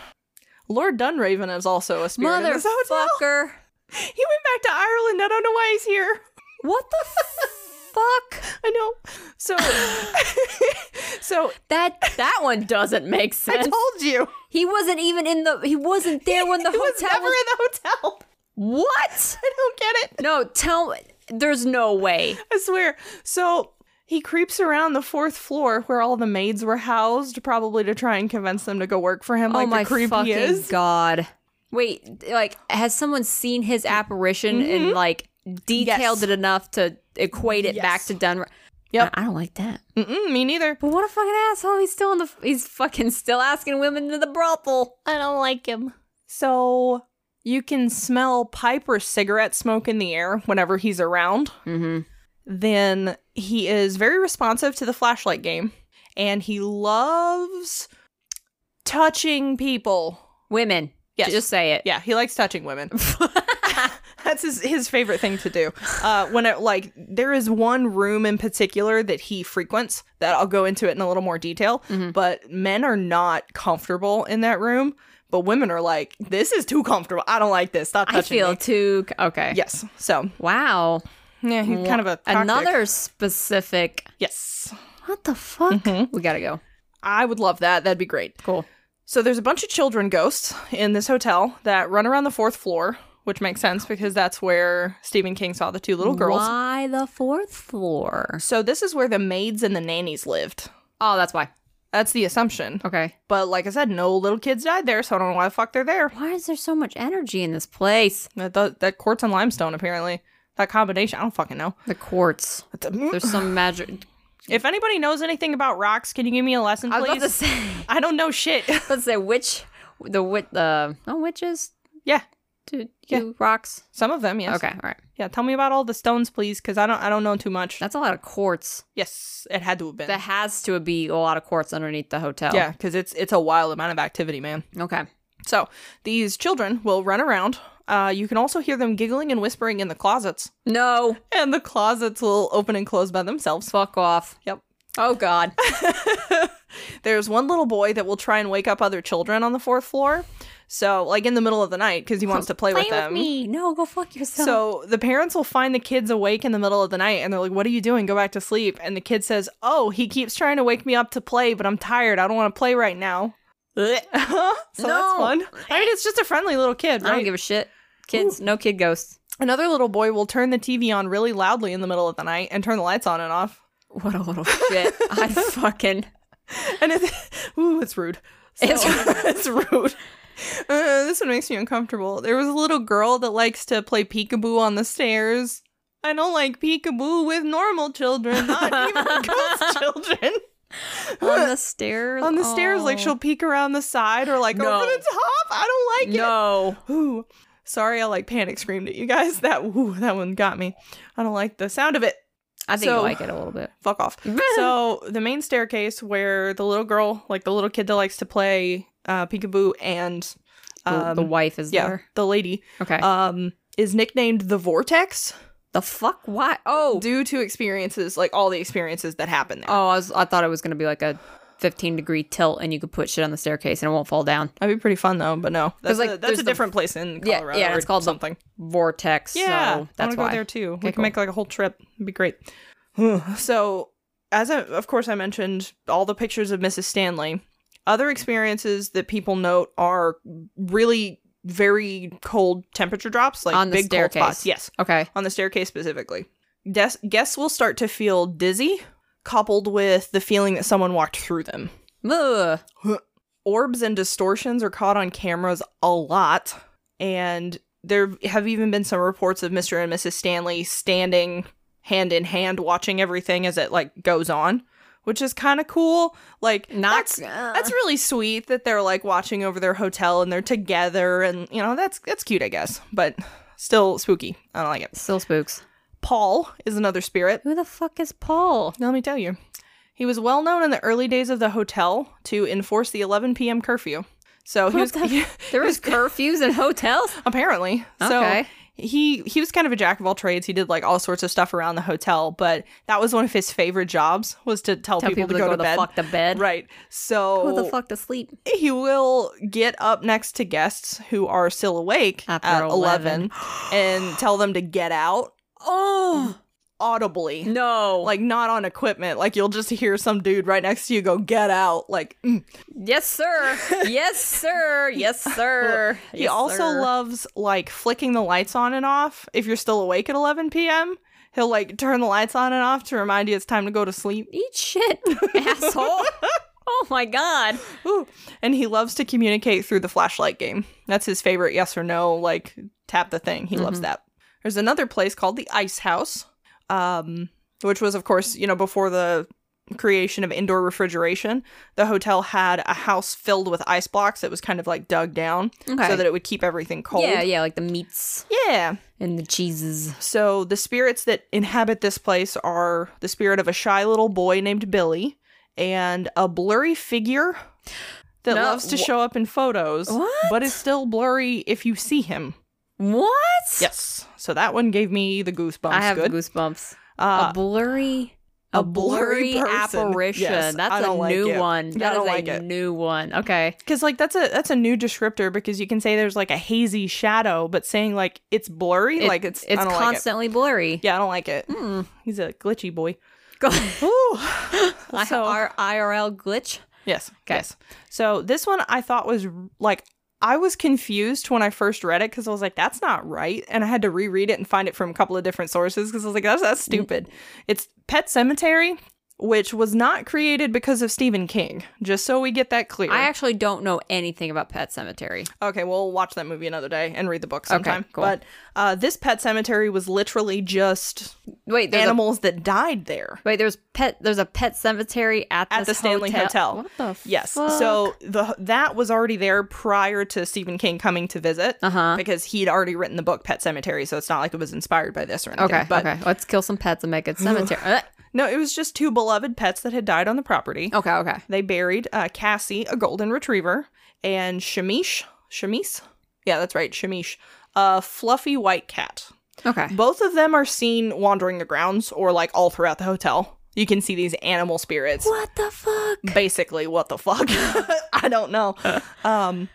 S2: Lord Dunraven is also a spirit in this hotel.
S1: Motherfucker.
S2: He went back to Ireland. I don't know why he's here.
S1: What the fuck?
S2: I know. So, so
S1: That that one doesn't make
S2: I
S1: sense.
S2: told you
S1: he wasn't even in the he wasn't there when the
S2: he
S1: hotel
S2: was never
S1: was-
S2: in the hotel.
S1: What?
S2: I don't get it.
S1: No, tell there's no way.
S2: I swear. So he creeps around the fourth floor where all the maids were housed, probably to try and convince them to go work for him. like
S1: oh my
S2: the creep
S1: fucking
S2: he is.
S1: god. Wait, like has someone seen his apparition and like detailed
S2: Yes.
S1: it enough to equate it back
S2: Yes.
S1: to Dunra?
S2: Yep.
S1: I, I don't like that.
S2: Mm-mm, me neither.
S1: But what a fucking asshole! He's still in the he's fucking still asking women to the brothel.
S2: I don't like him. So you can smell pipe or cigarette smoke in the air whenever he's around.
S1: Mm-hmm.
S2: then he is very responsive to the flashlight game and he loves touching people.
S1: Women,
S2: Yes.
S1: just say it.
S2: Yeah, he likes touching women. That's his, his favorite thing to do. Uh, when it, like there is one room in particular that he frequents that I'll go into it in a little more detail.
S1: Mm-hmm.
S2: But men are not comfortable in that room, but women are like, "This is too comfortable. I don't like this. Stop
S1: I
S2: touching
S1: feel
S2: me."
S1: too okay.
S2: Yes. So
S1: Wow.
S2: yeah, he's kind of a tactic.
S1: Another specific.
S2: Yes,
S1: What the fuck?
S2: Mhm.
S1: We gotta go.
S2: I would love that. That'd be great.
S1: Cool.
S2: So there's a bunch of children ghosts in this hotel that run around the fourth floor, which makes sense because that's where Stephen King saw the two little girls.
S1: Why the fourth floor?
S2: So this is where the maids and the nannies lived.
S1: Oh, that's why.
S2: That's the assumption.
S1: Okay.
S2: But like I said, no little kids died there, so I don't know why the fuck they're there.
S1: Why is there so much energy in this place?
S2: That, that, that quartz and limestone, apparently. That combination, I don't fucking know.
S1: The quartz.
S2: That's a-
S1: There's some magic.
S2: If anybody knows anything about rocks, can you give me a lesson,
S1: I was about to
S2: please?
S1: say,
S2: I don't know shit.
S1: let's say which the wit the oh witches
S2: yeah,
S1: do,
S2: Yeah.
S1: do rocks.
S2: some of them. Yes.
S1: Okay, all right.
S2: Yeah. Tell me about all the stones, please, because I don't. I don't know too much.
S1: That's a lot of quartz.
S2: yes, it had to have been.
S1: There has to be a lot of quartz underneath the hotel.
S2: yeah, because it's it's a wild amount of activity, man.
S1: Okay.
S2: So these children will run around. Uh, you can also hear them giggling and whispering in the closets,
S1: No.
S2: and the closets will open and close by themselves.
S1: Fuck off.
S2: Yep.
S1: Oh God.
S2: There's one little boy that will try and wake up other children on the fourth floor. So, like in the middle of the night, because he wants to play, with them.
S1: me. No, go fuck yourself.
S2: So the parents will find the kids awake in the middle of the night and they're like, What are you doing? Go back to sleep. And the kid says, Oh, he keeps trying to wake me up to play, but I'm tired. I don't want to play right now. so that's
S1: No.
S2: fun. I mean, it's just a friendly little kid,
S1: I don't
S2: right?
S1: give a shit. Kids, no kid ghosts.
S2: Another little boy will turn the TV on really loudly in the middle of the night and turn the lights on and off.
S1: What a little shit. I fucking
S2: And it, ooh, it's rude. So-
S1: It's
S2: it's rude. Uh, this one makes me uncomfortable. There was a little girl that likes to play peekaboo on the stairs. I don't like peekaboo with normal children, not even ghost children.
S1: on the stairs.
S2: On the stairs, like
S1: Oh.
S2: she'll peek around the side or like
S1: No.
S2: over the top. I don't like it.
S1: No.
S2: Ooh. Sorry, I like panic screamed at you guys. That ooh, that one got me. I don't like the sound of it.
S1: I think I
S2: So-
S1: like it a little bit.
S2: Fuck off. so the main staircase where the little girl, like the little kid that likes to play uh, peekaboo, and
S1: The- the
S2: um,
S1: wife is
S2: yeah,
S1: there.
S2: the lady,
S1: Okay.
S2: um, is nicknamed the Vortex
S1: the fuck? Why? Oh.
S2: due to experiences like all the experiences that happen there.
S1: Oh, I, was, I thought it was going to be like a 15 degree tilt and you could put shit on the staircase and it won't fall down.
S2: That'd be pretty fun though, but no, that's
S1: like,
S2: a,
S1: there's
S2: that's a
S1: the-
S2: different place in
S1: Yeah,
S2: Colorado.
S1: yeah,
S2: or
S1: it's called the-
S2: something.
S1: Vortex.
S2: Yeah,
S1: So that's
S2: I want
S1: why.
S2: to go there too.
S1: Okay,
S2: we can
S1: cool.
S2: make like a whole trip. It'd be great. so, as I, of course I mentioned, all the pictures of Mrs. Stanley. Other experiences that people note are really very cold temperature drops, like
S1: On the
S2: big
S1: staircase.
S2: cold spots. Yes,
S1: Okay.
S2: on the staircase specifically. Des- guests will start to feel dizzy, coupled with the feeling that someone walked through them.
S1: Ugh.
S2: Orbs and distortions are caught on cameras a lot, and there have even been some reports of Mr. and Mrs. Stanley standing hand in hand watching everything as it like goes on, which is kind of cool. Like
S1: Not.
S2: that's, that's really sweet that they're like watching over their hotel and they're together and you know that's that's cute I guess, but still spooky. I don't like it.
S1: Still spooks.
S2: Paul is another spirit.
S1: Who the fuck is Paul?
S2: Now, let me tell you. He was well known in the early days of the hotel to enforce the 11 p.m. curfew. So he was
S1: What the- there was curfews in hotels.
S2: apparently so
S1: Okay.
S2: he he was kind of a jack of all trades. He did like all sorts of stuff around the hotel, but that was one of his favorite jobs was to tell,
S1: Tell
S2: people,
S1: people
S2: to go, to
S1: the
S2: bed.
S1: fuck to bed.
S2: Right. Oh. So
S1: Who the fuck to sleep?
S2: he will get up next to guests who are still awake
S1: After
S2: at 11 and tell them to get out
S1: Oh
S2: audibly.
S1: no! Like
S2: like not on equipment. Like you'll just hear some dude right next to you go, "Get out!" Like mm.
S1: yes, sir. yes, sir. Yes, sir.
S2: he
S1: Yes,
S2: also
S1: sir.
S2: loves like flicking the lights on and off. If you're still awake at 11 p.m., he'll like turn the lights on and off to remind you it's time to go to sleep.
S1: eat shit, asshole. Oh my god.
S2: Ooh. And he loves to communicate through the flashlight game. That's his favorite. Yes or no, like tap the thing. He
S1: Mm-hmm.
S2: loves that. There's another place called the Ice House, um, which was, of course, you know, before the creation of indoor refrigeration, the hotel had a house filled with ice blocks that was kind of like dug down
S1: Okay.
S2: so that it would keep everything cold.
S1: Yeah, yeah, like the meats
S2: Yeah.
S1: and the cheeses.
S2: So the spirits that inhabit this place are the spirit of a shy little boy named Billy and a blurry figure that
S1: No,
S2: loves to
S1: wh-
S2: show up in photos,
S1: What?
S2: but is still blurry if you see him.
S1: What?
S2: Yes. So that one gave me the goosebumps.
S1: I have
S2: Good.
S1: goosebumps.
S2: Uh,
S1: a blurry.
S2: a blurry person.
S1: apparition.
S2: Yes, I
S1: that's a
S2: don't like
S1: new
S2: it.
S1: one.
S2: Yeah, I
S1: That is
S2: don't like
S1: a
S2: it.
S1: new one. Okay.
S2: because like that's a that's a new descriptor because you can say there's like a hazy shadow, but saying like it's blurry,
S1: It-
S2: like it's I
S1: it's
S2: don't Like
S1: constantly blurry.
S2: it. Yeah, I don't like it.
S1: Hmm.
S2: He's a glitchy boy.
S1: Go-
S2: Ooh.
S1: I-
S2: So-
S1: our IRL glitch.
S2: Yes.
S1: Okay.
S2: Yes. So this one I thought was like I was confused when I first read it because I was like, "That's not right," and I had to
S1: Mm-hmm.
S2: reread it and find it from a couple of different sources because I was like, "That's that's stupid." It's Pet Cemetery which was not created because of Stephen King, just so we get that clear.
S1: I actually don't know anything about Pet Cemetery.
S2: Okay, we'll watch that movie another day and read the book
S1: Okay,
S2: sometime.
S1: cool.
S2: But uh, this pet cemetery was literally just
S1: Wait, there's a,
S2: animals that died there.
S1: wait, there's pet. There's a pet cemetery at
S2: At
S1: this
S2: the Stanley Hotel.
S1: What the? F-
S2: Yes.
S1: Fuck.
S2: So the that was already there prior to Stephen King coming to visit
S1: Uh-huh.
S2: because he'd already written the book Pet Cemetery, so it's not like it was inspired by this or anything.
S1: okay,
S2: But
S1: okay. Let's kill some pets and make it cemetery. Uh,
S2: no, it was just two beloved pets that had died on the property.
S1: okay, okay.
S2: They buried uh, Cassie, a golden retriever, and Shamish. Shamish? Yeah, that's right, Shamish. A fluffy white cat.
S1: Okay.
S2: Both of them are seen wandering the grounds or like all throughout the hotel. You can see these animal spirits.
S1: What the fuck?
S2: Basically, what the fuck? I don't know. Um,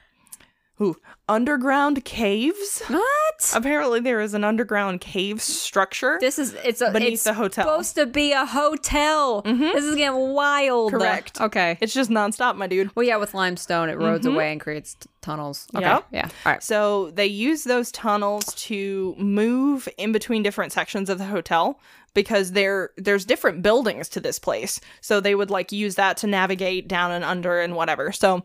S2: ooh, underground caves.
S1: What?
S2: Apparently, there is an underground cave structure
S1: This is it's a
S2: beneath
S1: it's
S2: the hotel.
S1: supposed to be a hotel. This is getting wild.
S2: Correct.
S1: Okay.
S2: it's just nonstop, my dude.
S1: Well, yeah, with limestone, it roads away and creates t- tunnels. Okay.
S2: Yep.
S1: Mm-hmm. Yeah. All right.
S2: So they use those tunnels to move in between different sections of the hotel because there there's different buildings to this place. So they would like use that to navigate down and under and whatever. So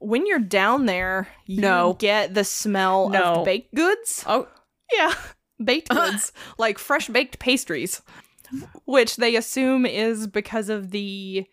S2: when you're down there, you
S1: No.
S2: get the smell
S1: No.
S2: of baked goods.
S1: Oh.
S2: Yeah. Baked goods, like fresh baked pastries, which they assume is because of the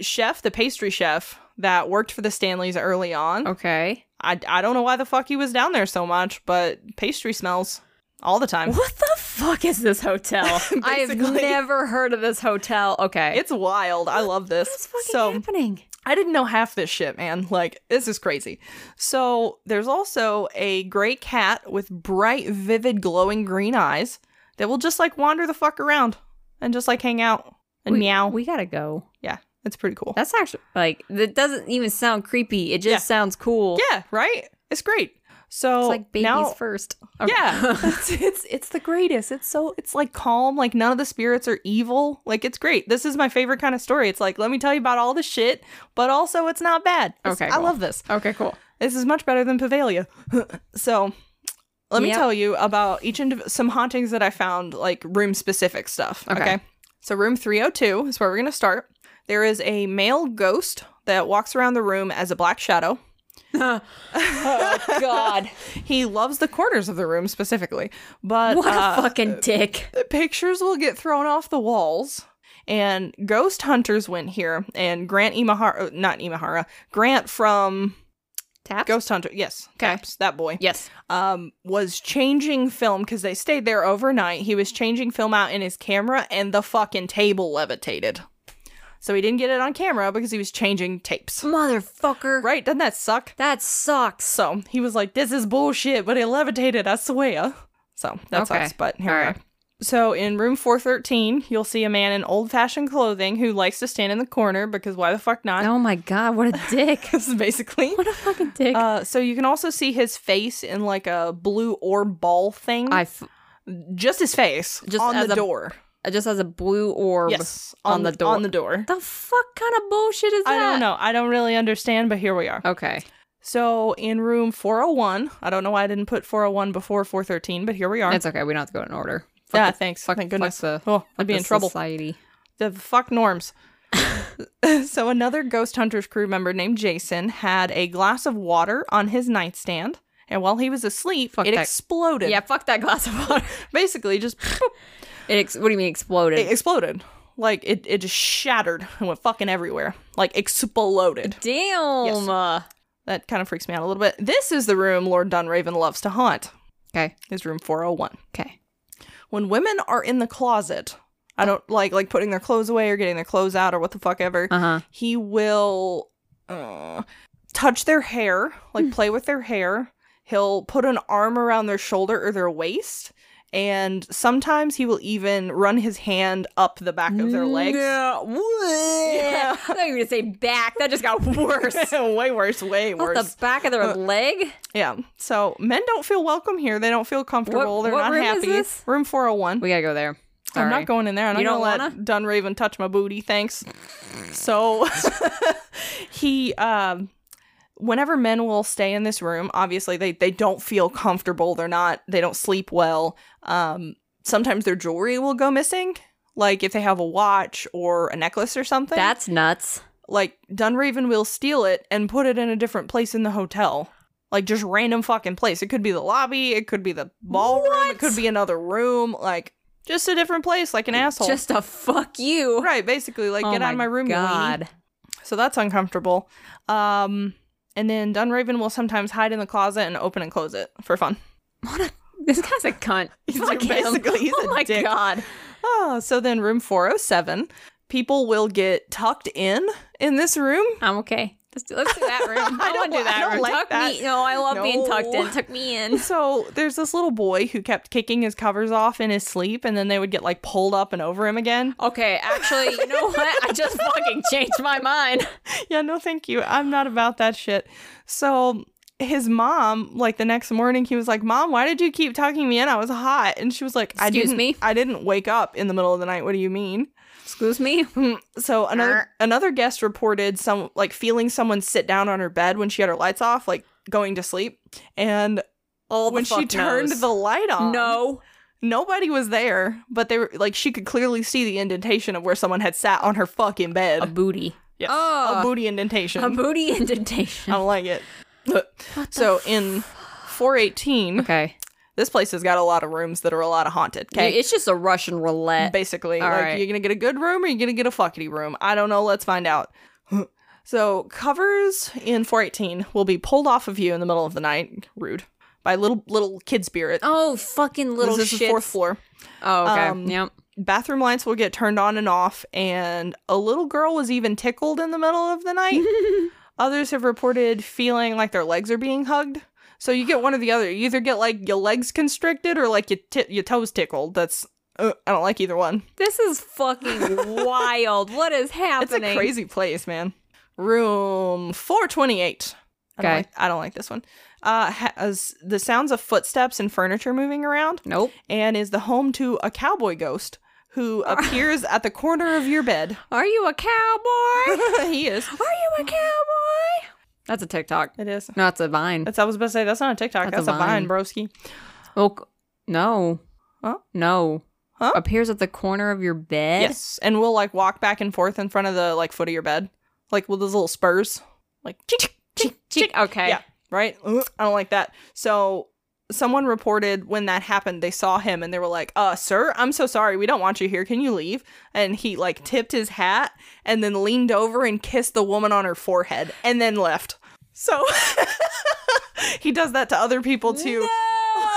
S2: chef, the pastry chef that worked for the Stanleys early on.
S1: Okay.
S2: I, I don't know why the fuck he was down there so much, but pastry smells all the time.
S1: What the fuck is this hotel? I have
S2: Basically.
S1: never heard of this hotel. Okay.
S2: It's wild. I love
S1: What's
S2: this.
S1: fucking
S2: So
S1: happening?
S2: I didn't know half this shit, man. Like, this is crazy. So there's also a gray cat with bright, vivid, glowing green eyes that will just like wander the fuck around and just like hang out and
S1: we,
S2: meow.
S1: We gotta go.
S2: yeah, it's pretty cool.
S1: That's actually like that doesn't even sound creepy. It just
S2: Yeah.
S1: sounds cool.
S2: yeah, right? It's great. So
S1: It's like babies
S2: now,
S1: first.
S2: Yeah, it's, it's it's the greatest. It's so it's like calm. Like none of the spirits are evil. Like it's great. This is my favorite kind of story. It's like let me tell you about all the shit, but also it's not bad. It's-
S1: Okay,
S2: I
S1: cool.
S2: love this.
S1: okay. Cool.
S2: This is much better than Pavelia. so let me
S1: Yep.
S2: tell you about each indiv- some hauntings that I found, like room specific stuff.
S1: Okay.
S2: Okay. So room three hundred two is where we're gonna start. There is a male ghost that walks around the room as a black shadow.
S1: Oh God.
S2: He loves the corners of the room specifically, but
S1: What
S2: uh,
S1: a fucking dick.
S2: the pictures will get thrown off the walls. And ghost hunters went here, and Grant Imahara, uh, not Imahara, Grant from
S1: Taps.
S2: Ghost Hunter, yes,
S1: Okay.
S2: Taps, that boy,
S1: Yes.
S2: um, was changing film because they stayed there overnight. He was changing film out in his camera, and the fucking table levitated. So he didn't get it on camera because he was changing tapes.
S1: Motherfucker.
S2: Right? Doesn't that suck?
S1: That sucks.
S2: So he was like, "This is bullshit," but it levitated. I swear. So that
S1: Okay.
S2: sucks. But here we
S1: Alright.
S2: are. So in room 413, you'll see a man in old-fashioned clothing who likes to stand in the corner because why the fuck not?
S1: Oh my God. What a dick.
S2: This is basically.
S1: what a fucking dick.
S2: Uh, so you can also see his face in like a blue orb ball thing.
S1: I f-
S2: just his face,
S1: Just
S2: on
S1: as
S2: the
S1: a
S2: door.
S1: just has a blue orb.
S2: Yes,
S1: on the door.
S2: On the door.
S1: The fuck kind of bullshit is
S2: I
S1: that?
S2: don't know. I don't really understand, but here we are.
S1: Okay.
S2: So in room 401, I don't know why I didn't put 401 before 413, but here we are.
S1: It's okay. We don't have to go in order. Fuck
S2: yeah,
S1: the-
S2: thanks.
S1: fuck-
S2: Thank goodness.
S1: fuck the-
S2: oh, I'd be
S1: the
S2: in trouble.
S1: Society.
S2: The fuck norms. so another ghost hunters crew member named Jason had a glass of water on his nightstand, and while he was asleep,
S1: Fuck
S2: it
S1: that.
S2: exploded.
S1: Yeah, fuck that glass of water.
S2: basically just boop,
S1: It ex- what do you mean exploded?
S2: it exploded. Like it, it just shattered and went fucking everywhere. Like exploded.
S1: Damn.
S2: Yes. Um, uh, That kind of freaks me out a little bit. This is the room Lord Dunraven loves to haunt.
S1: Okay.
S2: Is room 401.
S1: Okay.
S2: When women are in the closet, I don't like like putting their clothes away or getting their clothes out or what the fuck ever.
S1: Uh huh.
S2: he will uh, touch their hair,
S1: Hmm.
S2: like play with their hair. He'll put an arm around their shoulder or their waist. And sometimes he will even run his hand up the back of their legs.
S1: Yeah. I thought you were gonna say back. That just got worse.
S2: way worse, way
S1: What,
S2: worse. Uh,
S1: the back of their leg?
S2: yeah. So men don't feel welcome here. They don't feel comfortable. They're
S1: what
S2: not
S1: room is
S2: happy.
S1: this?
S2: Room 401.
S1: We gotta go there.
S2: I'm
S1: Sorry.
S2: not going in there. I'm
S1: You
S2: not
S1: don't
S2: going to let Dunraven touch my booty. Thanks. So he, um, whenever men will stay in this room, obviously they they don't feel comfortable. They're not. They don't sleep well. Um, sometimes their jewelry will go missing. Like if they have a watch or a necklace or something,
S1: That's nuts.
S2: like Dunraven will steal it and put it in a different place in the hotel. Like just random fucking place. It could be the lobby, it could be the ballroom,
S1: What?
S2: it could be another room, like just a different place, like an asshole.
S1: Just a fuck you.
S2: right, basically, like
S1: Oh
S2: get out of my room, you weenie.
S1: God.
S2: So that's uncomfortable. Um, and then Dunraven will sometimes hide in the closet and open and close it for fun.
S1: This guy's a cunt.
S2: He's
S1: Fuck
S2: a-
S1: him.
S2: basically, he's
S1: oh
S2: a
S1: my
S2: dick.
S1: god.
S2: Oh, so then room 407. People will get tucked in in this room.
S1: I'm okay. Let's do, let's do that room. I,
S2: I
S1: want to do
S2: don't- I
S1: that
S2: don't
S1: room.
S2: like
S1: Tuck
S2: that.
S1: me. No, I love being tucked in.
S2: No.
S1: Tuck me in.
S2: So there's this little boy who kept kicking his covers off in his sleep, and then they would get like pulled up and over him again.
S1: Okay, actually, you know what? I just fucking changed my mind.
S2: yeah, no, thank you. I'm not about that shit. So his mom, like the next morning, he was like, "Mom, why did you keep tucking me in? I was hot." And she was like, "I
S1: Excuse
S2: didn't.
S1: me?
S2: I didn't wake up in the middle of the night. What do you mean?"
S1: Excuse me.
S2: So another
S1: Arr.
S2: another guest reported some like feeling someone sit down on her bed when she had her lights off, like going to sleep, and
S1: All the
S2: when she
S1: fuck
S2: turned
S1: knows.
S2: the light on,
S1: no,
S2: nobody was there, but they were like she could clearly see the indentation of where someone had sat on her fucking
S1: a
S2: bed.
S1: booty,
S2: Yes. a
S1: Oh.
S2: booty indentation.
S1: a
S2: I
S1: booty indentation.
S2: don't like it. so in 418,
S1: Okay,
S2: this place has got a lot of rooms that are a lot of haunted. Okay.
S1: it's just a Russian roulette.
S2: Basically,
S1: All
S2: like
S1: right.
S2: you're gonna get a good room or you're gonna get a fuckity room. I don't know. Let's find out. So covers in 418 will be pulled off of you in the middle of the night. Rude. By little little kid spirit.
S1: oh, fucking little
S2: this is the
S1: shit.
S2: fourth floor.
S1: oh, okay.
S2: um,
S1: yep.
S2: bathroom lights will get turned on and off, and a little girl was even tickled in the middle of the night. Others have reported feeling like their legs are being hugged. So you get one or the other. You either get like your legs constricted or like your ti- your toes tickled. That's uh, I don't like either one.
S1: This is fucking wild. What is
S2: It's a
S1: happening?
S2: crazy place, man. Room 428. I don't
S1: Okay.
S2: like, I don't like this one. Uh, has the sounds of footsteps and furniture moving around,
S1: nope.
S2: and is the home to a cowboy ghost who appears at the corner of your bed.
S1: Are you a cowboy?
S2: he is.
S1: Are you a cowboy? That's a TikTok.
S2: It is.
S1: No, it's a Vine.
S2: That's I was about to say that's not a TikTok. That's,
S1: That's a
S2: a Vine,
S1: Vine.
S2: broski.
S1: Oh, c- no.
S2: Huh?
S1: No.
S2: Huh?
S1: Appears at the corner of your bed.
S2: Yes, and we'll like walk back and forth in front of the like foot of your bed, like with those little spurs, like cheek, cheek,
S1: Cheek, cheek. Okay.
S2: Yeah. right. Ugh, I don't like that. So someone reported when that happened, they saw him and they were like, "Uh, sir, I'm so sorry. We don't want you here. Can you leave?" And he like tipped his hat and then leaned over and kissed the woman on her forehead and then left. So he does that to other people too.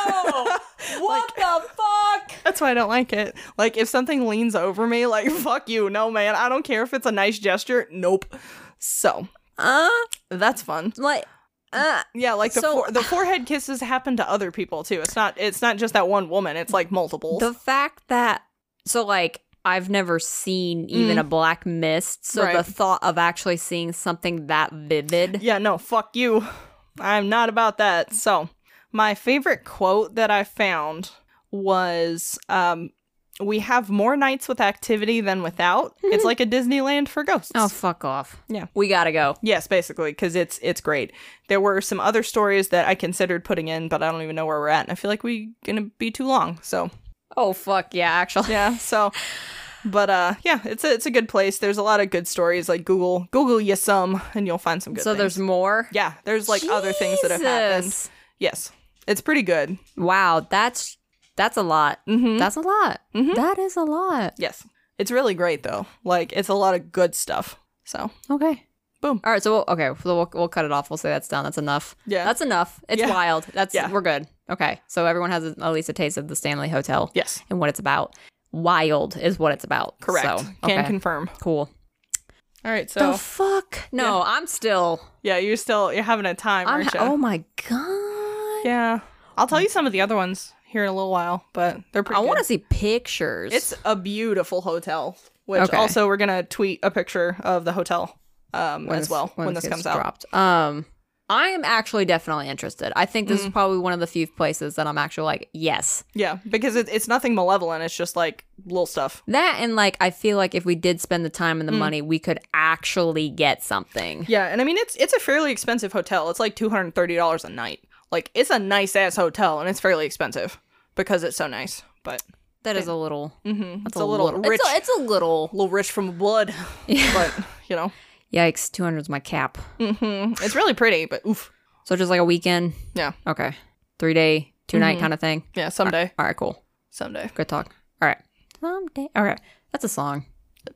S1: No!
S2: What
S1: the fuck?
S2: That's why I don't like it. Like if something leans over me, like fuck you, no man. I don't care if it's a nice gesture. Nope. So
S1: Uh,
S2: that's fun.
S1: like, uh,
S2: Yeah, like the
S1: So-
S2: fore- the forehead kisses happen to other people too. It's not it's not just that one woman. It's like multiples.
S1: the fact that so like I've never seen even a black mist, so the
S2: Mm. Right.
S1: thought of actually seeing something that vivid.
S2: yeah, no, fuck you. I'm not about that. So my favorite quote that I found was um we have more nights with activity than without. It's like a Disneyland for ghosts.
S1: Oh, fuck off.
S2: Yeah.
S1: we gotta go.
S2: Yes, basically, because it's it's great. There were some other stories that I considered putting in, but I don't even know where we're at, and I feel like we're gonna be too long. So
S1: Oh fuck yeah, actually.
S2: yeah, so but uh, yeah, it's a it's a good place. There's a lot of good stories. Like Google Google you some, and you'll find some good.
S1: so there's
S2: things.
S1: more.
S2: yeah, there's like other things that have happened.
S1: Jesus.
S2: Yes, it's pretty good.
S1: Wow, that's that's a lot.
S2: Mm-hmm.
S1: That's a lot.
S2: Mhm.
S1: That is a lot.
S2: Yes, it's really great though. Like it's a lot of good stuff. So
S1: Okay.
S2: Boom.
S1: All right. So we'll, okay, so we'll we'll cut it off. We'll say that's done. That's enough.
S2: yeah,
S1: That's enough. It's
S2: Yeah.
S1: wild. That's
S2: Yeah.
S1: we're good. Okay. So everyone has at least a taste of the Stanley Hotel
S2: yes,
S1: and what it's about. Wild is what it's about.
S2: correct.
S1: So, okay.
S2: Can confirm.
S1: cool.
S2: All right,
S1: The
S2: so
S1: fuck? No, I'm still.
S2: yeah, you're still you're having a time,
S1: I'm.
S2: aren't you?
S1: Oh my god.
S2: Yeah. I'll tell you some of the other ones here in a little while, but they're pretty
S1: I want to
S2: good.
S1: see pictures.
S2: It's a beautiful hotel, which
S1: Okay.
S2: also we're going to tweet a picture of the hotel um, as well when, this
S1: gets
S2: comes out.
S1: dropped. Um, I am actually definitely interested. I think
S2: Mm.
S1: this is probably one of the few places that I'm actually like, yes,
S2: Yeah, because it, it's nothing malevolent. It's just like little stuff.
S1: that and like I feel like if we did spend the time
S2: Mm.
S1: and the money, we could actually get something.
S2: Yeah, and I mean it's it's a fairly expensive hotel. It's like two hundred and thirty dollars a night. Like it's a nice ass hotel, and it's fairly expensive because it's so nice. But
S1: That is a little. That's
S2: Mm-hmm. It's a little rich,
S1: It's a, it's a little.
S2: little rich from blood, but you know,
S1: Yikes! Two hundred's my cap.
S2: hmm it's really pretty. But oof,
S1: So just like a weekend.
S2: Yeah. Mm-hmm.
S1: Okay. Three day, 2 night kind of thing.
S2: yeah, someday,
S1: All right. Cool.
S2: someday,
S1: Good talk. All right. Someday. All right. That's a song.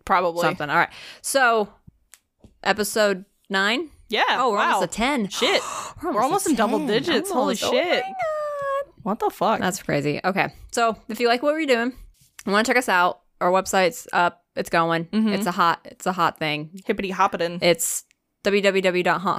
S2: probably.
S1: Something. All right. So, episode nine.
S2: Yeah.
S1: Oh, we're
S2: Uh, wow.
S1: almost at ten.
S2: Shit.
S1: We're
S2: We're almost
S1: at
S2: in double
S1: 10.
S2: digits. Holy
S1: Almost. Oh Uh,
S2: shit. What the fuck?
S1: That's crazy. Okay. So if you like what we're doing, want to check us out. Our website's up. It's going.
S2: Mhm.
S1: It's a hot. It's a hot thing.
S2: Hippity hoppity.
S1: It's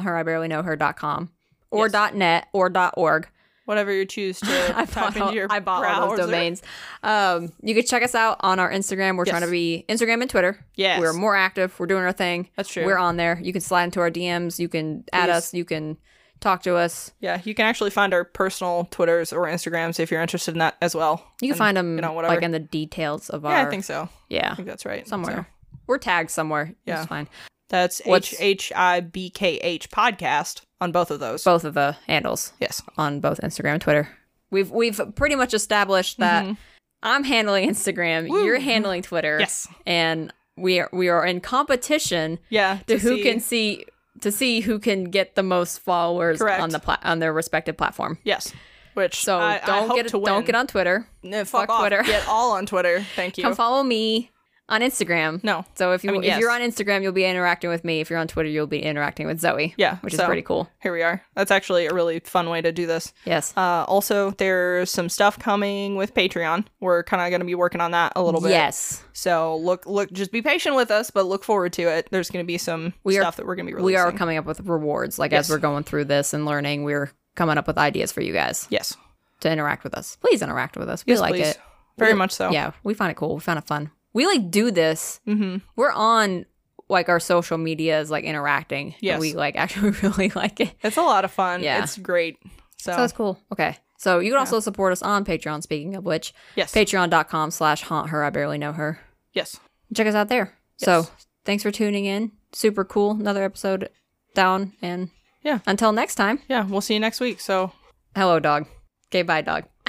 S1: www.hauntherIbarelyKnowHer.com or
S2: Yes.
S1: .net or .org.
S2: Whatever you choose to
S1: I
S2: type
S1: bought,
S2: into your
S1: all, I bought all those
S2: browser.
S1: domains. Um, you can check us out on our Instagram. We're trying
S2: Yes.
S1: to be Instagram and Twitter.
S2: Yes.
S1: We're more active. We're doing our thing.
S2: That's true.
S1: We're on there. You can slide into our DMs. You can add
S2: Please.
S1: us. You can talk to us.
S2: Yeah, you can actually find our personal Twitters or Instagrams if you're interested in that as well.
S1: You can
S2: And,
S1: find them
S2: you know, whatever.
S1: like in the details of our
S2: yeah, I think so.
S1: yeah
S2: I think that's right.
S1: somewhere.
S2: So,
S1: We're tagged somewhere.
S2: Yeah.
S1: It's fine.
S2: that's
S1: What's-
S2: H H I B K H podcast on both of those.
S1: Both of the handles
S2: yes.
S1: on both Instagram and Twitter. We've we've pretty much established that I'm handling Instagram,
S2: Mm-hmm. Woo.
S1: you're handling Twitter.
S2: Yes.
S1: And we are we are in competition
S2: Yeah.
S1: to,
S2: to
S1: who
S2: see-
S1: can see to see who can get the most followers
S2: Correct.
S1: on the pla- on their respective platform.
S2: Yes. Which
S1: So
S2: I- I
S1: don't
S2: hope
S1: get
S2: to win.
S1: don't get on Twitter.
S2: No, fuck,
S1: fuck
S2: off.
S1: Twitter.
S2: Get all on Twitter. Thank you.
S1: Come follow me on Instagram.
S2: no.
S1: So if you
S2: I mean,
S1: if you're on
S2: yes.
S1: Instagram, you'll be interacting with me. If you're on Twitter, you'll be interacting with Zoe.
S2: Yeah,
S1: which
S2: so-
S1: is pretty cool.
S2: Here we are. That's actually a really fun way to do this.
S1: Yes.
S2: Uh, also, there's some stuff coming with Patreon. We're kind of going to be working on that a little bit.
S1: Yes.
S2: So look, look, just be patient with us, but look forward to it. There's going to be some
S1: We are-
S2: stuff that we're going to be releasing.
S1: We are coming up with rewards. Like
S2: Yes.
S1: as we're going through this and learning, we're coming up with ideas for you guys
S2: yes,
S1: to interact with us. Please interact with us. We
S2: yes,
S1: like
S2: please.
S1: it.
S2: very
S1: We-
S2: much so.
S1: Yeah, we find it cool. We find it fun. We like do this
S2: hmm
S1: we're on like our social media is like interacting. Yeah,
S2: Yes.
S1: we like actually really like it.
S2: It's a lot of fun.
S1: Yeah.
S2: it's great. So,
S1: So that's cool. Okay. So you can also support us on Patreon, speaking of which,
S2: yes,
S1: patreon.com slash haunt her. I barely know her.
S2: yes,
S1: Check us out there. So
S2: Yes.
S1: thanks for tuning in. Super cool. Another episode down. And
S2: Yeah.
S1: until next time,
S2: yeah. We'll see you next week. So
S1: hello, dog. Okay, bye, dog.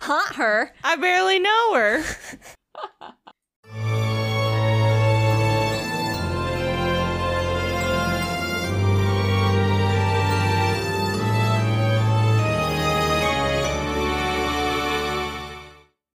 S1: haunt her.
S2: I barely know her.